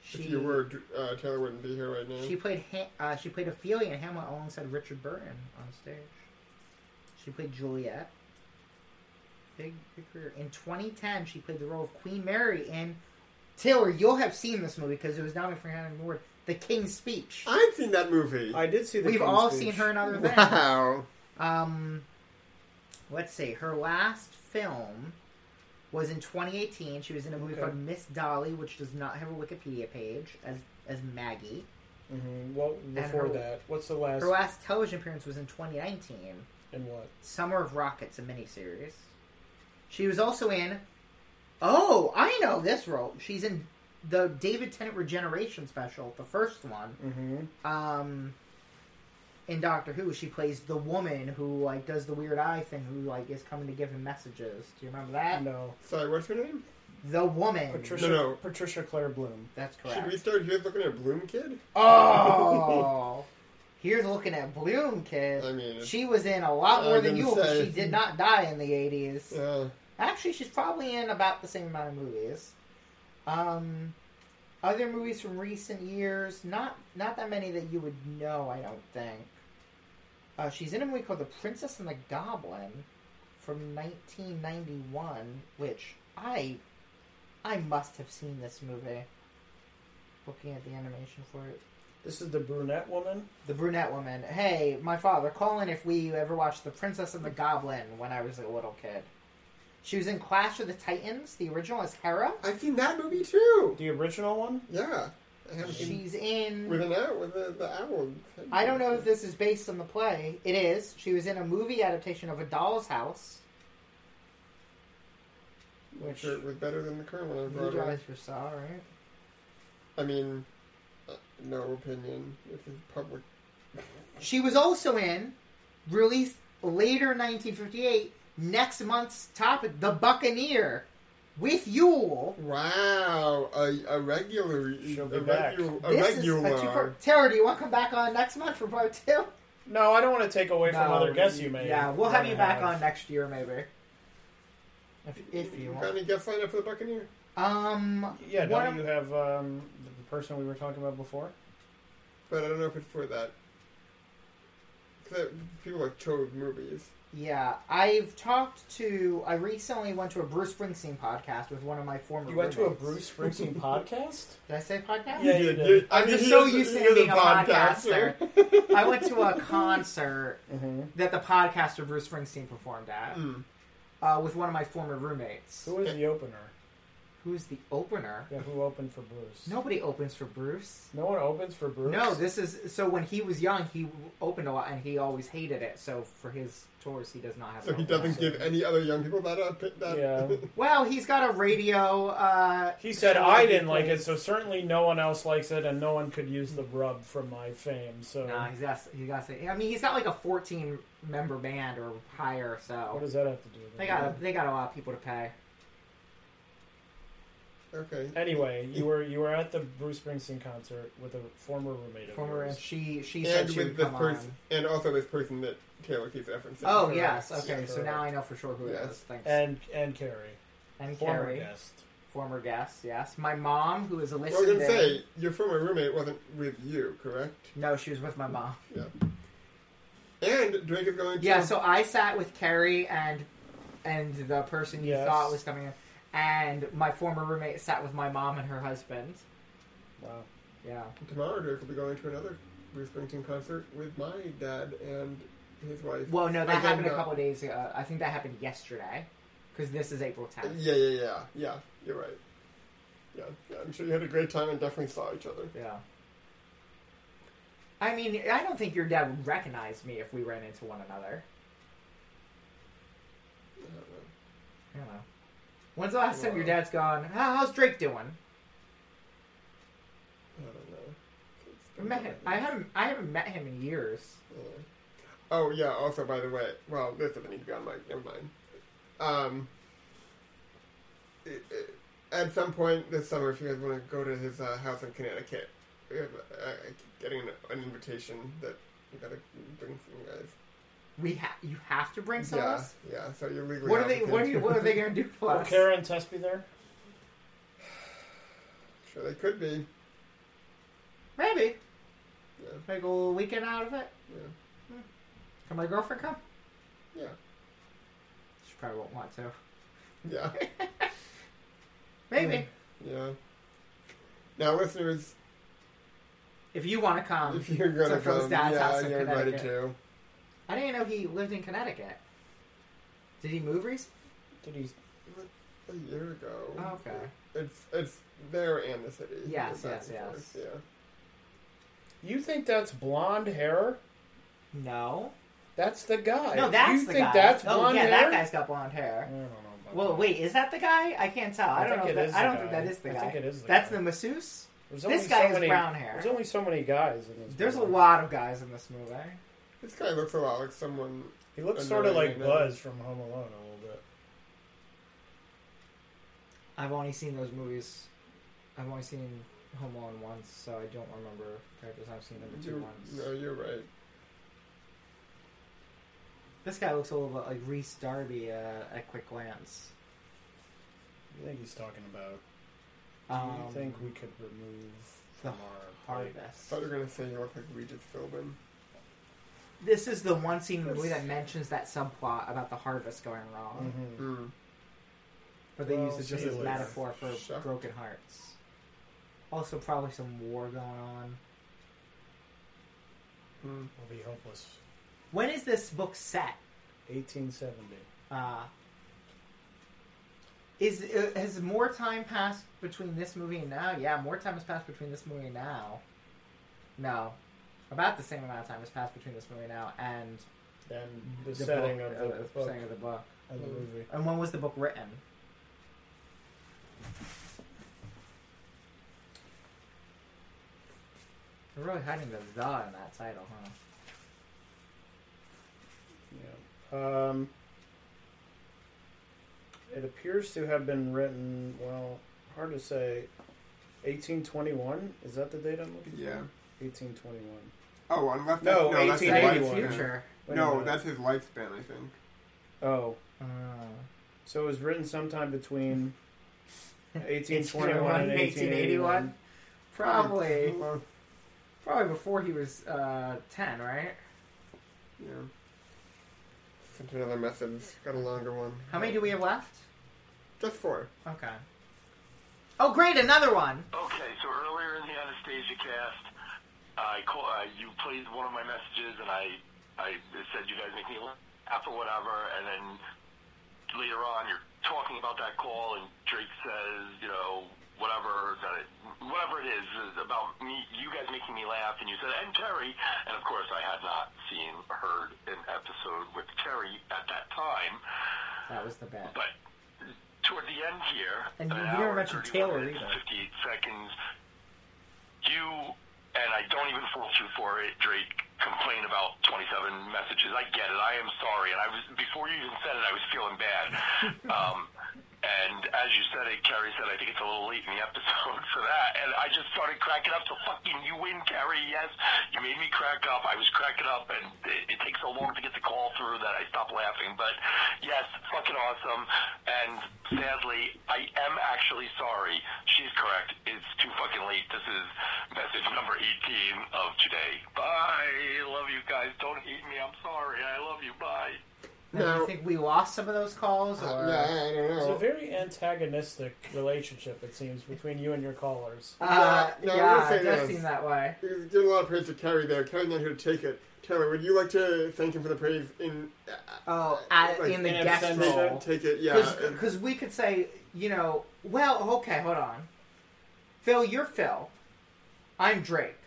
B: She
A: if you were, uh, Taylor wouldn't be here right now.
B: She played ha- uh, she played Ophelia in Hamlet alongside Richard Burton on stage. She played Juliet. Big, big career. In 2010, she played the role of Queen Mary in Taylor. You'll have seen this movie because it was nominated for an Academy Award. The King's Speech.
A: I've seen that movie.
C: I did see the.
B: We've
C: King's
B: all
C: Speech.
B: seen her in other things.
A: wow.
B: Um, let's see. Her last film was in 2018. She was in a movie
C: Okay.
B: called Miss Dolly, which does not have a Wikipedia page, as as Maggie.
C: Mhm, Well, before
B: her-
C: that, what's the last?
B: Her last television appearance was in 2019,
C: and what?
B: Summer of Rockets, a miniseries. She was also in. Oh, I know this role. She's in the David Tennant Regeneration special, the first one.
C: Mm-hmm.
B: Um, in Doctor Who, she plays the woman who like does the weird eye thing, who like is coming to give him messages. Do you remember that?
C: No,
A: Sorry, what's her name?
B: The woman.
C: Patricia.
A: No, no.
C: Patricia Claire Bloom.
B: That's
A: Should we
B: correct.
A: start here looking at Bloom Kid?
B: Oh, here's looking at Bloom, kid.
A: I mean, it's-
B: she was in a lot more
A: I'm
B: than
A: gonna
B: you. but
A: say-
B: She did not die in the '80s.
A: Uh,
B: Actually, she's probably in about the same amount of movies. Um, other movies from recent years, not not that many that you would know, I don't think. Uh, she's in a movie called The Princess and the Goblin from 1991, which I I must have seen this movie. Looking at the animation for it,
C: This is the brunette woman.
B: the brunette woman. Hey, my father, call in if we ever watched The Princess and the Goblin when I was a little kid. She was in Clash of the Titans, the original as Hera.
A: I've seen that movie too.
C: The original one.
A: Yeah, I haven't seen
B: She's in.
A: with an owl with the, the owl.
B: I don't know if this is based on the play. It is. She was in a movie adaptation of A Doll's House.
A: I'm sure it was better than the current one I
B: You
A: brought
B: guys
A: up.
B: just saw, right?
A: I mean, uh, no opinion. This is public.
B: She was also in, released later 1958, next month's topic, The Buccaneer, with Yule.
A: Wow, a, a regular.
C: She'll
A: a
C: be back.
A: regu- a
B: This is a
A: regular.
B: two-part. Tara, do you want to come back on next month for part two?
C: No, I don't want to take away from other guests you made.
B: Yeah, we'll have you back
C: Have-
B: on next year, maybe. If, if you
A: Got
B: want.
A: any guest lined up for the Buccaneer?
B: Um,
C: Yeah,
B: one
C: don't
B: of-
C: you have um, the person we were talking about before?
A: But I don't know if it's for that. 'Cause that- People like chose movies.
B: Yeah, I've talked to. I recently went to a Bruce Springsteen podcast with one of my former.
C: You went to a
B: roommates.
C: Bruce Springsteen podcast?
B: Did I say podcast?
C: Yeah, you did.
B: I'm
A: mean,
B: just
A: he
B: so
A: is-
B: used
A: he
B: to
A: is
B: being a podcaster.
A: podcaster.
B: I went to a concert
C: Mhm.
B: that the podcaster Bruce
C: Hmm.
B: Springsteen performed at
A: Mm.
B: uh, with one of my former roommates.
C: Who was the opener?
B: who's the opener.
C: Yeah, who opened for Bruce?
B: Nobody opens for Bruce.
C: No one opens for Bruce.
B: No, this is so when he was young, he opened a lot and he always hated it. So for his tours, he does not have.
A: So
B: an
A: he
B: opener.
A: doesn't give any other young people that up. That
C: Yeah.
B: Well, he's got a radio. Uh,
C: He said
B: show
C: I
B: he
C: didn't like it,
B: plays-
C: so certainly no one else likes it, and no one could use the rub from my fame. So
B: Nah, he's got. He's got. to- I mean, he's got like a 14 member band or higher.
C: what
B: So
C: does that have to do? with
B: they
C: it?
B: got. They got a lot of people to pay.
A: okay.
C: Anyway, you were you were at the Bruce Springsteen concert with a former roommate of
B: Former
C: yours.
B: and she. She said
A: And
B: she
A: with
B: would
A: this
B: come
A: person,
B: on.
A: and also this person that Taylor keeps referencing.
B: Oh
A: Correct.
B: yes. Okay.
A: Yeah,
B: so
A: correct.
B: now I know for sure who it
A: Yes.
B: is. Thanks.
C: and and Carrie,
B: And
C: former
B: Carrie,
C: guest.
B: former guest. Yes, my mom, who is a
A: Well, I was
B: listener.
A: gonna say your former roommate wasn't with you, correct?
B: No, she was with my mom.
A: And Drake is going to
B: Yeah, so I sat with Carrie and and the person you
C: Yes.
B: thought was coming in, and my former roommate sat with my mom and her husband.
C: Wow.
B: Yeah,
A: tomorrow. Drake will be going to another Bruce Springsteen concert with my dad and his wife.
B: well, no, that
A: Again,
B: happened a
A: no.
B: couple days ago. I think that happened yesterday because this is April tenth.
A: Yeah, yeah, yeah, yeah. You're right. Yeah, yeah, I'm sure you had a great time and definitely saw each other.
B: Yeah. I mean, I don't think your dad would recognize me if we ran into one another.
A: I don't know.
B: I don't know. When's the last time your
A: Well.
B: dad's gone? "How- How's Drake doing?
A: I don't know. It's
B: I
A: been
B: met
A: a
B: him.
A: while.
B: I haven't. I haven't met him in years.
A: Yeah. Oh yeah. Also, by the way, well, this doesn't need to be on mic. Never mind. Um, it- it- at some point this summer, if you guys want to go to his uh, house in Connecticut, we have, uh, I keep getting an, an invitation that you gotta bring some guys.
B: We ha- you have to bring some of
A: yeah,
B: us.
A: yeah. So you're legally.
B: What are they? What are you?
A: obligated.
B: What are they going to do for
C: Will
B: us?
C: Kara and Tess be there?
A: sure, they could be.
B: Maybe
A: Yeah,
B: make a little weekend out of it.
A: yeah,
B: Can my girlfriend come?
A: yeah,
B: She probably won't want to.
A: yeah.
B: Maybe
A: yeah. Now, listeners,
B: if you want to come.
A: if you're gonna
B: Um, so from his
A: come,
B: dad's
A: yeah,
B: house in
A: you're invited to.
B: Connecticut. I didn't know he lived in Connecticut. Did he move recently?
C: Did he?
A: A year ago.
B: Oh, okay.
A: It's it's there and the city.
B: Yes,
A: It's back
B: yes,
A: and
B: yes.
A: forth, Yeah.
C: You think that's blonde hair?
B: No.
C: That's the guy.
B: No, that's
C: you
B: the
C: think
B: guy.
C: that's
B: oh
C: blonde
B: yeah,
C: hair?
B: that guy's got blonde hair.
C: I don't know. About
B: Well,
C: that.
B: wait, is that the guy? I can't tell. I,
C: I
B: don't know.
C: think
B: If
C: it
B: that,
C: is
B: I
C: the
B: don't think
C: guy.
B: that is the
C: I
B: guy.
C: think it is the
B: that's
C: guy.
B: the masseuse.
C: There's
B: this
C: only
B: guy
C: so
B: has
C: many-
B: brown hair.
C: There's only so many guys in this.
B: There's a
C: movie.
B: lot of guys in this movie.
A: This guy looks a lot like someone.
C: He looks sort of
A: Annoying,
C: like
A: I know.
C: Buzz from Home Alone a little bit.
B: I've only seen those movies. I've only seen Home Alone once, so I don't remember characters. I've seen number two
A: You,
B: once.
A: no, you're right.
B: This guy looks a little bit like Reese Darby uh, at quick glance.
C: I think he's talking about. Do
B: Um,
C: you think we could remove
B: the
C: from our plate?
A: I
B: harvest?
A: thought you were gonna say he looked like Regis Philbin.
B: This is the one scene in the movie that mentions that subplot about the harvest going wrong,
C: Mhm.
A: Hmm.
B: but they
C: Well,
B: use it just
C: see
B: as a
C: you later.
B: metaphor for
A: Shuck.
B: broken hearts. Also, probably some war going on.
A: Hmm.
C: We'll be hopeless.
B: When is this book set?
C: 1870.
B: Uh, is uh, has more time passed between this movie and now? Yeah, more time has passed between this movie and now. No, about the same amount of time has passed between this movie now and
C: Then the, setting
B: book,
C: of the,
B: uh,
C: book
B: setting of the book.
C: and the movie.
B: And when was the book written? They're really hiding the "the" in that title, huh?
C: Yeah. Um, it appears to have been written. Well, hard to say. 1821 is that the date I'm looking for?
A: Yeah.
C: 1821.
A: Oh, I left. that,
C: No,
A: no that's his
C: 1881.
A: lifespan.
B: Future.
C: Wait a
A: No,
C: minute.
A: that's his lifespan. I think.
C: oh.
B: Uh,
C: So it was written sometime between 1821
B: 1821
C: and 1881.
B: 1881. Probably.
A: Well,
B: Probably before he was uh, 10, right?
A: yeah. Sent another message. Got a longer one.
B: How many do we have left?
A: Just four.
B: Okay. Oh, great, another one!
D: Okay, so earlier in the Anastasia cast, I call, uh, you played one of my messages, and I, I said you guys make me laugh or whatever, and then later on, your talking about that call, and Drake says, you know, whatever that it, whatever it is, is about me, you guys making me laugh, and you said, and Terry, and of course I had not seen or heard an episode with Terry at that time,
B: That was the bet.
D: but toward the end here,
B: And
D: an
B: you
D: hour
B: didn't mention
D: 31
B: Taylor
D: minutes,
B: either.
D: 58 seconds, you and I don't even fault you for it, Drake. Complain about 27 messages. I get it. I am sorry. And I was before you even said it, I was feeling bad. um, and as you said it, Carrie said, I think it's a little late in the episode for that. And I just started cracking up. So fucking you win, Carrie. Yes, you made me crack up. I was cracking up, and it, it takes so long to get the call through that I stopped laughing. But yes, fucking awesome. And sadly, I am actually sorry. She's correct. It's too fucking late. This is message number 18 of today. Bye. Love you guys. Don't hate me. I'm sorry. I love you. Bye.
B: Now, do
A: No.
B: you think we lost some of those calls,
A: Uh,
B: or
A: yeah, I don't
C: It's a
A: know.
C: very antagonistic relationship, it seems, between you and your callers.
B: Uh,
A: No, no, I
B: yeah,
A: wouldn't say
B: it does
A: this.
B: seem that way.
A: He's getting a lot of praise to Terry there. Terry's not here to take it. Terry, would you like to thank him for the praise in uh,
B: Oh, at,
A: Like,
B: in the
C: in
B: guest
C: absentia.
B: role.
A: take it? Yeah. and-
B: Because we could say, you know, well, okay, hold on. Phil, you're Phil. I'm Drake.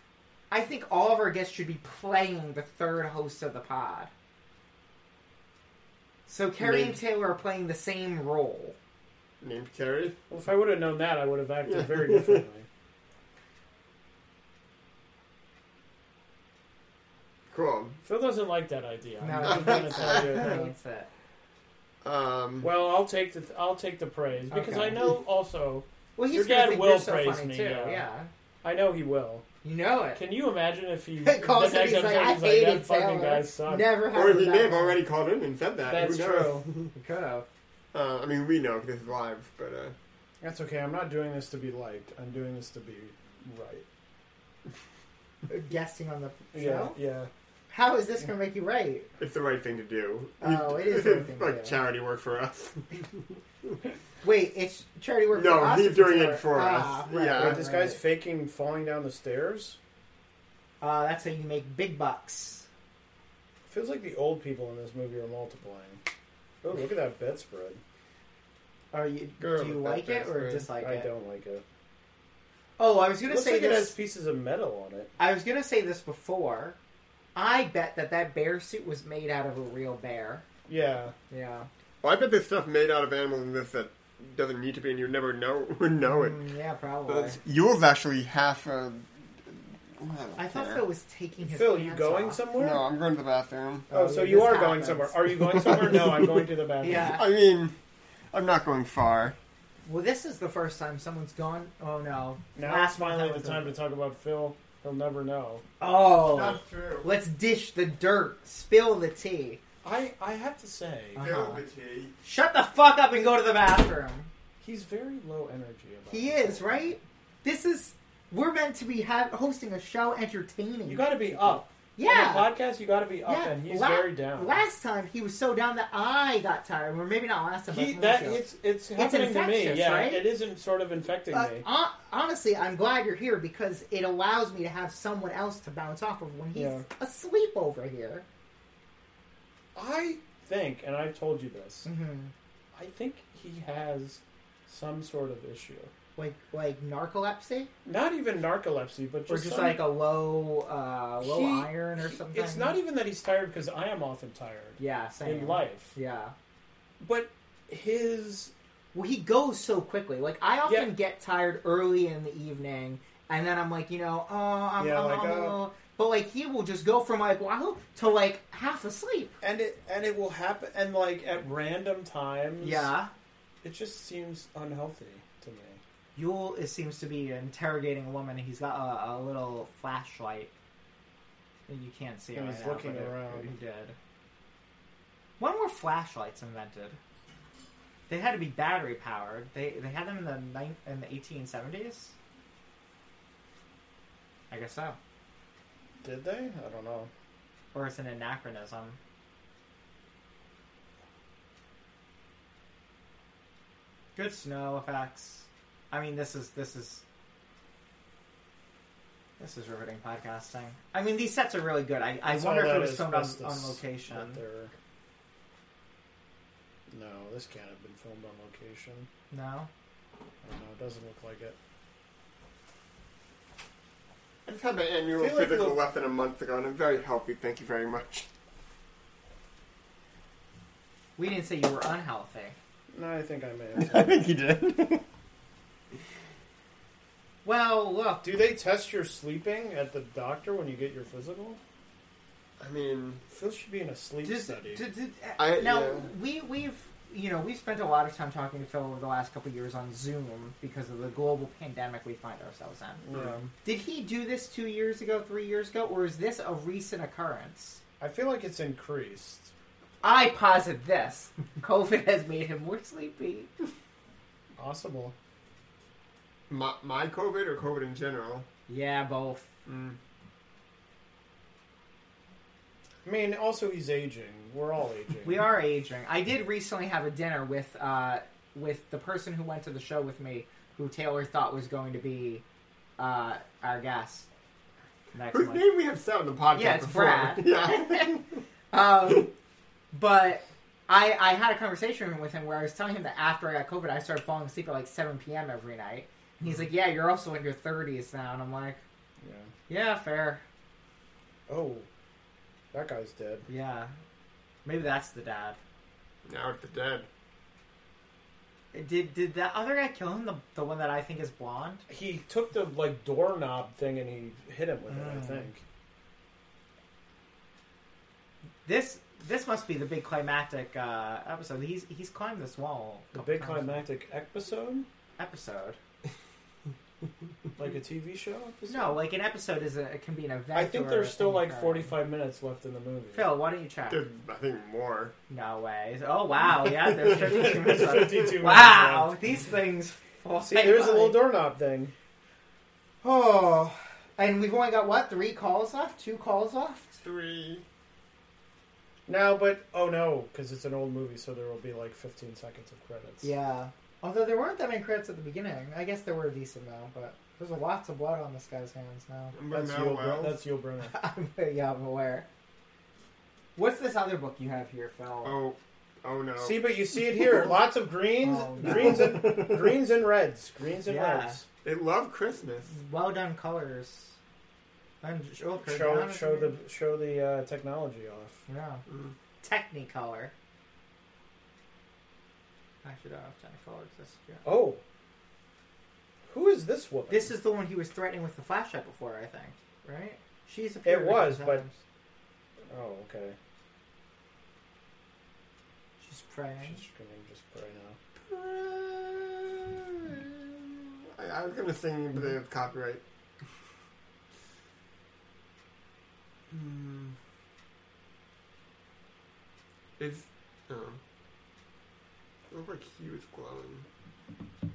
B: I think all of our guests should be playing the third host of the pod. So Carrie and
A: Maybe.
B: Taylor are playing the same role.
A: named Terry.
C: Well, if I would have known that, I would have acted very differently.
A: Cool.
C: Phil doesn't like that idea. I'm
B: No,
C: not
B: he
C: gonna
B: hates
C: tell you
B: I
C: now.
B: think it's it.
A: Um,
C: Well, I'll take the I'll take the praise because
B: Okay.
C: I know also
B: Well, he's
C: Your
B: gonna
C: dad
B: think
C: will
B: you're so
C: praise
B: funny
C: me,
B: too.
C: yeah.
B: Yeah,
C: I know he will.
B: you know it.
C: Can you imagine if he
B: Calls
C: the
B: him,
C: next
B: he's like,
C: episode,
B: I
C: he's like,
B: hated
C: that fucking
B: Taylor.
C: guy sucks.
B: Never
A: or
B: happened.
A: he
B: that
A: may have
B: way.
A: already called in and said that.
C: That's
A: Who knows?
C: true.
B: He could have.
A: Uh, I mean, we know 'cause this is live, but uh,
C: That's okay. I'm not doing this to be liked. I'm doing this to be right.
B: Guesting on the show.
C: Yeah, yeah.
B: How is this gonna make you right?
A: it's the right thing to do.
B: Oh, it is the right thing to
A: like
B: do.
A: charity work for us.
B: Wait, it's charity work.
A: No,
B: for us
A: he's
B: if it's
A: doing it
B: our-
A: for
B: Ah,
A: us.
B: right,
A: Yeah.
B: right,
C: Wait, this guy's
B: right.
C: faking falling down the stairs.
B: Uh, that's how you make big bucks.
C: Feels like the old people in this movie are multiplying. Oh, look at that bedspread.
B: Are you?
A: Girl,
B: do you
A: that
B: like it or
A: backstory.
B: dislike
C: I
B: it?
C: don't like it.
B: Oh, I was gonna
C: Looks
B: say
C: like it has
B: this.
C: pieces of metal on it.
B: I was gonna say this before. I bet that that bear suit was made out of a real bear.
C: Yeah.
B: Yeah.
A: Well, I bet there's stuff made out of animals in this that doesn't need to be, and you never know would know it.
B: Mm, yeah, probably.
A: But Yule's actually half a. I, don't
B: I thought
A: care.
B: Phil was taking his.
C: Phil, you
B: pants
C: going
B: off.
C: somewhere?
A: No, I'm going to the bathroom.
C: Oh,
B: Oh,
C: so
B: yeah,
C: you
B: this
C: are going
B: happens.
C: somewhere. Are you going somewhere? No, I'm going to the bathroom.
B: Yeah.
A: I mean, I'm not going far.
B: Well, this is the first time someone's gone. Oh no!
C: Now
B: Last
C: it's
B: month I
C: finally
B: was
C: the time
B: in-
C: to talk about Phil. He'll never know.
B: Oh,
A: true.
B: let's dish the dirt, spill the tea.
C: I, I have to say,
B: Uh-huh. Shut the fuck up and go to the bathroom.
C: he's very low energy. About
B: He
C: it.
B: is right. This is we're meant to be ha- hosting a show, entertaining.
C: You got to be up.
B: yeah,
C: On the podcast, you got to be up,
B: yeah.
C: and he's
B: La-
C: very down.
B: Last time he was so down that I got tired. Or maybe not last time.
C: he,
B: but
C: that
B: the show.
C: it's it's happening to me.
B: infectious,
C: Yeah,
B: right?
C: it isn't sort of infecting
B: Uh,
C: me.
B: hon- honestly, I'm glad you're here because it allows me to have someone else to bounce off of when he's
C: Yeah.
B: asleep over here.
C: I think, and I've told you this.
B: Mm-hmm.
C: I think he has some sort of issue.
B: Like like narcolepsy,
C: Not even narcolepsy, but just
B: or just
C: some-
B: like a low uh, low
C: He-
B: iron or
C: he-
B: something.
C: It's not even that he's tired because I am often tired
B: Yeah, same.
C: in life,
B: Yeah.
C: but his
B: Well, he goes so quickly. Like I often
C: Yeah.
B: get tired early in the evening, and then I'm like, you know, oh, I'm,
C: Yeah,
B: I'm,
C: like,
B: I'm a
C: uh,
B: little- But like he will just go from like wow to like half asleep.
C: and it and it will happen and like at random times.
B: Yeah.
C: it just seems unhealthy to me.
B: Yule it seems to be interrogating a woman. He's got a, a little flashlight. And You can't see it.
C: And
B: right
C: he's
B: now,
C: looking
B: but it-
C: around.
B: He did. When were flashlights invented? They had to be battery powered. They they had them in the nine, in the eighteen seventies. I guess so.
C: Did they? I don't know.
B: or it's an anachronism. Good snow effects. I mean, this is this is this is riveting podcasting. I mean, these sets are really good. I, I
C: It's
B: wonder
C: all
B: if it
C: that
B: was filmed on,
C: asbestos
B: on location.
C: that they're- No, this can't have been filmed on location.
B: No.
C: I don't know, it doesn't look like it.
A: I just had my annual
C: Feel like
A: physical
C: the-
A: less than a month ago, and I'm very healthy. Thank you very much.
B: We didn't say you were unhealthy.
C: No, I think I may
G: I
C: have.
G: think you did.
B: Well, look.
C: Do they test your sleeping at the doctor when you get your physical?
A: I mean,
C: Phil should be in a sleep
B: Just,
C: study.
B: d- d-
A: I-
B: now,
A: yeah.
B: we, we've, you know, we've spent a lot of time talking to Phil over the last couple of years on Zoom because of the global pandemic we find ourselves in.
C: Yeah.
B: Did he do this two years ago, three years ago, or is this a recent occurrence?
C: I feel like it's increased.
B: I posit this. COVID has made him more sleepy.
C: Possible.
A: my, my COVID or COVID in general?
B: Yeah, both.
A: Mm.
C: I mean, also he's aging. We're all aging.
B: We are aging. I did recently have a dinner with uh, with the person who went to the show with me, who Taylor thought was going to be uh, our guest next
A: Whose
B: month.
A: name we have said on the podcast
B: Yeah, it's
A: before.
B: Brad.
A: yeah.
B: Um, but I I had a conversation with him where I was telling him that after I got COVID, I started falling asleep at like 7 p.m. every night. And he's like, "Yeah, you're also in your 30s now," and I'm like,
C: Yeah.
B: "Yeah, fair.
C: Oh, that guy's dead.
B: Yeah, maybe that's the dad."
A: now it's the dead.
B: Did did that other guy kill him? The the one that I think is blonde.
C: He took the like doorknob thing and he hit him with it. I
B: Mm.
C: think.
B: This this must be the big climactic uh, episode. He's he's climbed this wall. a
C: The
B: couple
C: big
B: times.
C: climactic episode,
B: episode.
C: like a TV show. Episode?
B: No, like an episode is a it can be an event.
C: I think
B: or
C: there's
B: a
C: still
B: thing
C: like
B: occurring.
C: 45 minutes left in the movie.
B: Phil, why don't you check?
A: There's, I think, more.
B: No way. Oh wow, yeah, there's 52 minutes. left.
C: 52
B: wow,
C: minutes
B: these things. fly
C: See, there's
B: by.
C: a little doorknob thing.
B: Oh, and we've only got what three calls left? Two calls left?
A: Three.
C: No, but oh no, because it's an old movie, so there will be like 15 seconds of credits.
B: Yeah. Although there weren't that many credits at the beginning. I guess there were a decent amount, but there's lots of blood on this guy's hands now.
A: Remember
C: that's
A: now,
C: Yul,
A: Wells?
C: Brenner. that's Yul Brenner.
B: I'm, yeah, I'm aware. What's this other book you have here, Phil?
A: Oh, oh no.
C: See, but you see it here. Lots of greens,
B: Oh, no.
C: greens and greens and reds, greens and
B: Yeah.
C: reds.
A: They love Christmas.
B: Well done colors. And oh, show,
C: Show show the show the uh, technology off.
B: yeah
A: Mm.
B: Technicolor. Actually, I don't have Technicolor. 'cause That's, yeah.
C: Oh, who is this woman?
B: This is the one he was threatening with the flashlight before, I think. Right? She's a.
C: was, but- Oh, okay.
B: she's praying.
C: She's gonna just pray now.
A: I, I was gonna sing, but they have copyright. Hmm. It's um. It looks like he was glowing.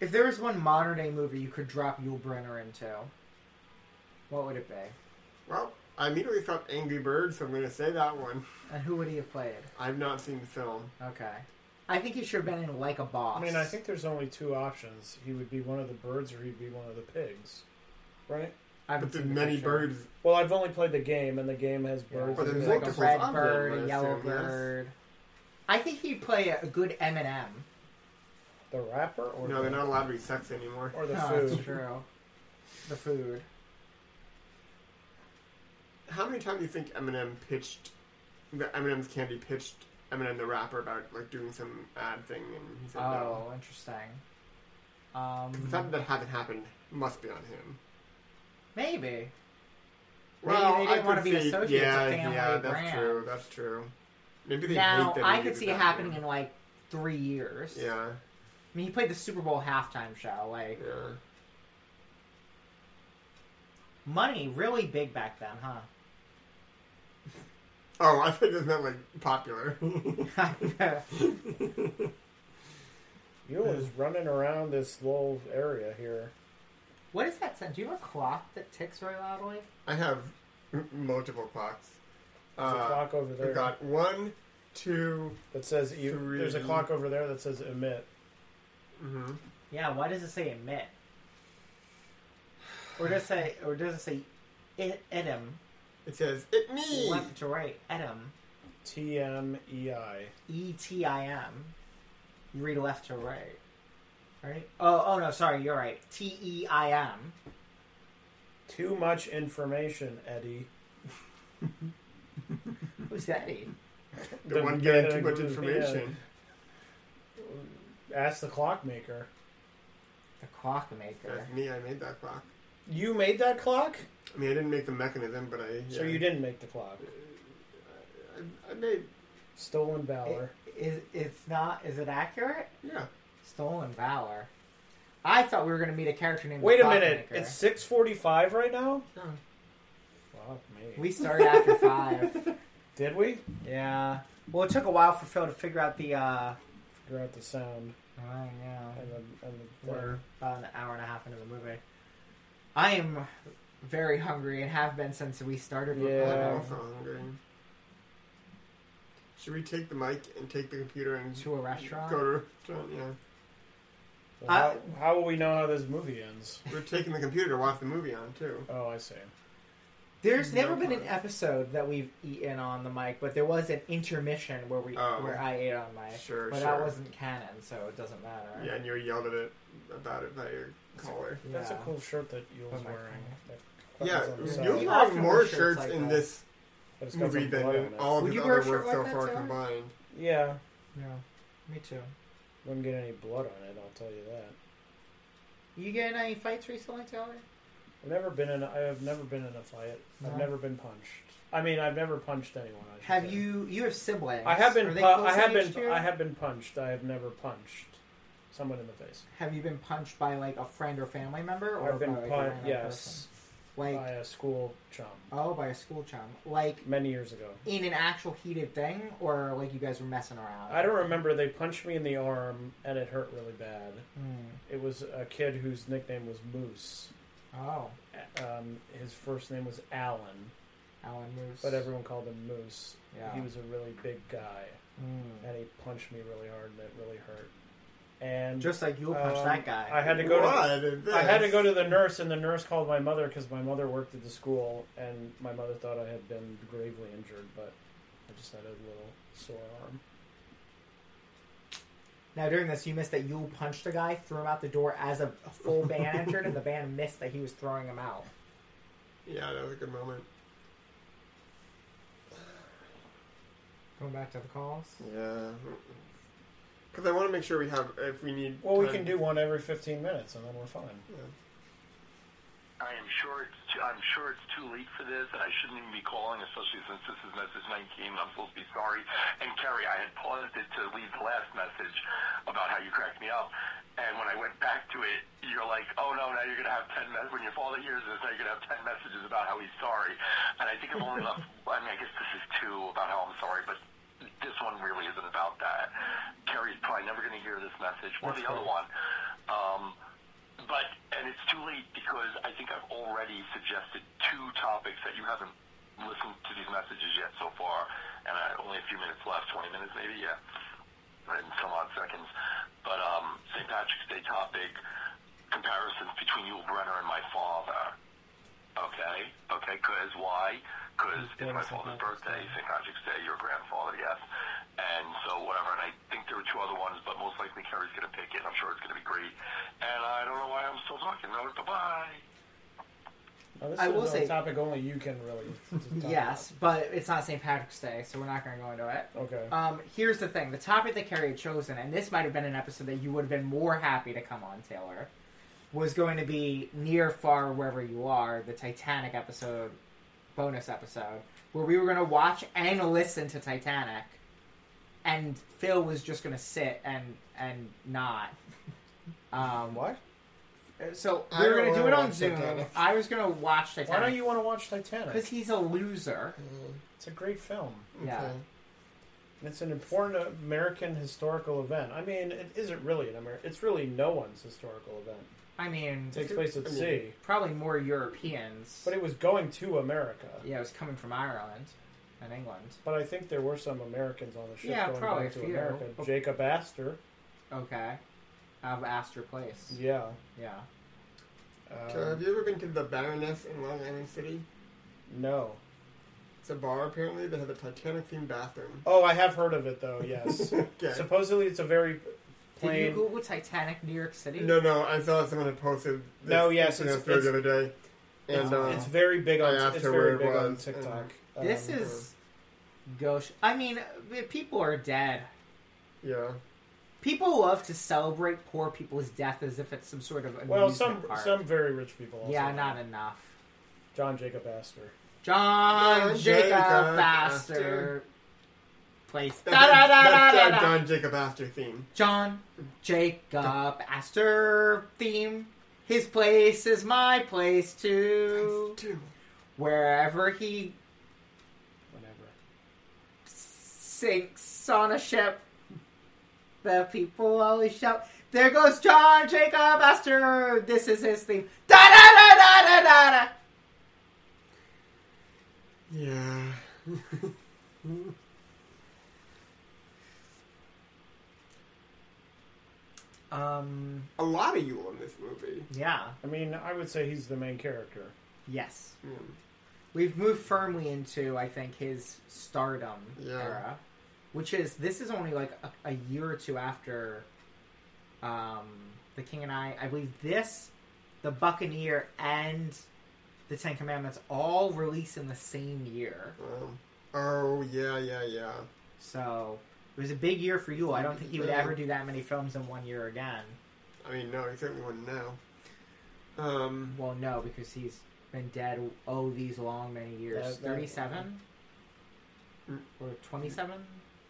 B: If there was one modern day movie you could drop Yul Brenner into, what would it be?
A: Well, I immediately thought Angry Birds, so I'm gonna say that one.
B: And who would he have played?
A: I've not seen the film.
B: Okay. I think he should have been in Like a Boss.
C: I mean, I think there's only two options. He would be one of the birds, or he'd be one of the pigs, right?
B: I haven't
A: But there's
B: seen the
A: many
B: picture.
A: birds.
C: Well, I've only played the game, and the game has
B: Yeah.
C: birds.
A: Well,
C: in
A: there's
C: it.
A: like
B: There's like
A: multiples
B: a red
A: of them,
B: bird,
A: I
B: a yellow
A: assume, yes.
B: bird. I think he'd play a good Eminem.
C: the rapper, or
A: No,
C: the,
A: they're not allowed to be sexy anymore.
C: or the
B: No, That's
C: food.
B: true. The food.
A: How many times do you think Eminem pitched the Eminem's candy pitched Eminem the rapper about like doing some ad thing and he said no?
B: Oh, interesting.
A: The
B: Um,
A: fact that that hasn't happened must be on him.
B: maybe.
A: Well,
B: they
A: I
B: didn't
A: could
B: wanna be
A: see-
B: associated with
A: Yeah,
B: a family
A: yeah, that's
B: brand.
A: true. That's true. Maybe they
B: Now
A: hate that.
B: I
A: he
B: could
A: did
B: see
A: that
B: it
A: to
B: happening
A: him.
B: in like three years.
A: Yeah,
B: I mean, he played the Super Bowl halftime show. Like
A: yeah.
B: money, really big back then, huh?
A: Oh, I think it's not like popular.
C: You was running around this little area here.
B: what is that sound? Do you have a clock that ticks very loudly?
A: I have m- multiple clocks.
C: There's a
A: Uh,
C: clock over
A: I
C: there
A: got one, two.
C: that says you,
A: three.
C: there's a clock over there that says emit.
A: mhm.
B: Yeah. Why does it say emit? Or does it say? Or does it say? Edom,
A: It says it me.
B: left to right. Edom.
C: T M E I.
B: E T I M. You read left to right. Right? Oh, oh no, sorry, you're right. T E I M.
C: Too much information, Eddie.
B: Who's that? E?
A: The
C: Don't
A: one
C: get
A: getting
C: it,
A: too much
C: yeah.
A: information.
C: Ask the clockmaker.
B: The clockmaker.
A: That's me. I made that clock.
C: You made that clock?
A: I mean, I didn't make the mechanism, but I.
C: So
A: yeah.
C: you didn't make the clock.
A: I, I made.
C: Stolen valor.
B: Is it's not is it accurate?
A: Yeah.
B: Stolen valor. I thought we were gonna meet a character named the
C: Wait a minute.
B: Clockmaker.
C: It's six forty-five right now.
B: No.
C: Fuck me.
B: We started after five.
C: Did we
B: Yeah. Well it took a while for Phil to figure out the uh
C: figure out the sound
B: oh, yeah.
C: and the, and the
B: We're about an hour and a half into the movie. I am very hungry and have been since we started
C: Yeah.
A: I'm
B: recording.
A: also hungry. Should we take the mic and take the computer and
B: To a restaurant?
A: Go to a restaurant. Yeah.
C: Well, how, how will we know how this movie ends?
A: We're taking the computer to watch the movie on too.
C: Oh, I see.
B: There's
A: No
B: never been an
A: problem.
B: episode that we've eaten on the mic, but there was an intermission where we
A: Oh.
B: where I ate on mic.
A: Sure,
B: but
A: sure.
B: that wasn't canon, so it doesn't matter.
A: Yeah, and you yelled at it about it by your caller.
C: That's a
B: Yeah.
C: cool shirt that Yule's
B: Oh my
C: wearing. That
A: Yeah,
C: buttons on the
B: so-
A: you're
C: side,
B: You
A: wearing
B: often
A: more
B: wear shirts
A: shirts
B: like
A: in
B: that.
A: this
C: but it's got
A: movie
C: some
A: than
C: blood
A: in
C: on it.
A: all of
B: Would
A: his
B: you wear a
A: other work
B: shirt
A: so
B: like that,
A: far
B: Sarah?
A: combined.
C: Yeah,
B: Yeah. Me too.
C: wouldn't get any blood on it. I'll tell you that.
B: You get in any fights recently, Tyler?
C: I've never been in. A, I have never been in a fight.
B: No.
C: I've never been punched. I mean, I've never punched anyone. I should
B: Have
C: say.
B: you? You have siblings.
C: I have
B: Are
C: been.
B: they
C: Pu-
B: close
C: I have
B: in age to
C: been.
B: you?
C: I have been punched. I have never punched someone in the face.
B: Have you been punched by like a friend or family member, or
C: I've been
B: by, like, a
C: punched.
B: random
C: Yes,
B: person? Like
C: by a school chum
B: oh, by a school chum. Like
C: many years ago.
B: in an actual heated thing, or like you guys were messing around.
C: I don't remember. They punched me in the arm, and it hurt really bad.
B: Hmm.
C: It was a kid whose nickname was Moose.
B: Oh,
C: Um, his first name was Alan,
B: Alan Moose.
C: but everyone called him Moose.
B: Yeah.
C: He was a really big guy,
B: Hmm.
C: and he punched me really hard, and it really hurt. And
B: Just like you'll punch
C: um,
B: that guy.
C: I had to go to.
A: Why did
C: I had to
A: this?
C: go to the nurse, and the nurse called my mother because my mother worked at the school, and my mother thought I had been gravely injured, but I just had a little sore arm.
B: Now during this, you missed that Yule punched a guy, threw him out the door as a a full band entered, and the band missed that he was throwing him out.
A: Yeah, that was a good moment.
B: Going back to the calls.
A: Yeah. Because I want to make sure we have, if we need.
C: Well, we
A: time-
C: can do one every 15 minutes, and then we're fine.
D: I am sure it's too, I'm sure it's too late for this. I shouldn't even be calling, especially since this is message 19. I'm supposed to be sorry. And Kerry, I had paused it to leave the last message about how you cracked me up. And when I went back to it, you're like, oh no, now you're gonna have 10 messages. When your father hears this, now you're gonna have 10 messages about how he's sorry. And I think I've only left. I mean, I guess this is two about how I'm sorry, but this one really isn't about that. Kerry's probably never gonna hear this message or the other one. Um, but and it's too late because I think I've already suggested two topics that you haven't listened to these messages yet so far, and I, only a few minutes left, 20 minutes maybe, yeah, and some odd seconds. But um, St. Patrick's Day topic, comparisons between Yul Brenner and my father. Okay, okay, because why? Because it's my father's birthday, St. Patrick's Day, your grandfather, yes. And so whatever, and I think there were two other ones, but most likely Kerry's going to pick it. I'm sure it's going to be great. And I don't know why I'm still talking. No, bye-bye.
C: Now, this
B: I
C: is
B: will
C: a
B: say-
C: topic only you can really. t- talk
B: Yes, but it's not St. Patrick's Day, so we're not going to go into it.
C: about. Okay.
B: Um, here's the thing: the topic that Carrie had chosen, and this might have been an episode that you would have been more happy to come on, Taylor, was going to be near, far, wherever you are, the Titanic episode, bonus episode, where we were going to watch and listen to Titanic, and Phil was just going to sit and and not. Um,
C: what?
B: So
A: I
B: we were
A: don't
B: going to do
A: wanna
B: it on
A: watch
B: Zoom.
A: Titanic.
B: I was going to watch Titanic.
C: Why don't you want to watch Titanic?
B: Because he's a loser.
C: It's a great film.
B: Yeah.
A: Mm-hmm. Okay.
C: And It's an important American historical event. I mean, it isn't really an American. It's really no one's historical event.
B: I mean,
C: It takes place at
A: I mean-
C: sea,
B: probably more Europeans.
C: but it was going to America.
B: Yeah, it was coming from Ireland and England.
C: But I think there were some Americans on the ship
B: Yeah,
C: going
B: probably
C: back
B: a
C: to
B: few.
C: America. Jacob Astor.
B: Okay. Out of Astor Place.
C: Yeah.
B: Yeah.
A: So, have
C: Um,
A: you ever been to the Baroness in Long Island City?
C: no.
A: It's a bar apparently that has a Titanic themed bathroom.
C: Oh, I have heard of it though. Yes.
A: Okay.
C: Supposedly, it's a very
B: Did you
C: plain.
B: Google Titanic New York City?
A: No, no, I saw someone had posted. This
C: No, yes,
A: Instagram
C: it's-
A: story the
C: it's-
A: other day, and
C: it's,
A: uh,
C: it's very big
A: I
C: on.
A: asked
C: It's
A: her where
C: very
A: it
C: big on
A: was, and-
C: TikTok.
B: This
C: Um,
B: is gosh. I mean, the people are dead.
A: yeah,
B: People love to celebrate poor people's death as if it's some sort of
C: well,
B: amusement
C: some
B: park.
C: some very rich people. Also
B: yeah,
C: do.
B: not enough.
C: John Jacob Astor.
B: John
A: John
B: Jacob
A: Jacob
B: Astor
A: Astor.
B: place. Da,
A: that's,
B: da, da, da,
A: that's
B: da,
A: our
B: da.
A: John Jacob Astor theme.
B: John Jacob Astor theme. His place is my place too.
A: Two.
B: Wherever he
C: Whatever.
B: sinks on a ship. The people always shout, "There goes John Jacob Astor!" This is his theme. Da da da da da da da.
A: Yeah.
B: Um.
A: a lot of you on this movie.
B: Yeah.
C: I mean, I would say he's the main character.
B: Yes.
A: Mm.
B: We've moved firmly into, I think, his stardom
A: Yeah.
B: era, which is this is only like a, a year or two after, um, the King and I. I believe this, the Buccaneer, and the Ten Commandments all release in the same year.
A: Um, oh yeah, yeah, yeah.
B: So it was a big year for you. I don't think you would
A: Yeah.
B: ever do that many films in one year again.
A: I mean, no, he certainly wouldn't know. Um,
B: Well, no, because he's been dead oh these long many years.
C: That- that-
B: Thirty-seven
A: Mm.
B: or twenty-seven.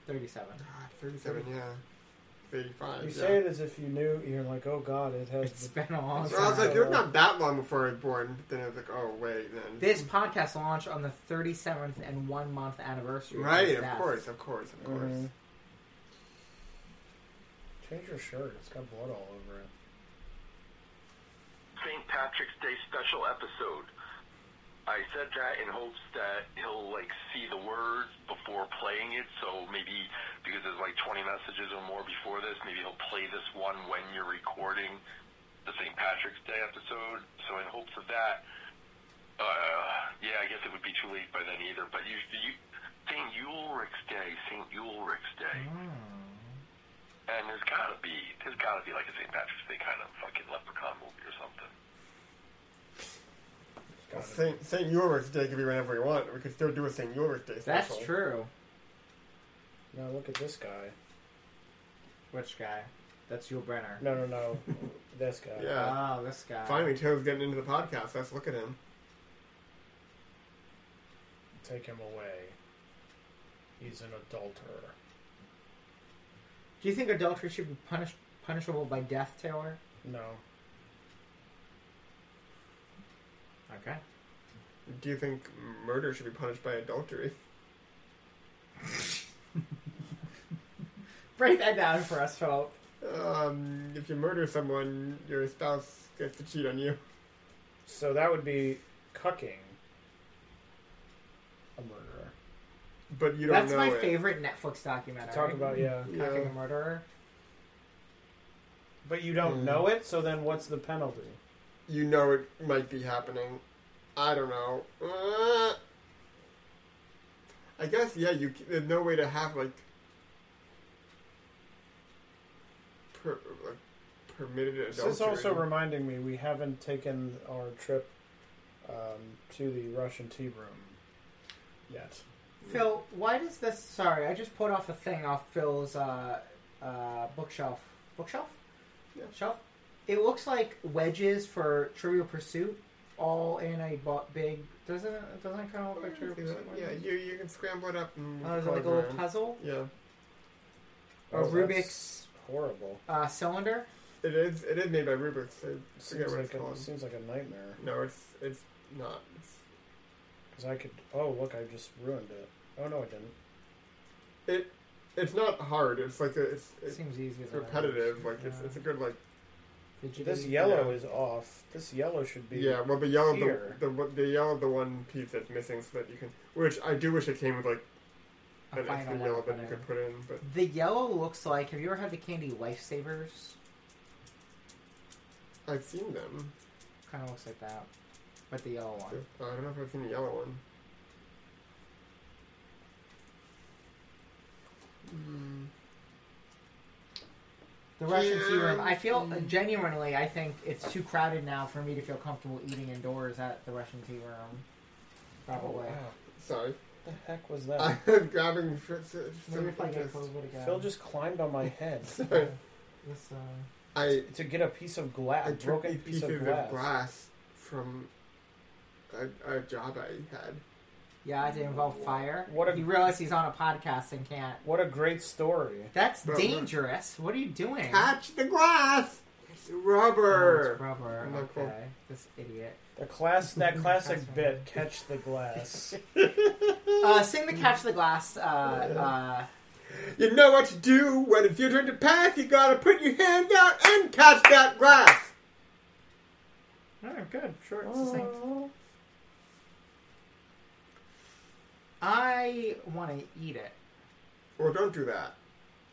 B: 37.
A: God, thirty-seven, yeah, thirty-five.
C: You
A: yeah.
C: say it as if you knew. You're like, oh god, it has.
B: It's been a long
A: So I was
B: time.
A: like, you're not that long before I was born. But then I was like, oh wait, then.
B: This podcast launched on the 37th and one month anniversary.
A: right,
B: his
A: of
B: death.
A: course, of course, of course.
B: Mm-hmm.
C: Mhm. Change your shirt. It's got blood all over it.
D: St. Patrick's Day special episode. I said that in hopes that he'll like see the words before playing it, so maybe because there's like 20 messages or more before this, maybe he'll play this one when you're recording the St. Patrick's Day episode. So in hopes of that, uh, yeah, I guess it would be too late by then either. But you, you St. Ulrich's Day, St. Ulrich's Day.
B: Hmm.
D: And there's gotta be, there's gotta be like a St. Patrick's Day kind of fucking leprechaun movie or something.
C: Got it.
A: Saint Saint Ulrich's Day could be whenever we want. We could still do a Saint Ulrich's Day.
B: That's
A: special.
B: true.
C: Now look at this guy.
B: Which guy? That's Yul Brenner.
C: No, no, no. this guy.
A: Yeah.
B: Oh, this guy.
A: uh, Finally, Toad's getting into the podcast. Let's look at him.
C: Take him away. He's an adulterer.
B: Do you think adultery should be punished punishable by death, Taylor?
C: No.
B: Okay.
A: Do you think murder should be punished by adultery?
B: Break that down for us, Philip.
A: Um, if you murder someone, your spouse gets to cheat on you.
C: So that would be cucking a murderer.
A: But you don't
B: That's
A: know
B: my
A: it.
B: favorite Netflix
C: To
B: documentary.
C: talk about, yeah.
A: Yeah.
B: Cocking a murderer.
C: But you don't
A: Mm.
C: know it, so then what's the penalty?
A: You know it might be happening. I don't know. Uh, I guess yeah. You c- there's no way to have like, per, like permitted adultery.
C: This is also reminding me we haven't taken our trip um, to the Russian tea room yet.
B: Phil, why does this? Sorry, I just pulled off a thing off Phil's uh, uh, bookshelf. Bookshelf?
A: Yeah.
B: Shelf. It looks like wedges for Trivial Pursuit, all in a bo- big. Doesn't it? Doesn't it kind of look like Trivial Pursuit?
A: yeah, you you can scramble it up and
B: Oh, is it
A: call
B: like a
A: around.
B: little puzzle?
A: Yeah, Oh,
B: A Rubik's
C: that's Horrible.
B: uh, cylinder?
A: it is. It is made by Rubik's. I forget
C: Seems
A: what it's
C: like, a,
A: called.
C: seems like a nightmare.
A: No, it's it's not. It's,
C: Because I could. Oh, look, I just ruined it. Oh, no, I didn't.
A: it it's not hard. It's like a, it's it's
B: Seems easy.
A: it's repetitive. Like it's
B: Yeah.
A: it's a good like
B: Fidgety.
C: This yellow
A: Yeah.
C: is off. This yellow should be.
A: yeah. Well, the yellow the,
C: here.
A: the one- the yellow the one piece that's missing, so that you can. Which I do wish it came with like
B: A
A: an
B: final
A: extra
B: one
A: yellow
B: to
A: that
B: put
A: you
B: in.
A: could put in. But
B: The yellow looks like. Have you ever had the candy Lifesavers?
A: I've seen them.
B: Kind of looks like that, but the yellow
A: I
B: one.
A: don't know if I've seen the yellow one.
C: Hmm.
B: The Russian tea room. I feel genuinely. I think it's too crowded now for me to feel comfortable eating indoors at the Russian tea room. Probably.
A: Sorry.
C: Oh, The heck was that?
A: I was grabbing for, for,
B: Maybe if I
A: something
B: get
A: just.
B: COVID again.
C: Phil just climbed on my head
A: Sorry.
B: This, uh,
A: I,
C: to get a piece of glass,
A: I
C: a
A: took
C: broken
A: these
C: piece
A: pieces
C: of
A: of
C: glass.
A: glass from a, a job I had.
B: yeah, it involved fire.
C: What a-
B: you realize he's on a podcast and can't.
C: What a great story!
B: That's
A: Bro,
B: dangerous. What are you doing?
A: Catch the glass! It's
B: Oh,
A: rubber!
B: it's rubber.
A: I'm not cool.
B: Okay. This idiot.
C: The class, that classic
B: That's
C: bit, catch the glass.
B: Uh, sing the Catch the Glass. Uh,
A: You know what to do when it's your turn to pass. You gotta put your hand out and catch that glass.
B: uh, oh, good. Sure. Succinct. I want to eat it.
A: Well, don't do that.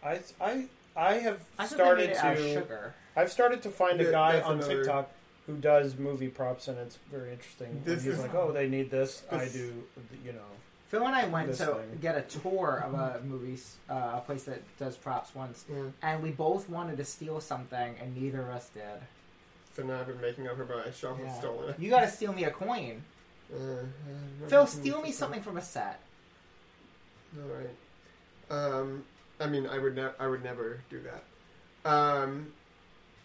C: I, I, I have
B: I thought they made
C: started
B: it out of
C: to.
B: sugar.
C: I've started to find a
A: Yeah,
C: guy
A: that's
C: on
A: another-
C: TikTok who does movie props, and it's very interesting.
A: This
C: he's
A: is-
C: like, "Oh, they need this. I
A: this-
C: do." You know.
B: Phil and I went
C: This
B: to
C: thing.
B: get a tour of a movie, s- uh, a place that does props once,
A: Mm.
B: and we both wanted to steal something, and neither of us did.
A: So now I've been making up about my shovel
B: Yeah.
A: stolen.
B: You got to steal me a coin.
A: Uh, uh,
B: Phil, steal me something from a set.
A: All right. Um, I mean, I would never, I would never do that. Um,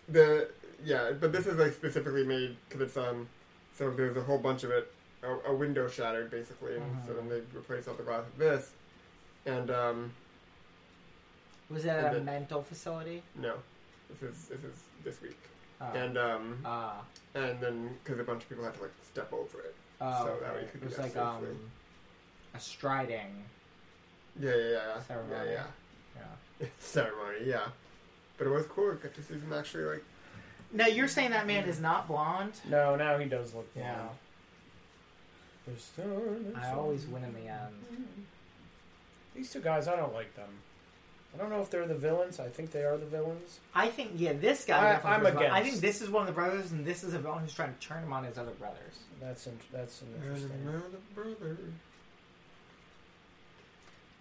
A: the yeah, but this is like specifically made because it's um, so there's a whole bunch of it. A, a window shattered basically, and
B: Uh-huh.
A: so then they replace all the glass with this. And um,
B: Was it at a
A: Okay.
B: mental facility?
A: no, this is this is this week.
B: Oh.
A: And um,
B: Ah.
A: and then because a bunch of people had to like step over it.
B: Oh,
A: So that way
B: okay.
A: you could
B: it
A: do
B: was
A: that
B: like um,
A: safely.
B: a striding.
A: Yeah, yeah, yeah, yeah,
B: Ceremony.
A: yeah.
B: Yeah.
A: yeah. Ceremony, yeah. But it was cool. I got to see them actually like
B: Now you're saying that man is not blonde.
C: No, now he does look.
B: Yeah.
C: blonde. There's still-
B: I always win in the end.
C: These two guys, I don't like them. I don't know if they're the villains. I think they are the villains.
B: I think yeah, this guy.
C: I-
B: definitely
C: I'm
B: was blonde. I
C: against.
B: think this is one of the brothers, and this is a villain who's trying to turn him on his other brothers.
C: That's in, that's an interesting.
A: another brother.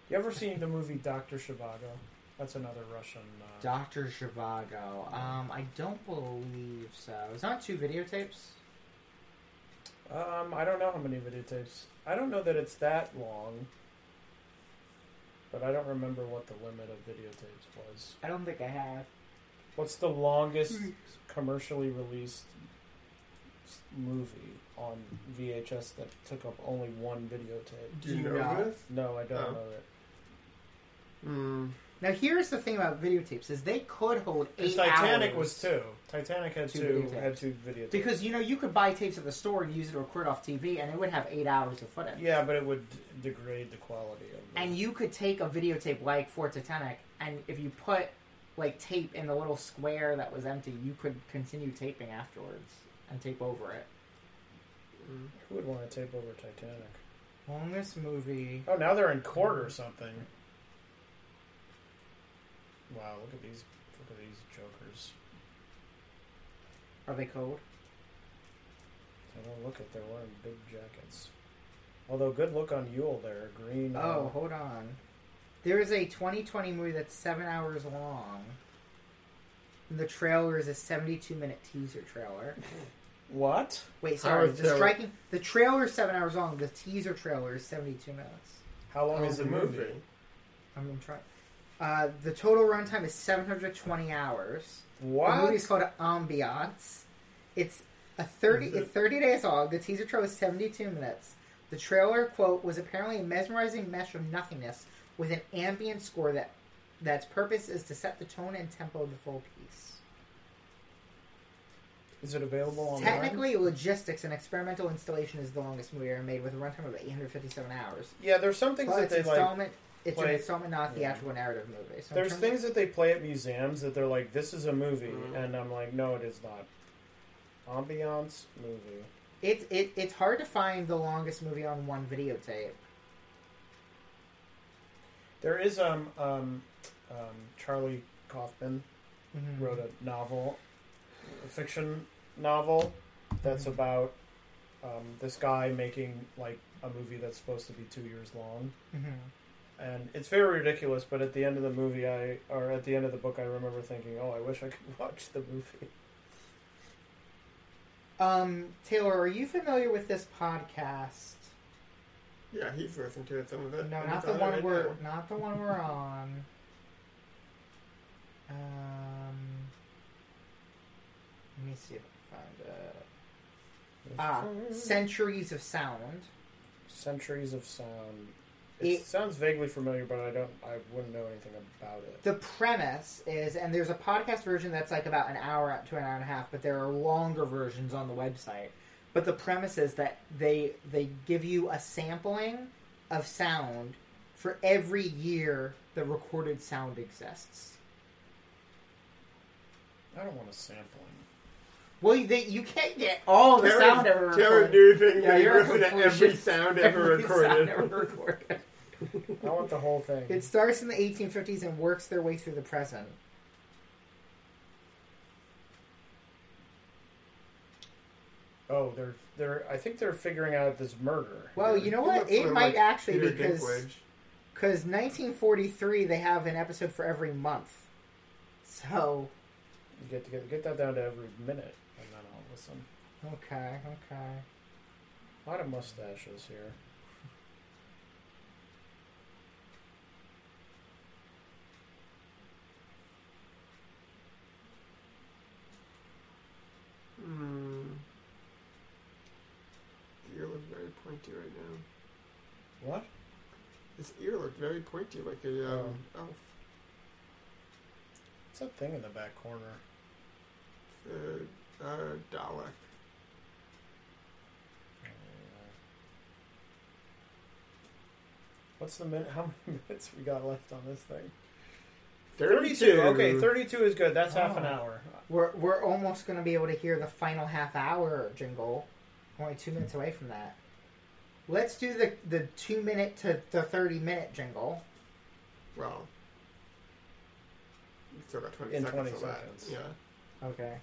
C: You ever seen the movie Doctor Shivago? That's another Russian. Uh,
B: Doctor Zhivago. Um, I don't believe so. Is that on two videotapes?
C: um, I don't know how many videotapes. I don't know that it's that long, but I don't remember what the limit of videotapes was.
B: I don't think I have.
C: What's the longest commercially released s- movie on VHS that took up only one videotape?
A: Do you,
B: Do you
A: know,
B: know?
A: this?
C: No, I don't
A: Oh.
C: know it.
A: Mm.
B: Now here's the thing about videotapes: is they could hold eight
C: Because Titanic
B: hours.
C: was two. Titanic had
B: Two
C: two,
B: videotapes.
C: had two videotapes.
B: Because you know you could buy tapes at the store and use it to record off TV, and it would have eight hours of footage.
C: yeah, but it would degrade the quality of. The,
B: And you could take a videotape like for Titanic, and if you put like tape in the little square that was empty, you could continue taping afterwards and tape over it.
C: who would want to tape over Titanic?
B: Longest movie.
C: Oh, now they're in court or something. Wow! Look at these. Look at these jokers.
B: Are they cold?
C: I don't look at they're wearing big jackets. Although, good look on Yule there. Green. uh,
B: Oh, hold on. There is a 2020 movie that's seven hours long. And the trailer is a 72 minute teaser trailer.
C: what?
B: Wait,
A: How
B: sorry,
A: is
B: the
A: there-
B: striking. The trailer is seven hours long. The teaser trailer is 72 minutes.
C: How long
A: Oh,
C: is the
A: the
C: movie?
A: movie.
B: I'm gonna try. Uh, the total runtime is 720 hours. The
C: What?
B: movie's called Ambiance. It's a 30 it's 30 days long. The teaser trailer is 72 minutes. The trailer quote was apparently a mesmerizing mesh of nothingness with an ambient score that that's purpose is to set the tone and tempo of the full piece.
C: Is it available online?
B: Technically, logistics and experimental installation is the longest movie ever made with a runtime of 857 hours.
C: Yeah, there's some things
B: But it's,
C: that they like.
B: installment, it's an
C: play-
B: installment, not theatrical narrative movie. So in
C: There's
B: terms
C: things that they play at museums that they're like, "This is a movie,"
B: Mm-hmm.
C: and I'm like, "No, it is not." Ambiance movie.
B: It, it, it's hard to find the longest movie on one videotape.
C: There is um um, um Charlie Kaufman
B: Mm-hmm.
C: wrote a novel, a fiction novel, that's
B: Mm-hmm.
C: about um, this guy making like a movie that's supposed to be two years long,
B: Mm-hmm.
C: And it's very ridiculous, but at the end of the movie, I or at the end of the book, I remember thinking, "Oh, I wish I could watch the movie."
B: Um, Taylor, are you familiar with this podcast?
A: Yeah, he's listened to it, some of it.
B: No,
A: and
B: not
A: it's
B: the
A: on it
B: one
A: right
B: we're
A: now.
B: not the one we're on. Um, let me see if I can find it. Ah, Centuries of Sound.
C: Centuries of Sound. It,
B: It-
C: sounds vaguely familiar, but I don't. I wouldn't know anything about it.
B: The premise is, and there's a podcast version that's like about an hour to an hour and a half, but there are longer versions on the website. But the premise is that they they give you a sampling of sound for every year the recorded sound exists.
C: I don't want a sampling.
B: Well, you, they, you can't get all the
A: Terry,
B: sound ever
A: Terry
B: recorded.
A: do think
B: yeah,
A: that you
B: you're a
A: listen to every
B: completionist.
A: sound ever
B: Every sound
A: recorded.
B: ever recorded.
C: I want the whole thing.
B: It starts in the 1850s and works their way through the present.
C: oh, they're they're. I think they're figuring out this murder.
B: Well, you know what?
A: He looks
B: It
A: sort of
B: might
A: like
B: actually
A: Peter
B: because
A: Dinklage.
B: because 1943 they have an episode for every month. So
C: You get to get get that down to every minute, and then I'll listen.
B: okay, okay.
C: A lot of mustaches here.
A: Hmm. The ear looks very pointy right now.
C: What?
A: His ear looked very pointy, like a um, elf.
C: What's that thing in the back corner?
A: Uh, uh, Dalek.
C: What's the minute? How many minutes we got left on this thing?
A: 32.
C: Okay, thirty-two is good. That's half an
B: Oh.
C: hour.
B: We're we're almost going to be able to hear the final half hour jingle. Only two minutes away from that. Let's do the the two minute to the thirty minute jingle.
A: Well, we still got 20
C: In
A: seconds
C: 20
A: of that.
C: seconds.
A: Yeah.
B: Okay.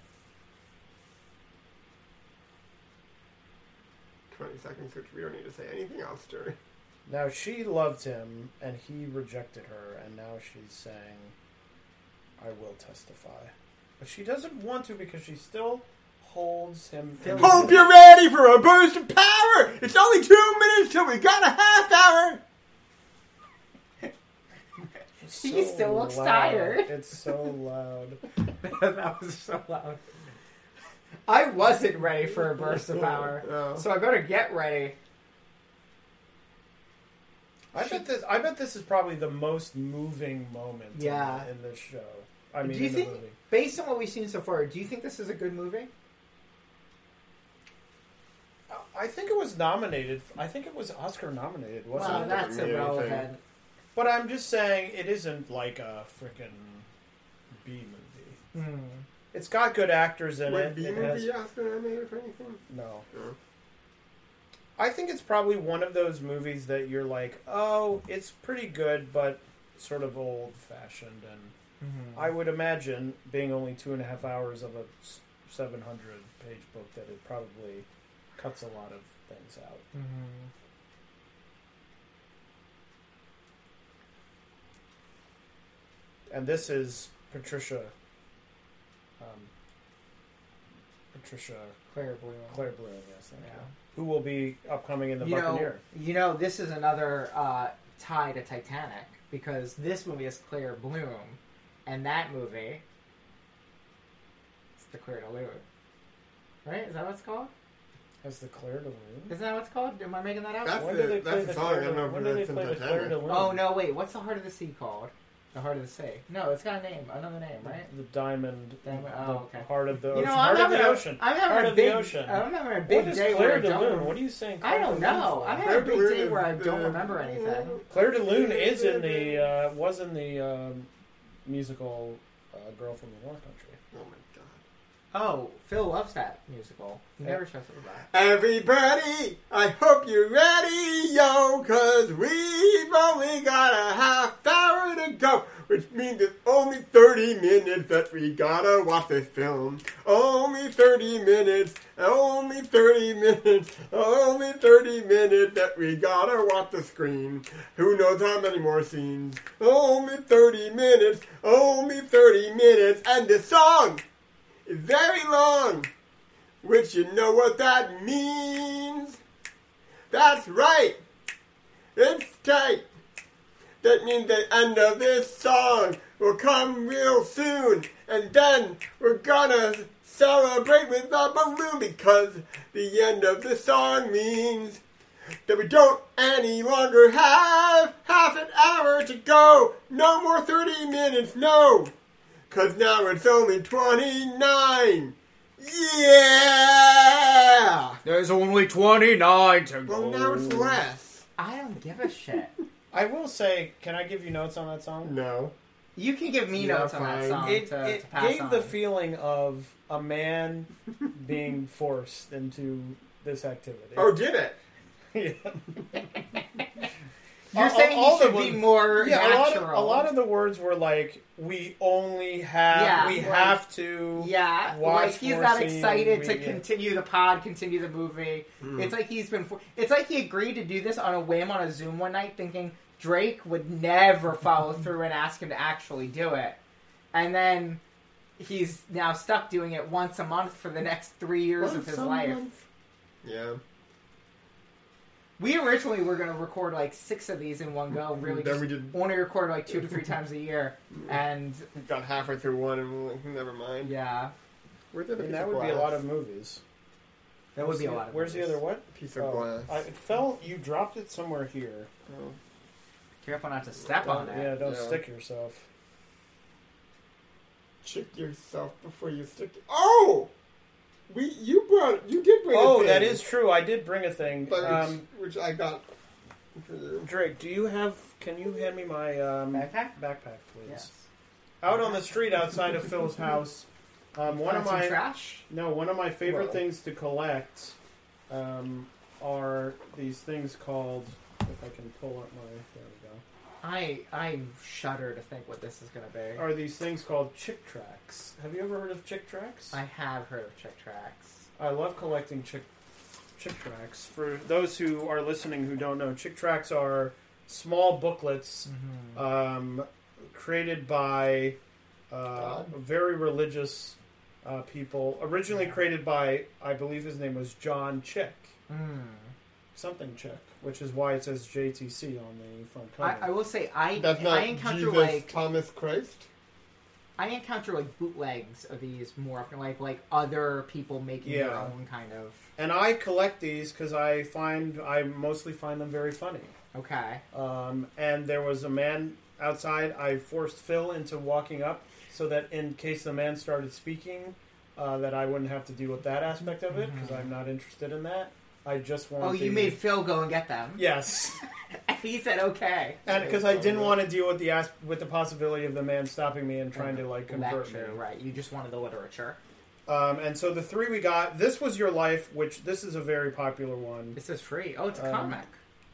A: 20 seconds, which we don't need to say anything else during.
C: Now she loved him, and he rejected her, and now she's saying, "I will testify," but she doesn't want to because she still holds him. in-
A: Hope you're ready for a burst of power! It's only two minutes till we got a half hour!
C: It's
B: He
C: so
B: still looks
C: loud.
B: tired.
C: It's so loud.
B: that was so loud. I wasn't ready for a burst of power,
A: Yeah.
B: so I better get ready.
C: I bet this. I bet this is probably the most moving moment. in-
B: Yeah.
C: In, this show. I mean,
B: do you
C: in
B: think,
C: the movie.
B: based on what we've seen so far, do you think this is a good movie?
C: I think it was nominated. I think it was Oscar nominated, wasn't
B: Well,
C: it?
B: that's
A: really
B: irrelevant.
C: But I'm just saying it isn't like a freaking B movie.
B: Hmm.
C: It's got good actors in
A: Would
C: it.
A: B
C: it has-
A: movie Oscar nominated for anything?
C: no.
A: No.
C: I think it's probably one of those movies that you're like, oh, it's pretty good, but sort of old fashioned. And
B: hmm,
C: I would imagine, being only two and a half hours of a 700 page book, that it probably cuts a lot of things out.
B: hmm.
C: And this is Patricia. Um, Patricia
B: Claire Blue.
C: Claire Bloom, yes, thank
B: Yeah.
C: you. Who will be upcoming in the
B: You know,
C: Buccaneer?
B: you know, this is another uh, tie to Titanic because this movie is Claire Bloom, and that movie, it's the Claire de Lune. Right? Is that what it's called?
C: As the Claire de Lune?
B: Isn't that what it's called? Am I making that up?
A: That's
C: When
A: the-
C: did they play
A: that's
C: the
A: the song,
C: Claire
A: I
C: de
A: don't know
C: Lune? When
A: if
C: did they
A: it's in
C: play the Claire
A: Titanic.
C: de Lune?
B: Oh no! Wait, what's the Heart of the Sea called? The Heart of the Sea. No, it's got a name, another name, right?
C: The diamond,
B: Diamond-
C: the
B: oh, okay.
C: heart of the ocean.
B: You know,
C: heart
B: I'm
C: of the
B: having a-
C: ocean.
B: I'm having
C: heart
B: a
C: of
B: big,
C: the ocean.
B: I'm having a
C: what
B: big
C: is
B: day where
C: Claire
B: I
C: de Lune?
B: don't.
C: What are you saying?
B: I don't
C: Claire de Lune
B: know.
C: for?
B: I'm having
A: Claire
B: a
A: de
B: big
A: Lune
B: day
A: is
B: where I
A: the-
B: don't remember anything.
C: Claire de Lune is in the uh, was in the um, musical uh, Girl from the North Country.
A: Oh my god.
B: Oh, Phil loves that musical. He
C: Yeah.
B: never shuts it back.
A: Everybody, I hope you're ready, yo, cause we've only got a half hour to go. which means it's only 30 minutes that we gotta watch this film. Only 30 minutes, only 30 minutes, only 30 minutes that we gotta watch the screen. Who knows how many more scenes? Only 30 minutes, only 30 minutes, and the song is very long, which you know what that means. That's right. It's tight. That means the end of this song will come real soon, and then we're gonna celebrate with a balloon because the end of the song means that we don't any longer have half an hour to go. No more 30 minutes, no. Cause now it's only 29. Yeah!
G: There's only 29 to go.
A: Well, now
C: Oh.
A: it's less.
B: I don't give a shit.
C: I will say, can I give you notes on that song?
A: No.
B: You can give me
A: Yeah,
B: notes on that
A: fine.
B: song
C: It,
B: to,
C: it
B: to pass
C: gave
B: on.
C: the feeling of a man being forced into this activity.
A: Oh, did it?
C: yeah.
B: You're
C: all-
B: saying
C: all
B: he should
C: the
B: be
C: ones-
B: more
C: Yeah, a lot,
B: natural.
C: of, a lot of the words were like, "We only have,
B: Yeah,
C: we
B: like-
C: have to."
B: yeah,
C: watch
B: like he's
C: more
B: not
C: scenes, Hmm.
B: excited
C: we-
B: to
C: yeah.
B: continue the pod, continue the movie. It's like he's been. For- it's like he agreed to do this on a whim on a Zoom one night, thinking Drake would never follow through and ask him to actually do it, and then he's now stuck doing it once a month for the next three years of his life.
A: Yeah.
B: We originally were going to record like six of these in one go. Really,
A: Mm-hmm. Then
B: just
A: we did-
B: only record like two to three times a year, and
A: We got halfway through one and we're like, never mind.
B: yeah,
A: Where's the
C: I
A: piece
C: mean,
A: of
C: that would be a
A: glass?
C: lot of movies.
B: that would be a lot. Of
C: Where's the
B: movies.
C: other one?
A: Piece of
C: Oh,
A: glass.
C: I it fell. You dropped it somewhere here.
A: Oh.
B: Careful not to step on it.
C: Yeah, don't
A: Yeah.
C: stick yourself.
A: Check yourself before you stick. it- Oh, we you brought you did bring. a
C: Oh,
A: thing,
C: that is true. I did bring a thing.
A: but which-
C: Um,
A: which, I got for you.
C: Drake, do you have? Can you hand me my um,
B: Backpack?
C: Backpack, please.
B: Yes.
C: Out on the street outside of Phil's house, um, one of
B: Find some
C: my
B: trash.
C: No, one of my favorite
A: Well.
C: things to collect um, are these things called. If I can pull up my, there
B: I I shudder to think what this is going to
C: we
B: be.
C: go. Are these things called chick tracks? Have you ever heard of chick tracks?
B: I have heard of Chick Tracks.
C: I love collecting chick chick tracks. For those who are listening who don't know, chick tracks are small booklets
A: Mm-hmm.
C: um, created by uh,
A: God.
C: very religious uh, people. Originally created by, I believe his name was John Chick,
B: Mm.
C: something Chick, which is why it says JTC on the front cover.
B: I, I will say I
A: That's not
B: I encounter
A: Jesus
B: like
A: Thomas Christ.
B: I encounter like bootlegs of these more often, like like other people making their
C: Yeah.
B: own kind of.
C: and I collect these because I find I mostly find them very funny.
B: Okay.
C: Um, and there was a man outside. I forced Phil into walking up so that in case the man started speaking, uh, that I wouldn't have to deal with that aspect of it because I'm not interested in that. I just wanted.
B: Oh, you made Phil go and get them.
C: yes,
B: And he said okay.
C: and because I didn't want to deal with the as- with the possibility of the man stopping me and trying to like convert me.
B: Lecture, right? You just wanted the literature.
C: Um, and so the three we got. This was your life, which this is a very popular one.
B: This is free. Oh, it's a
C: Um,
B: comic.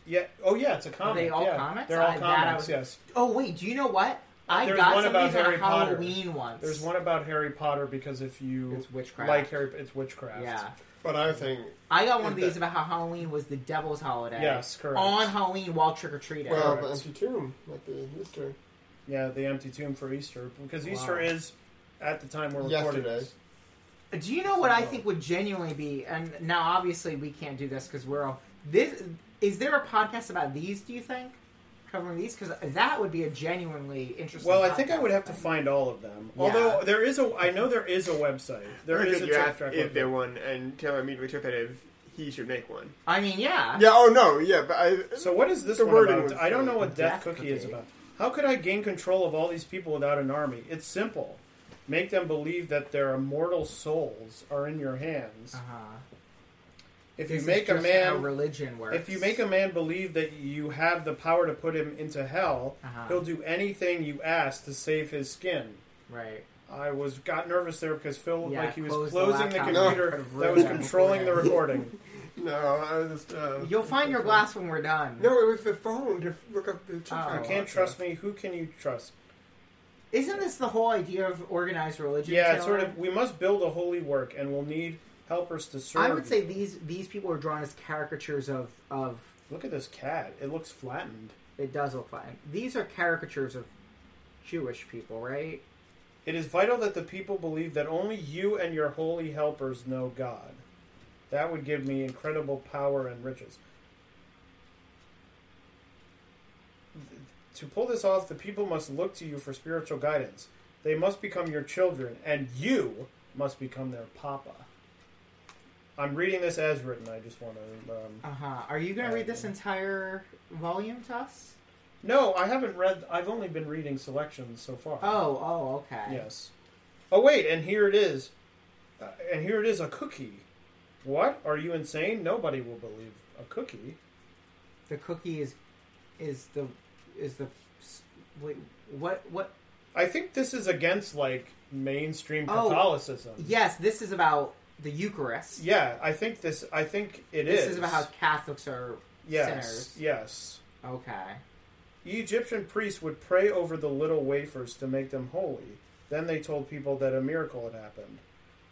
C: Yeah. Oh yeah, it's a comic.
B: they all
C: yeah.
B: comics?
C: They're all
B: I- that I
C: comics.
B: was-
C: Yes.
B: Oh wait, do you know what? I
C: There's
B: got
C: one
B: some
C: about
B: of these on
C: Harry Potter.
B: Halloween once.
C: There's one about Harry Potter because if you
B: It's witchcraft.
C: like Harry, it's witchcraft.
B: Yeah,
A: But I was saying,
B: I got one of
A: Is
B: these
A: that-
B: about how Halloween was the devil's holiday.
C: Yes, correct.
B: On Halloween, while trick or treating.
A: well,
C: Correct.
A: the empty tomb might be Easter.
C: Yeah, the empty tomb for Easter because
B: Wow.
C: Easter is at the time we're recording
A: Yesterday.
C: this.
B: Do you know what I think would genuinely be? And now, obviously, we can't do this because we're all this. Is there a podcast about these? Do you think covering these? Because that would be a genuinely interesting.
C: Well, I think I
B: podcast
C: would have to
B: thing.
C: find all of them.
B: Yeah.
C: Although there is a, I know there is a website. There is a
A: you
C: track
A: asked
C: track.
A: if there
C: website.
A: one, and Taylor immediately took it as he should make one.
B: I mean, yeah.
A: Yeah. Oh no. Yeah. But I.
C: So what is this
A: The
C: one
A: wording
C: about?
A: was
C: I don't know what Death,
B: Death
C: Cookie, is
B: Cookie.
C: about. How could I gain control of all these people without an army? It's simple. Make them believe that their immortal souls are in your hands.
B: Uh-huh.
C: If
B: This
C: you
B: is
C: make a
B: just how
C: man
B: religion works.
C: If you make a man believe that you have the power to put him into hell,
B: Uh-huh.
C: he'll do anything you ask to save his skin.
B: right.
C: I was got nervous there because Phil looked
B: Yeah,
C: like he was
B: close the
C: closing the,
B: laptop.
A: No.
C: computer
B: Could've
C: that
B: ruined
C: was
B: that
C: controlling the recording.
A: No. I was just. Uh,
B: You'll find your glass when we're done.
A: No, it was the phone to look up the.
B: Oh.
C: you can't trust me. Who can you trust?
B: Isn't this the whole idea of organized religion?
C: Yeah, it's
B: Taylor?
C: sort of. We must build a holy work, and we'll need helpers to serve.
B: I would say these these people are drawn as caricatures of of.
C: Look at this cat. It looks flattened.
B: It does look fine. These are caricatures of Jewish people, right?
C: It is vital that the people believe that only you and your holy helpers know God. That would give me incredible power and riches. To pull this off, the people must look to you for spiritual guidance. They must become your children, and you must become their papa. I'm reading this as written. I just want to. Um...
B: Uh huh. Are you going to read this entire volume to us?
C: No, I haven't read. I've only been reading selections so far.
B: Oh, oh, okay.
C: Yes. Oh wait, and here it is. Uh, and here it is a cookie. What? Are you insane? Nobody will believe a cookie.
B: The cookie is is the is the wait what what?
C: I think this is against like mainstream
B: Oh.
C: Catholicism.
B: Yes, this is about the Eucharist.
C: Yeah, I think this I think it is.
B: this is. about how Catholics are
C: yes,
B: sinners.
C: Yes.
B: Okay.
C: The Egyptian priests would pray over the little wafers to make them holy. Then they told people that a miracle had happened.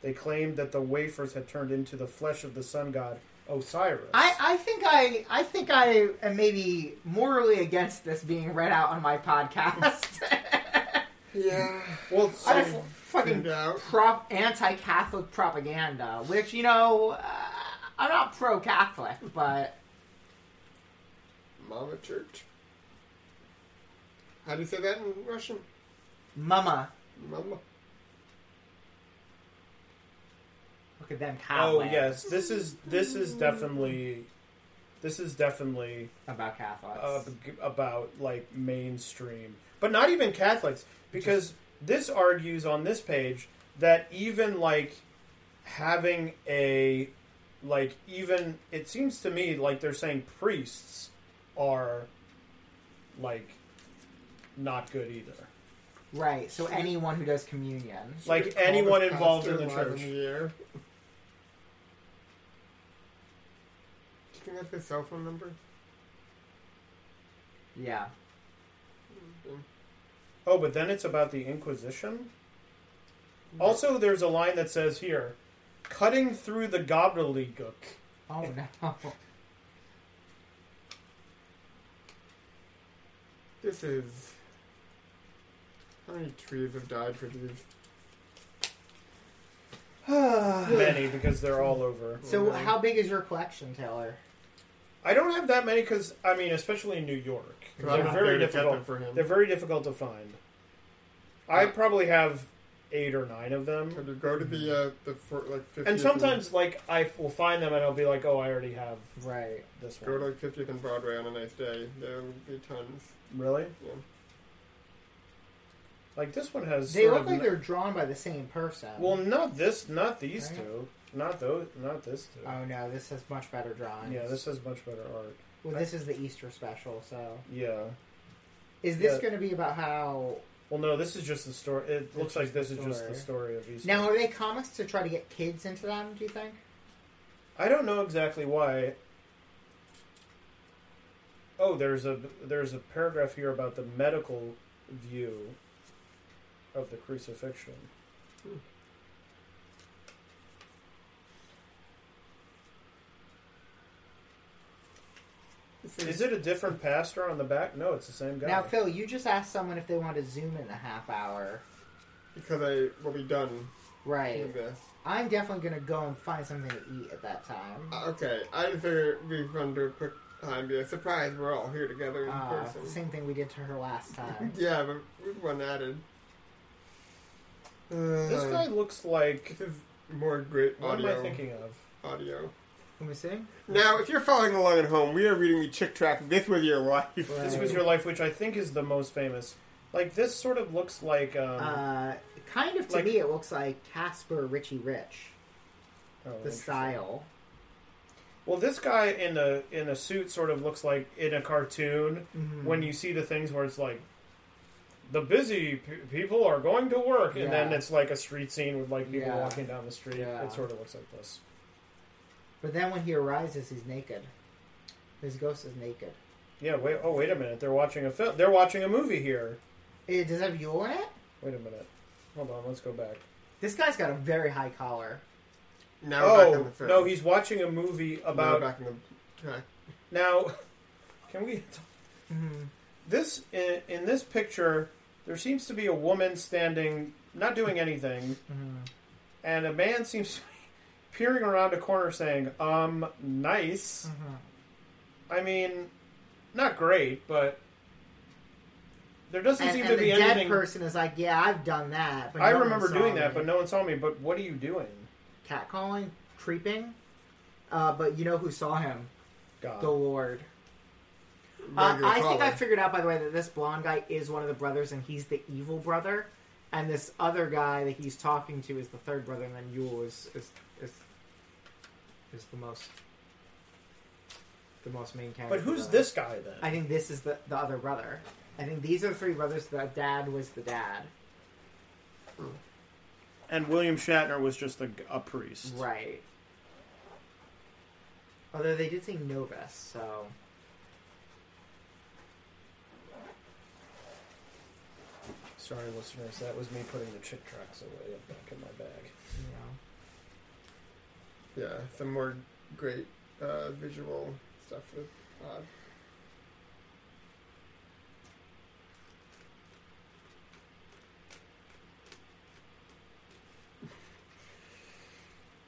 C: They claimed that the wafers had turned into the flesh of the sun god Osiris.
B: I, I think I I think I am maybe morally against this being read out on my podcast.
A: Yeah.
C: well,
B: I
C: so-
B: f- fucking
A: Turned out.
B: prop anti-Catholic propaganda, which you know uh, I'm not pro-Catholic, but
A: Mama Church. How do you say that in Russian?
B: mama,
A: Mama.
B: look at them
C: Oh
B: Catholic
C: yes, this is this is definitely this is definitely
B: about Catholics.
C: uh, about like mainstream, but not even Catholics because this argues on this page that even like having a like even it seems to me like they're saying priests are like not good either.
B: right. So anyone who does communion,
C: Like anyone involved in the church.
A: Do you think that's his cell phone number?
B: yeah.
C: Oh, but then it's about the Inquisition.
A: Mm.
C: Also, there's a line that says here, "Cutting through the gobbledygook."
B: Oh no.
A: This is. How many trees have died for these?
C: Many because they're all over.
B: So how big is your collection, Taylor?
C: I don't have that many because I mean, especially in New York,
A: Well, I'm
C: they're
A: not
C: very
A: there to get them
C: difficult.
A: for him.
C: They're very difficult to find. I probably have eight or nine of
A: Or
C: them,
A: to go to the uh, the for, like 50th
C: and sometimes like I will find them and I'll be like, "Oh, I already have
B: Right.
C: this
A: go to
C: one."
A: like 50th and Broadway on a nice day. There will be tons.
C: Really?
A: Yeah.
C: Like this one has.
B: They
C: sort
B: look
C: of
B: like
C: n-
B: they're drawn by the same person.
C: Well, not this, not these
B: Right.
C: two, not those, not this two.
B: oh no, this has much better drawings.
C: Yeah, this has much better art.
B: Well, this is the Easter special, so
C: Yeah.
B: is this
C: Yeah.
B: going to be about how?
C: Well, no, this is just the story. It looks like this is just
B: story.
C: the story of Easter.
B: Now, are they comics to try to get kids into them? Do you think?
C: I don't know exactly why. Oh, there's a there's a paragraph here about the medical view of the crucifixion. Is it a different pastor on the back? No, it's the same guy.
B: Now, Phil, you just asked someone if they want to zoom in a half hour,
A: Because I will be done
B: right?
A: with this.
B: I'm definitely going to go and find something to eat at that time.
A: Uh, Okay, I just figured we'd run to a quick time. Be a surprise. We're all here together in
C: Ah,
B: Uh,
A: person.
B: same thing we did to her last time.
A: Yeah, but we've one added. Uh,
C: this guy looks like.
A: This is more great
C: What am I
A: audio.
C: thinking of?
A: Audio.
B: Let me see.
A: Now, if you're following along at home, we are reading the Chick Track. This was your life.
C: This was your life, which I think is the most famous. Like this sort of looks like. Um,
B: Uh, kind of to
C: Like-
B: me, it looks like Casper Richie Rich,
C: oh,
B: the
C: interesting.
B: style.
C: Well, this guy in a in a suit sort of looks like in a cartoon
B: Mm-hmm.
C: when you see the things where it's like the busy p- people are going to work, and then
B: Yeah.
C: it's like a street scene with like people
B: Yeah.
C: walking down the street.
B: Yeah.
C: It sort of looks like this.
B: But then when he arises, he's naked. His ghost is naked.
C: Yeah. Wait. Oh, wait a minute. They're watching a film. They're watching a movie here.
B: Eh, does it have Yule in it?
C: Wait a minute. Hold on. Let's go back.
B: This guy's got a very high collar.
A: Now we're back on
C: Oh
A: the film.
C: no, he's watching a movie
A: now we're
C: about
A: back in the track.
C: Now, can we? This in, in this picture, there seems to be a woman standing, not doing anything, and a man seems to be peering around a corner, saying, "Um, nice." I mean, not great, but there doesn't
B: And,
C: seem
B: and
C: to
B: the
C: be
B: dead
C: anything.
B: person is like, yeah, I've done that. But
C: I
B: no one
C: remember
B: saw
C: doing that,
B: me."
C: but no one saw me. But what are you doing?
B: catcalling, creeping. Uh, but you know who saw him?
C: God,
B: The Lord. Uh,
A: Regular
B: I think I
A: caller.
B: figured out, by the way, that this blonde guy is one of the brothers, and he's the evil brother, and this other guy that he's talking to is the third brother, and then Yule is is is, is the most the most main character.
C: but who's
B: brother.
C: this guy then?
B: I think this is the the other brother. I think these are the three brothers. The dad was the dad,
C: and William Shatner was just a, a priest,
B: right? Although they did say Novus, so
C: Sorry, listeners, that was me putting the chit tracks away and back in my bag.
B: you know.
A: Yeah, some more great uh, visual stuff with uh, Pod.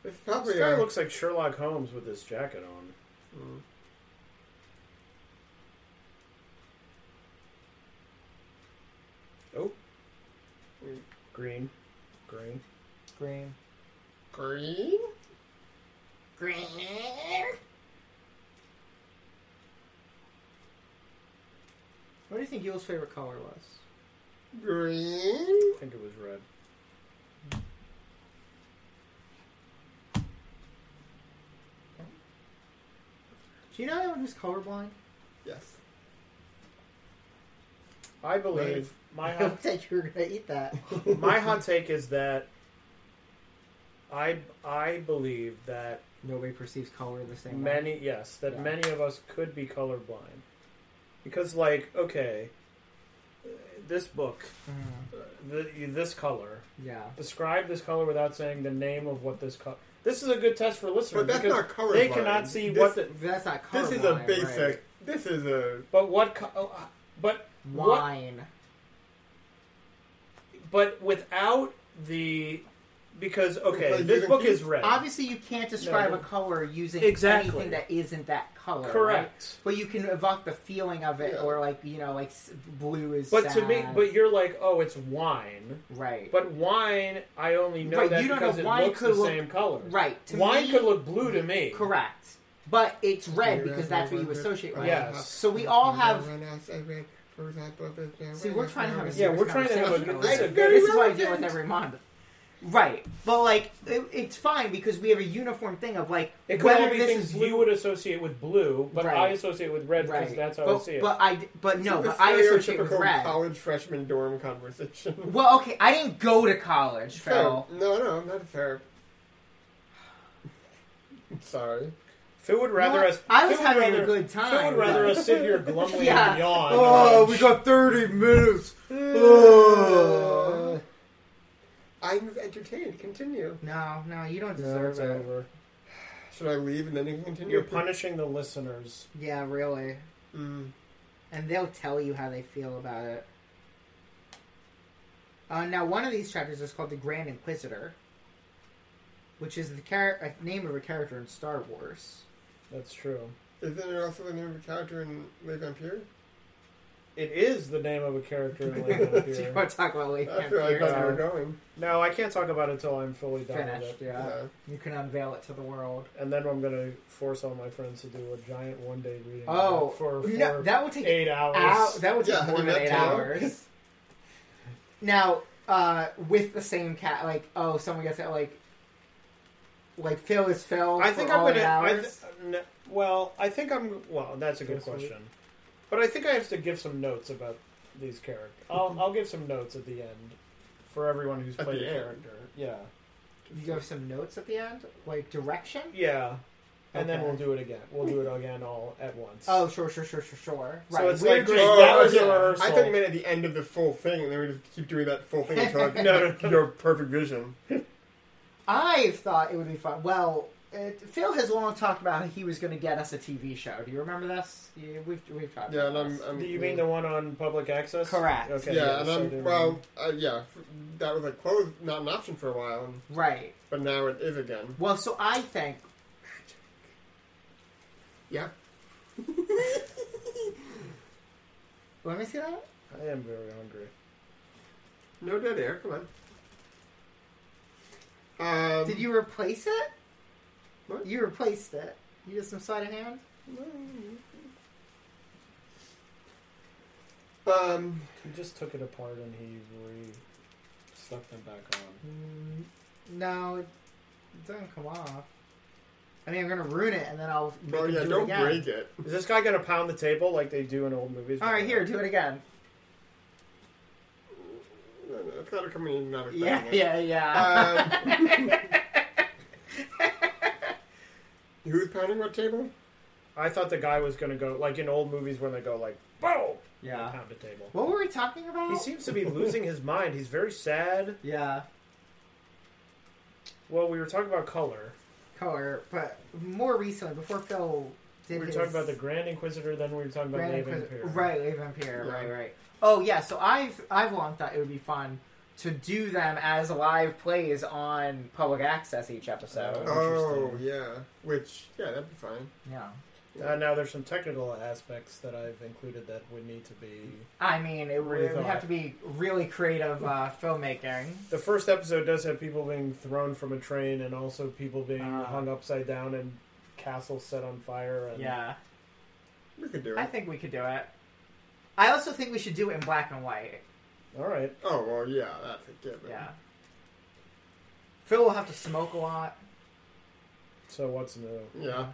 A: It's probably
C: This guy
A: a-
C: looks like Sherlock Holmes with this jacket on.
A: Mm.
C: Oh,
A: Mm.
C: green, green.
B: Green,
A: green.
B: green. What do you think Yule's favorite color was?
A: Green.
C: I think it was red.
B: Do you know anyone who's colorblind?
A: Yes.
C: I believe my
B: I
C: hot,
B: don't think you were gonna eat that.
C: my hot take is that I I believe that
B: Nobody perceives color the same way.
C: many yes that
B: Yeah.
C: many of us could be colorblind because like okay uh, this book
B: Mhm.
C: uh, th this color
B: Yeah.
C: describe this color without saying the name of what this color. This is a good test for listeners.
A: But that's
C: because
A: not colorblind.
C: They cannot see what the.
B: That's not colorblind.
A: This is a basic.
B: right?
A: This is a.
C: But what? Co- oh, uh, but what?
B: wine.
C: But without the, because okay,
A: Because you
C: this
A: don't
C: book
A: use-
C: is red.
B: Obviously, you can't describe
C: No.
B: a color using
C: Exactly.
B: anything that isn't that color. right?
C: Correct.
B: But you can evoke the feeling of it,
A: Yeah.
B: or like you know, like s- blue is.
C: But to me,
B: sad.
C: but you're like, oh, it's wine.
B: right,
C: But wine, I only know
B: Right,
C: that
B: you don't
C: because
B: know
C: it
B: wine
C: looks the
B: could look-
C: same color.
B: right. To
C: wine
B: me,
C: could look blue to me.
B: correct, but it's red
A: Red,
B: because
A: red,
B: that's what
A: red,
B: you
A: red,
B: associate
A: red,
B: with.
C: Yes.
A: red,
B: So we
A: red,
B: all
A: red,
B: have-
A: red, red, red, red, red, red, red, red,
B: See,
A: red,
B: we're
A: red,
B: trying
A: red,
B: to have a
A: red.
C: Yeah,
B: serious
C: we're trying to have a-
B: conversation.
C: it's a
B: Like,
C: good-
B: This is what I deal with every month. Right, but like it, it's fine because we have a uniform thing of like
C: It could all
B: whether
C: be
B: this
C: things
B: is
C: you would associate with blue, but I
B: Right.
C: associate with red because
B: right.
C: that's how
B: but,
C: I see it.
B: But I, d- but no,
A: It's a
B: but I associate with
A: stereotypical
B: red.
A: college freshman dorm conversation.
B: Well, okay, I didn't go to college,
A: Fair.
B: Phil.
A: No, no, not fair. Sorry.
C: Phil would rather
B: What?
C: us.
B: I was
C: Phil would
B: having a
C: rather-
B: good time,
C: Phil would rather
B: but-
C: us sit here glumly
B: Yeah.
C: and yawn.
A: Ah, got 30 minutes. Ah.
B: Oh.
A: I was entertained. Continue.
B: No, no, you don't
C: No,
B: deserve
C: it's
B: it.
C: over.
A: Should I leave and then you continue?
C: You're punishing the listeners.
B: Yeah, really.
A: Mm.
B: And they'll tell you how they feel about it. Uh, now, one of these chapters is called the Grand Inquisitor, which is the char- uh, name of a character in Star Wars.
C: That's true.
A: Isn't it also the name of a character in Les Vampires?
C: It is the name of a character in Land
B: Do you
C: Vampire.
B: want to talk about Lake
A: That's where I thought we were
B: Vampire?
A: going.
C: No, I can't talk about it until I'm fully done with
B: Finished,
C: it.
B: yeah.
A: Yeah.
B: You can unveil it to the world.
C: And then I'm going to force all my friends to do a giant one day reading of
B: Oh,
C: it for, for
B: no, that would take
C: eight hours.
B: Ow, that would take
A: Yeah,
B: more than
A: that's
B: eight
A: true.
B: hours. now, uh, with the same cat, like oh, someone gets it, like, like Phil is Phil.
C: I think
B: for
C: I'm
B: all
C: going
B: eight
C: to.
B: hours.
C: Th- well, I think I'm. Well, that's a good
B: This week.
C: question. But I think I have to give some notes about these characters. I'll, I'll give some notes at the end for everyone who's
A: At
C: played a
A: the end?
C: character. Yeah.
B: You have some notes at the end, like direction.
C: Yeah. and then
B: Okay.
C: we'll do it again. We'll do it again all at once.
B: Oh, sure, sure, sure, sure, sure.
C: So
B: Right.
C: it's
B: We're
C: like,
B: doing
C: oh,
B: that
C: that was
B: one.
C: your-
A: I thought you meant at the end of the full thing, and then we just keep doing that full thing until
C: No, no.
A: your perfect vision.
B: I thought it would be fun. Well, it, Phil has long talked about how he was going to get us a TV show. Do you remember this? Yeah, we've we've talked.
A: Yeah, and
B: about
A: I'm.
B: this.
A: I'm
C: Do you mean the one on public access?
B: Correct.
A: Yeah,
C: Okay.
A: and
C: so
A: I'm.
C: there we
A: well,
C: go.
A: uh, yeah, f- that was like closed, not an option for a while, and,
B: right.
A: but now it is again.
B: Well, so I think
A: Yeah.
B: Let me see that.
C: I am very hungry.
A: No dead air. Come on. Um,
B: Did you replace it?
A: What?
B: You replaced it. You did some sleight of hand.
A: Um,
C: He just took it apart and he re stuck them back on.
B: Mm, No, it doesn't come off. I mean, I'm gonna ruin it, and then I'll. Make
A: well,
B: him
A: yeah,
B: do it
A: don't
B: again.
A: break it.
C: Is this guy gonna pound the table like they do in old movies?
B: All right, here, do it again.
A: No, no, It's gotta come in another thing.
B: Yeah, yeah, yeah.
A: Um, who's pounding what table?
C: I thought the guy was gonna go like in old movies when they go like boom,
B: yeah.
C: pound the table.
B: What were we talking about?
C: He seems to be losing his mind. He's very sad.
B: yeah,
C: Well, we were talking about color.
B: color, but more recently, before Phil
C: We
B: did
C: were
B: his
C: talking about the Grand Inquisitor. Then we were talking about
B: Grand
C: Grand
B: Inquis-
C: Vampire.
B: right, Lave Vampire,
A: Yeah.
B: right, right. Oh yeah, so I've I've long thought it would be fun to do them as live plays on public access each episode.
C: Oh.
A: Oh,
C: Interesting.
A: yeah. Which, yeah, that'd be fine.
B: Yeah,
C: Uh, now there's some technical aspects that I've included that would need to be.
B: I mean, it would, it would
C: Rethought.
B: have to be really creative uh, filmmaking.
C: The first episode does have people being thrown from a train and also people being
B: Ah.
C: hung upside down and castles set on fire. And
B: Yeah,
A: We could do it.
B: I think we could do it. I also think we should do it in black and white.
C: All right.
A: oh, well, yeah, that's a given.
B: Yeah. Phil will have to smoke a lot.
C: So what's new?
A: Yeah.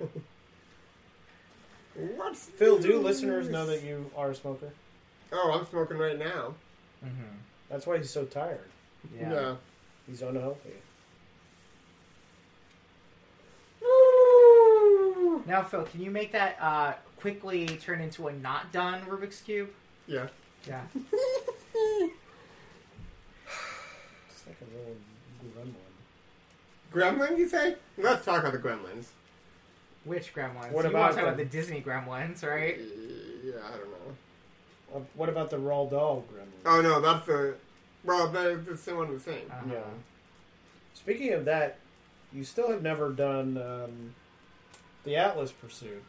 A: What's
C: Phil,
A: new?
C: do listeners know that you are a smoker?
A: Oh, I'm smoking right now.
B: Mm-hmm.
C: That's why he's so tired.
A: Yeah.
C: He's unhealthy.
B: Now, Phil, can you make that uh, quickly turn into a not done Rubik's cube?
A: Yeah.
B: Yeah.
C: It's like a little gremlin.
A: Gremlin, you say? Let's talk about the gremlins.
B: Which Gremlins?
C: What
B: you
C: about
B: want to talk about the
C: them?
B: Disney Gremlins,
A: Yeah,
B: right?
A: I don't know.
C: Uh, what about the Roald Dahl gremlin?
A: Oh, no, that's a. Well, they're the same one the same.
B: Uh,
C: yeah. Speaking of that, you still have never done um, the Atlas Pursuit.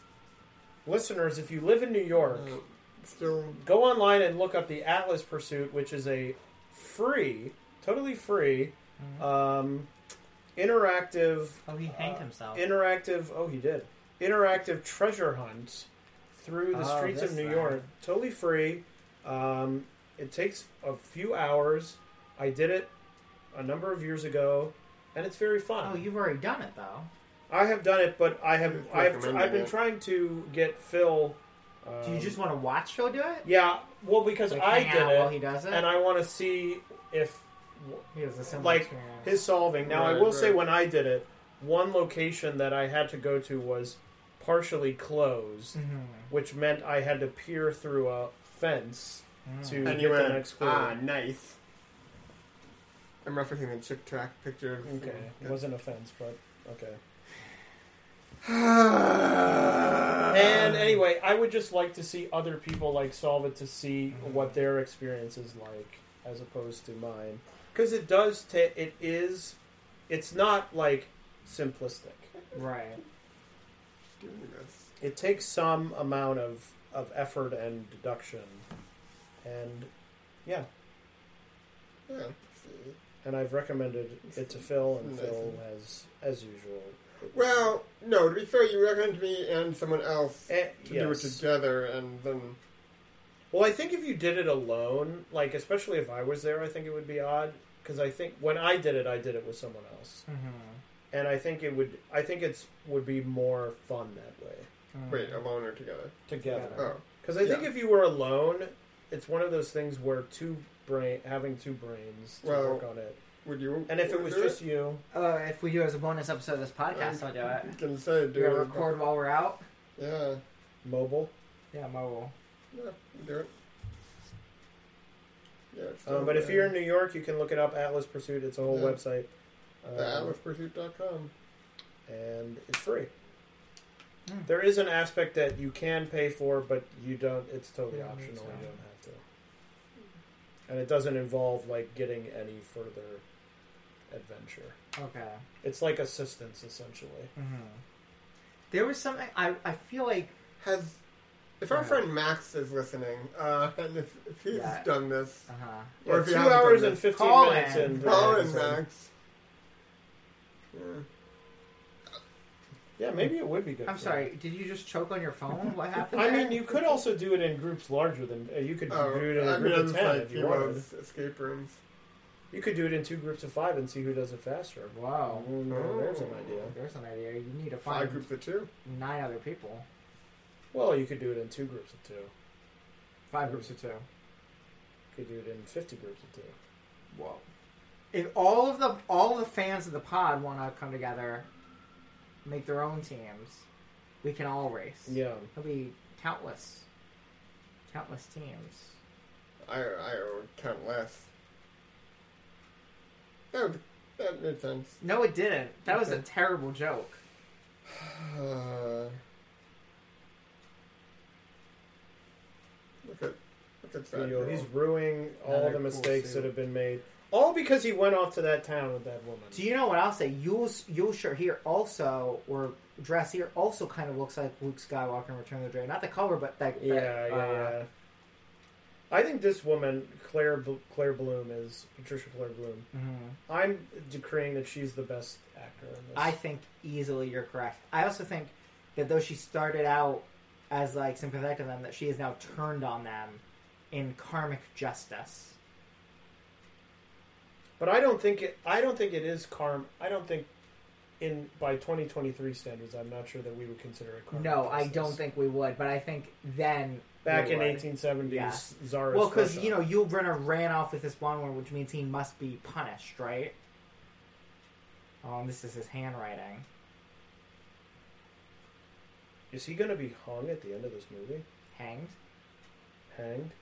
C: Listeners, if you live in New York,
A: Uh, still.
C: go online and look up the Atlas Pursuit, which is a free, totally free, um, interactive,
B: Oh, he hanged
C: Uh,
B: himself.
C: interactive. Oh, he did interactive treasure hunt through the
B: Oh,
C: streets of
B: this
C: New
B: thing.
C: York, totally free. Um, it takes a few hours. I did it a number of years ago, and it's very fun.
B: oh, you've already done it though.
C: I have done it, but I have
A: It's
C: I've,
A: recommended
C: I've been
A: it.
C: trying to get Phil. Um,
B: Do you just want to watch Phil do it?
C: Yeah, well, because
B: Like,
C: I
B: hang
C: did
B: out
C: it,
B: while he does it?
C: and I want to see if
B: He has a similar
C: like
B: experience.
C: his solving. Now, I
A: Right,
C: will say
A: right.
C: when I did it, one location that I had to go to was partially closed,
B: Mm-hmm.
C: which meant I had to peer through a fence to
A: And
C: get
A: you
C: the
A: went,
C: next clue.
A: ah, nice. I'm referencing the Chick Track picture. Of
C: okay, it wasn't a fence, but okay.
A: Um,
C: And anyway, I would just like to see other people like solve it to see what their experience is like as opposed to mine, because it does. Ta- it is. It's not like simplistic.
B: right.
A: Doing this.
C: It takes some amount of of effort and deduction, and yeah.
A: Yeah. see.
C: And I've recommended it to Phil, and
A: Nice.
C: Phil has, as usual.
A: Well, no, to be fair, you recommended me and someone else
C: Eh,
A: to do it
C: yes.
A: together, and then.
C: Well, I think if you did it alone, like especially if I was there, I think it would be odd because I think when I did it, I did it with someone else,
B: Mm-hmm.
C: and I think it would. I think it's would be more fun that way
A: Wait, alone or together?
C: together.
A: Oh.
C: Because I think
A: Yeah.
C: if you were alone, it's one of those things where two brain having two brains to
A: Well-
C: work on it
A: Would you?
C: And if it
A: would
C: was
A: do
C: just you,
B: Uh, if we do as a bonus episode of this podcast, I'll do
A: You
B: it.
A: can say do
B: Do
A: it.
B: it record while we're out?
A: Yeah.
C: mobile.
B: Yeah, mobile.
A: Yeah, you do it. Yeah, it's
C: Um,
A: still
C: but if
A: there.
C: you're in New York, you can look it up. Atlas Pursuit. It's a whole
A: Yeah.
C: website,
A: the
C: um,
A: atlaspursuit.com.
C: and it's free.
B: Hmm.
C: There is an aspect that you can pay for, but you don't. It's totally
B: You don't need
C: optional.
B: to.
C: You don't have to. And it doesn't involve like getting any further adventure.
B: Okay.
C: It's like assistance essentially.
B: There was something, I, I feel like
A: Has if our
B: Yeah.
A: friend Max is listening, uh, and if, if he's
B: Yeah.
A: done this,
B: Uh-huh.
A: Or
C: Yeah,
A: if you
C: two
A: haven't
C: hours
A: done
C: and
A: this.
C: fifteen
B: Call
C: minutes
B: in.
C: in. the
A: call in
C: episode.
A: Max. Yeah.
C: Yeah, maybe it would be good.
B: I'm
C: for
B: sorry, did you just choke on your phone? What happened?
C: I
B: there?
C: mean, you could also do it in groups larger than uh, you could
A: Oh,
C: do it in a
A: I mean,
C: group
A: it's
C: of ten
A: like
C: if you
A: you
C: wanted.
A: escape rooms.
C: You could do it in two groups of five and see who does it faster.
B: Wow.
A: Oh.
C: Mm, there's an idea.
B: There's an idea. You need to
A: Five
B: find
A: groups of two.
B: nine other people.
C: Well, you could do it in two groups of two. You
B: Five groups of two.
C: could do it in fifty groups of two.
B: Whoa. If all of the all the fans of the pod want to come together, make their own teams, we can all race.
C: Yeah,
B: There'll be countless, countless teams.
A: I I would count less. That would, that made sense.
B: No, it didn't. That was a terrible joke.
A: Uh, look at look at that.
C: You know,
A: girl.
C: he's ruining all
B: Another
C: the
B: cool
C: mistakes
B: suit.
C: that have been made, all because he went off to that town with that woman.
B: Do you know what I'll say? Yule's Yule shirt here also, or dress here also, kind of looks like Luke Skywalker in Return of the Dragon. Not the color, but that.
C: yeah,
B: that,
C: yeah,
B: uh,
C: yeah. I think this woman, Claire Bl- Claire Bloom, is Patricia Claire Bloom.
B: mhm.
C: I'm decreeing that she's the best actor in this.
B: I think easily you're correct. I also think that though she started out as like sympathetic to them, that she has now turned on them in karmic justice.
C: But I don't think it. I don't think it is karm. I don't think in by 2023 standards, I'm not sure that we would consider it karm.
B: No, I don't think we would, but I think then
C: Back
B: we
C: in
B: would.
C: 1870s,
B: Yeah.
C: Zara.
B: Well, because you know Yul Brynner ran off with this blonde woman, which means he must be punished, right? Oh, and this is his handwriting.
C: is he going to be hung at the end of this movie?
B: Hanged,
C: Hanged?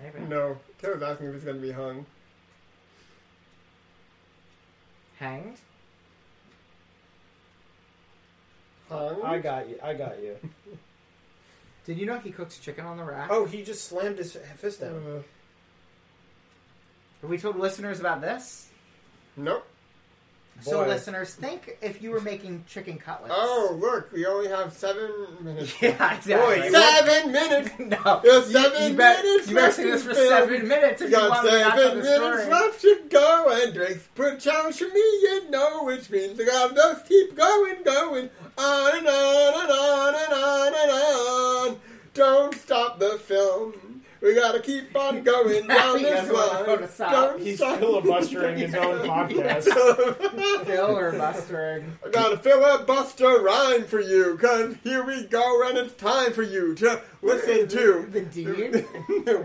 B: maybe.
A: No, Taylor's asking if he's going to be hung.
B: Hanged.
A: Hung?
C: I got you. I got you.
B: Did you know he cooks chicken on the rack?
C: oh, he just slammed his fist down.
A: Uh,
B: Have we told listeners about this?
A: nope.
B: Uh, So,
C: Boy.
B: listeners, think if you were making chicken cutlets.
A: Oh, look, we only have seven minutes.
B: Yeah,
C: Boy,
B: exactly.
C: you
A: Seven minutes.
B: no.
A: You're
B: You-
A: seven
B: you bet-
A: minutes
B: You better
A: left
B: say this
A: in
B: for
A: film.
B: seven minutes
A: You
B: if you,
A: got
B: want to wrap up
A: seven
B: the
A: minutes
B: story.
A: left to go, and Drake's put a challenge for me, you know, which means the God does keep going, going Ah, on and on and on and on and on. Don't stop the film. We gotta keep on going down
B: He
A: this
B: doesn't want the
A: line.
B: photo stop.
A: Don't
C: He's
A: stop.
C: filibustering his own podcast.
B: Phil or Mustering.
A: I got a filibuster rhyme for you, cause here we go, and it's time for you to listen to
B: The Dean?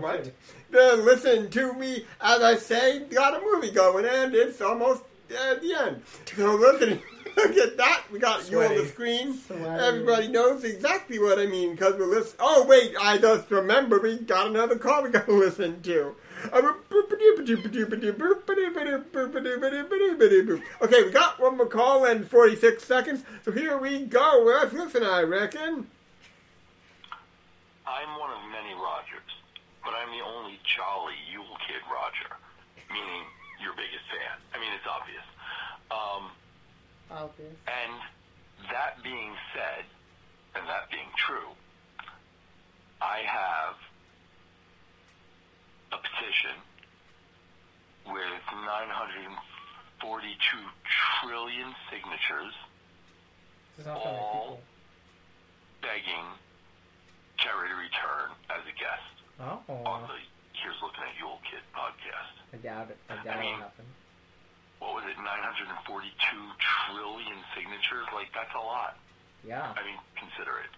A: what? To listen to me as I say, got a movie going, and it's almost at the end. So listen, look at that. We got you on
C: Sweaty.
A: the screen.
B: Sweaty.
A: Everybody knows exactly what I mean, cause we're listening. Oh wait, I just remember we got another call we gotta listen to. Okay, we got one more call in 46 seconds, so here we go. Let's listen, I reckon.
D: I'm one of many Rogers, but I'm the only jolly Yule Kid Roger, meaning your biggest fan. I mean, it's obvious. Um,
B: Obvious.
D: and that being said, and that being true, I have a petition with 942 trillion signatures all begging Jerry to return as a guest on
B: Oh.
D: the Here's Looking at Yule Kid podcast.
B: I doubt it. I doubt
D: I
B: it'll
D: mean-
B: happen.
D: What was it, 942 trillion signatures? Like, that's a lot.
B: Yeah.
D: I mean, consider it.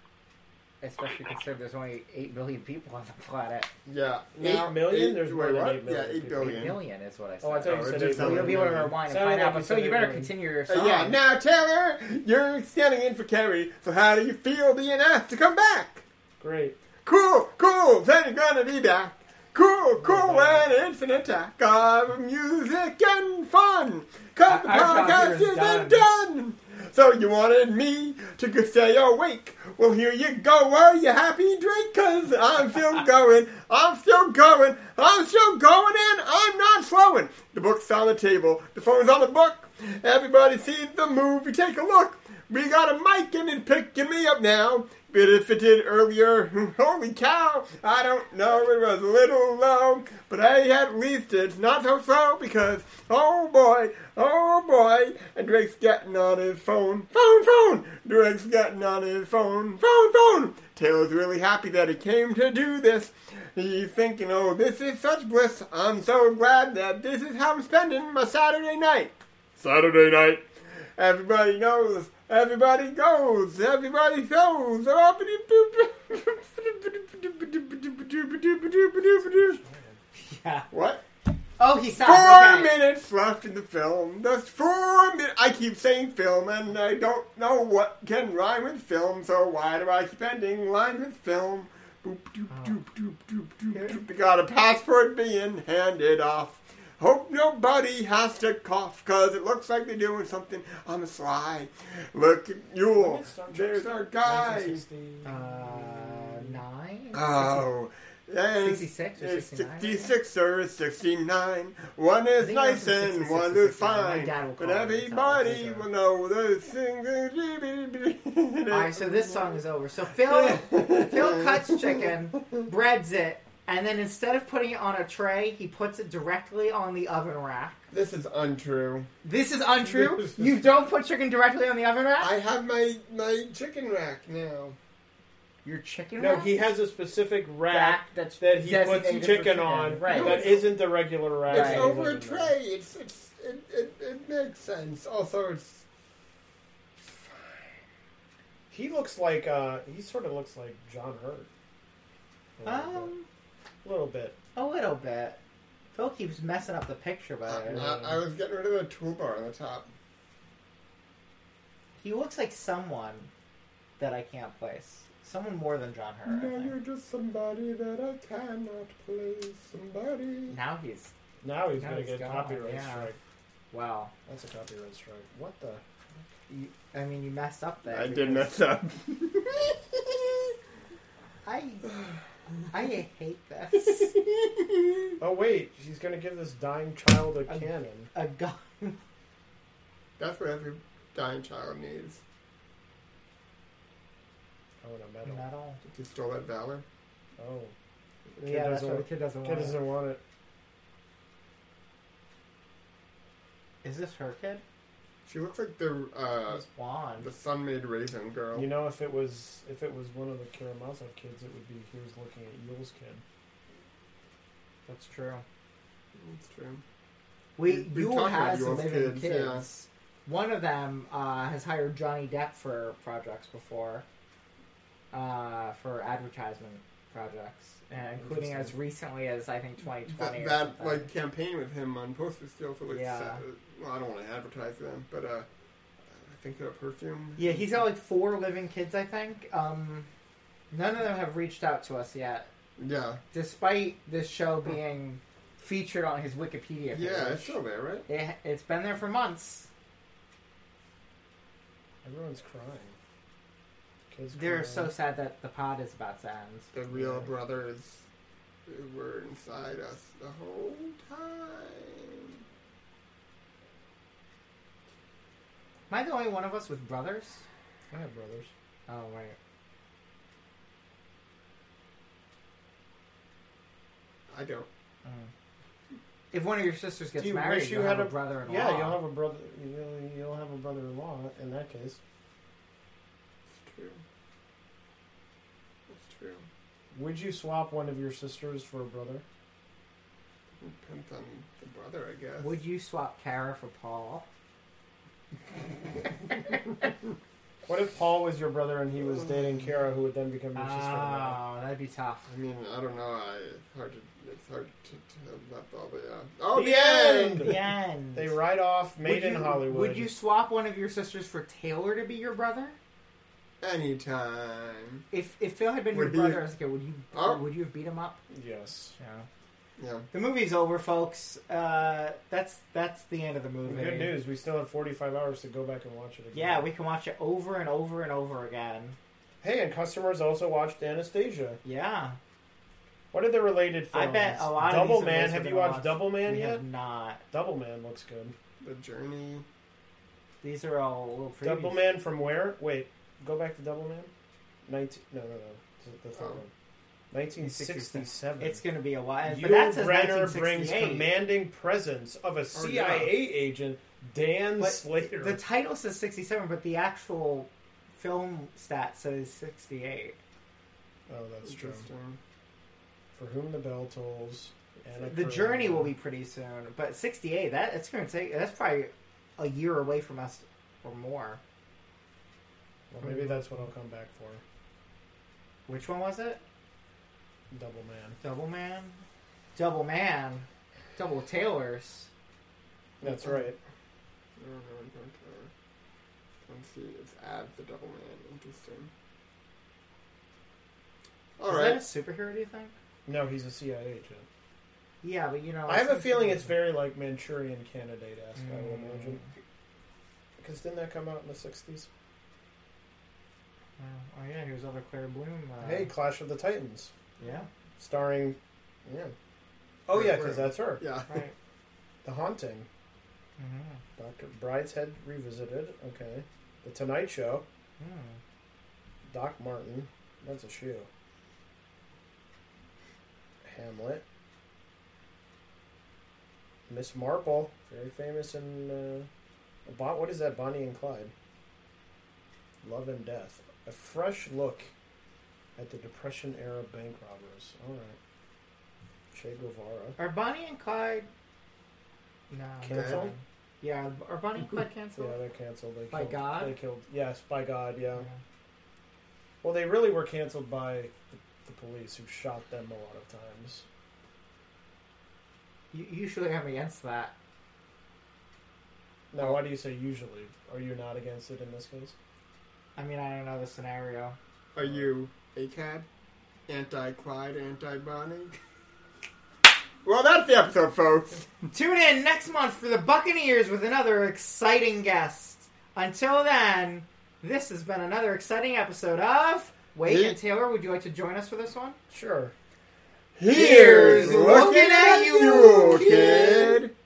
B: especially considering there's only eight billion people on the planet.
A: Yeah.
C: Now-
A: Eight-
C: million?
A: eight-
C: There's more
A: wait,
C: than
A: what?
C: eight million
A: Yeah, eight
C: people.
A: billion.
B: Eight million is what I said.
C: Oh, I thought
A: Oh,
C: you
A: it
C: said
A: just
C: eight
A: sounded
B: You'll be able to
A: million.
B: rewind and
C: Sounded
B: find
C: like
B: out,
C: you
B: but so
C: said
B: you better
C: eight million.
B: continue your
A: Uh,
B: song.
A: yeah, now Taylor, you're standing in for Kerry, so how do you feel being asked to come back?
C: Great.
A: Cool, cool, then gonna be back. Cool, cool,
C: man.
A: and it's an attack of music and fun. Cause the
C: Our- our job
A: podcast
C: here is
A: isn't done. So you wanted me to go stay awake. Well, here you go. Are you happy, Drake? Cause I'm still going, I'm still going, I'm still going, and I'm not slowing. The book's on the table, the phone's on the book. Everybody sees the movie, take a look. We got a mic and it's picking me up now. But if it did earlier, holy cow, I don't know, it was a little low. But hey, at least it's not so slow because, oh boy, oh boy. And Drake's getting on his phone, phone, phone. Drake's getting on his phone, phone, phone. Taylor's really happy that he came to do this. He's thinking, oh, this is such bliss. I'm so glad that this is how I'm spending my Saturday night. Saturday night. Everybody knows. Everybody goes. Everybody goes.
C: Yeah.
A: What?
B: Oh, he stopped.
A: Four
B: okay.
A: minutes left in the film. That's four minutes. I keep saying film, and I don't know what can rhyme with film, so why do I keep ending line with film? Boop, doop, doop, doop, doop, doop, doop. Got a passport being handed off. Hope nobody has to cough, cause it looks like they're doing something on the sly. Look at Yule. There's our guy.
B: Uh, nine.
A: Oh. and
B: 66 or
A: it's
B: 69?
A: 66 or 69. One
B: I
A: is
B: think it was
A: nice and
B: 66 or
A: one is
B: 69. My
A: fine.
B: dad will
A: But
B: call me and tell me
A: everybody
B: these are-
A: will know those things.
B: All right, so this song is over. So Phil, Phil cuts chicken, breads it, and then instead of putting it on a tray, he puts it directly on the oven rack.
A: This is untrue.
B: This is untrue. you don't put chicken directly on the oven rack.
A: I have my, my chicken rack now.
B: Your chicken.
C: No,
B: rack?
C: he has a specific rack
B: rack that's
C: that he puts
B: designated for
C: chicken on
B: Right.
C: that isn't the regular rack.
A: It's
B: Right.
A: over a tray. It's, it's, it, it, it makes sense. Also, it's.
C: He looks like uh, he sort of looks like John Hurt. A little bit.
B: Um, a
C: A little bit.
B: little bit. Phil keeps messing up the picture,
A: I,
B: but
A: uh, I, I was getting rid of the toolbar on the top.
B: he looks like someone that I can't place. Someone more than John Hurt. I
A: Now
B: think.
A: you're just somebody that I cannot place. Somebody.
B: Now he's
C: Now he's
B: Now
C: gonna
B: he's
C: get a
B: gone,
C: copyright
B: yeah.
C: strike.
B: wow.
C: That's a copyright strike. What the?
B: You, I mean, you messed up there.
A: I
B: because-
A: did mess up.
B: I I hate this.
C: Oh wait, she's gonna give this dying child a
B: Okay.
C: cannon.
B: A gun.
A: That's what every dying child needs.
C: Oh, and a metal.
B: Metal.
A: You stole that valor.
C: Oh, Kid
B: Yeah, that's what
C: doesn't
B: the
C: want-
B: kid doesn't
C: kid
B: want.
C: doesn't want it.
B: Is this her kid?
A: She looks like the uh,
B: It's Juan.
A: the sun made raisin girl.
C: You know, if it was if it was one of the Karamazov kids, it would be here's looking at Yule's kid.
B: That's true.
A: It's true.
B: We
A: We- we
B: Yule
A: talked about
B: has
A: Yule's
B: living
A: kids,
B: kids.
A: yeah.
B: One of them uh, has hired Johnny Depp for projects before, uh, for advertisement projects, and including as
C: Interesting.
B: recently as I think 2020.
A: That,
B: or
A: that
B: something.
A: like campaign with him on poster still for like.
B: Yeah.
A: se- well, I don't want to advertise them, but uh, I think they're a perfume.
B: Yeah, he's got like four living kids, I think. Um, none of them have reached out to us yet,
A: Yeah.
B: despite this show being featured on his Wikipedia. Page.
A: Yeah, it's still there, right?
B: it, it's been there for months.
C: Everyone's crying. Kids.
B: They're
C: crying.
B: so sad that the pod is about to end.
A: The real brothers were inside us the whole time.
B: Am I the only one of us with brothers?
C: I have brothers.
B: Oh right.
A: I don't.
B: If one of your sisters gets
C: Do you
B: married,
C: wish
B: Mm. you
C: you
B: have
C: had
B: a
C: a-
B: brother-in-law.
C: Yeah, you'll have a brother. You'll, you'll have a brother-in-law in that case.
A: It's true. It's true.
C: Would you swap one of your sisters for a brother?
A: Depends on the brother, I guess.
B: Would you swap Kara for Paul?
C: What if Paul was your brother and he was dating Kara, who would then become Misha's grandmother?
B: Oh, that'd be tough.
A: I mean, I don't know. I, it's hard to. It's hard to. to have that thought, but yeah. Oh,
C: The
A: the end.
C: end!
B: The end.
C: They ride off, made
B: Would
C: in
B: you-
C: Hollywood.
B: Would you swap one of your sisters for Taylor to be your brother?
A: Anytime.
B: If if Phil had been
A: Would
B: your
A: he-
B: brother as a kid, would you
A: Oh.
B: would you have beat him up?
C: Yes.
B: Yeah.
A: Yeah.
B: The movie's over, folks. Uh, that's that's the end of the movie.
C: Good news. We still have 45 hours to go back and watch it again.
B: Yeah, we can watch it over and over and over again.
C: Hey, and customers also watched Anastasia.
B: Yeah,
C: What are the related
B: I
C: films?
B: bet a lot of
C: Double
B: these
C: Man.
B: us are
C: Have you
B: gonna
C: watched
B: watch-
C: Double Man
B: we
C: yet?
B: Have not.
C: Double Man looks good.
A: The journey.
B: These are all little previews.
C: Double Man from where? Wait, go back to Double Man. Nineteen? No, no, no. The- The third
A: Oh.
C: one. Nineteen sixty-seven.
B: It's going to be a while.
C: Yul
B: but that says
C: Brenner brings
B: 1968.
C: commanding presence of a CIA agent, Dan
B: But
C: Slater.
B: The title says 67, but the actual film stat says 68.
C: oh, that's true.
A: Interesting.
C: For whom the bell tolls. Anna
B: The
C: Karenina.
B: journey will be pretty soon, but 68, that it's going to take that's probably a year away from us or more.
C: Well, maybe that's what I'll come back for.
B: Which one was it?
C: Double Man.
B: Double Man. Double Man. Double Tailors.
C: That's right.
A: I don't know. I don't care. Let's see. It's add the double man. Interesting. All
B: Is
A: right.
B: that a superhero, do you think?
C: No, he's a CIA agent.
B: Yeah, but you know.
C: I have a
B: it's-
C: feeling it's very like Manchurian Candidate esque. I would imagine. Because didn't that come out in the sixties?
B: Oh, yeah, here's other Claire Bloom. Uh,
C: Hey, Clash of the Titans,
B: Yeah,
C: starring. Yeah. Oh yeah, because
A: Right.
C: that's her.
A: Yeah.
B: right.
C: The Haunting,
B: Mhm.
C: Doctor Bride's Head revisited. Okay. The Tonight Show,
B: Hmm.
C: Doc Martin. That's a shoe. Hamlet. Miss Marple, very famous in. Uh, Bon- what is that? Bonnie and Clyde. Love and Death. A fresh look at the Depression era bank robbers. All right. Che Guevara.
B: Are Bonnie and Clyde? No.
C: Canceled?
B: Yeah, are Bonnie and Clyde canceled?
C: Yeah, they're canceled. They
B: By
C: killed,
B: God?
C: They killed. Yes, by God. Yeah.
B: Yeah.
C: Well, they really were canceled by the, the police, who shot them a lot of times.
B: You usually I'm against that.
C: Now, why do you say usually? Are you not against it in this case?
B: I mean, I don't know the scenario.
A: Are you a cad? Anti Clyde, anti Bonnie? well, that's the episode, folks.
B: Tune in next month for the Buccaneers with another exciting guest. Until then, this has been another exciting episode of. Wait,
A: Yeah.
B: and Taylor, would you like to join us for this one?
C: Sure.
A: Here's looking at you, kid.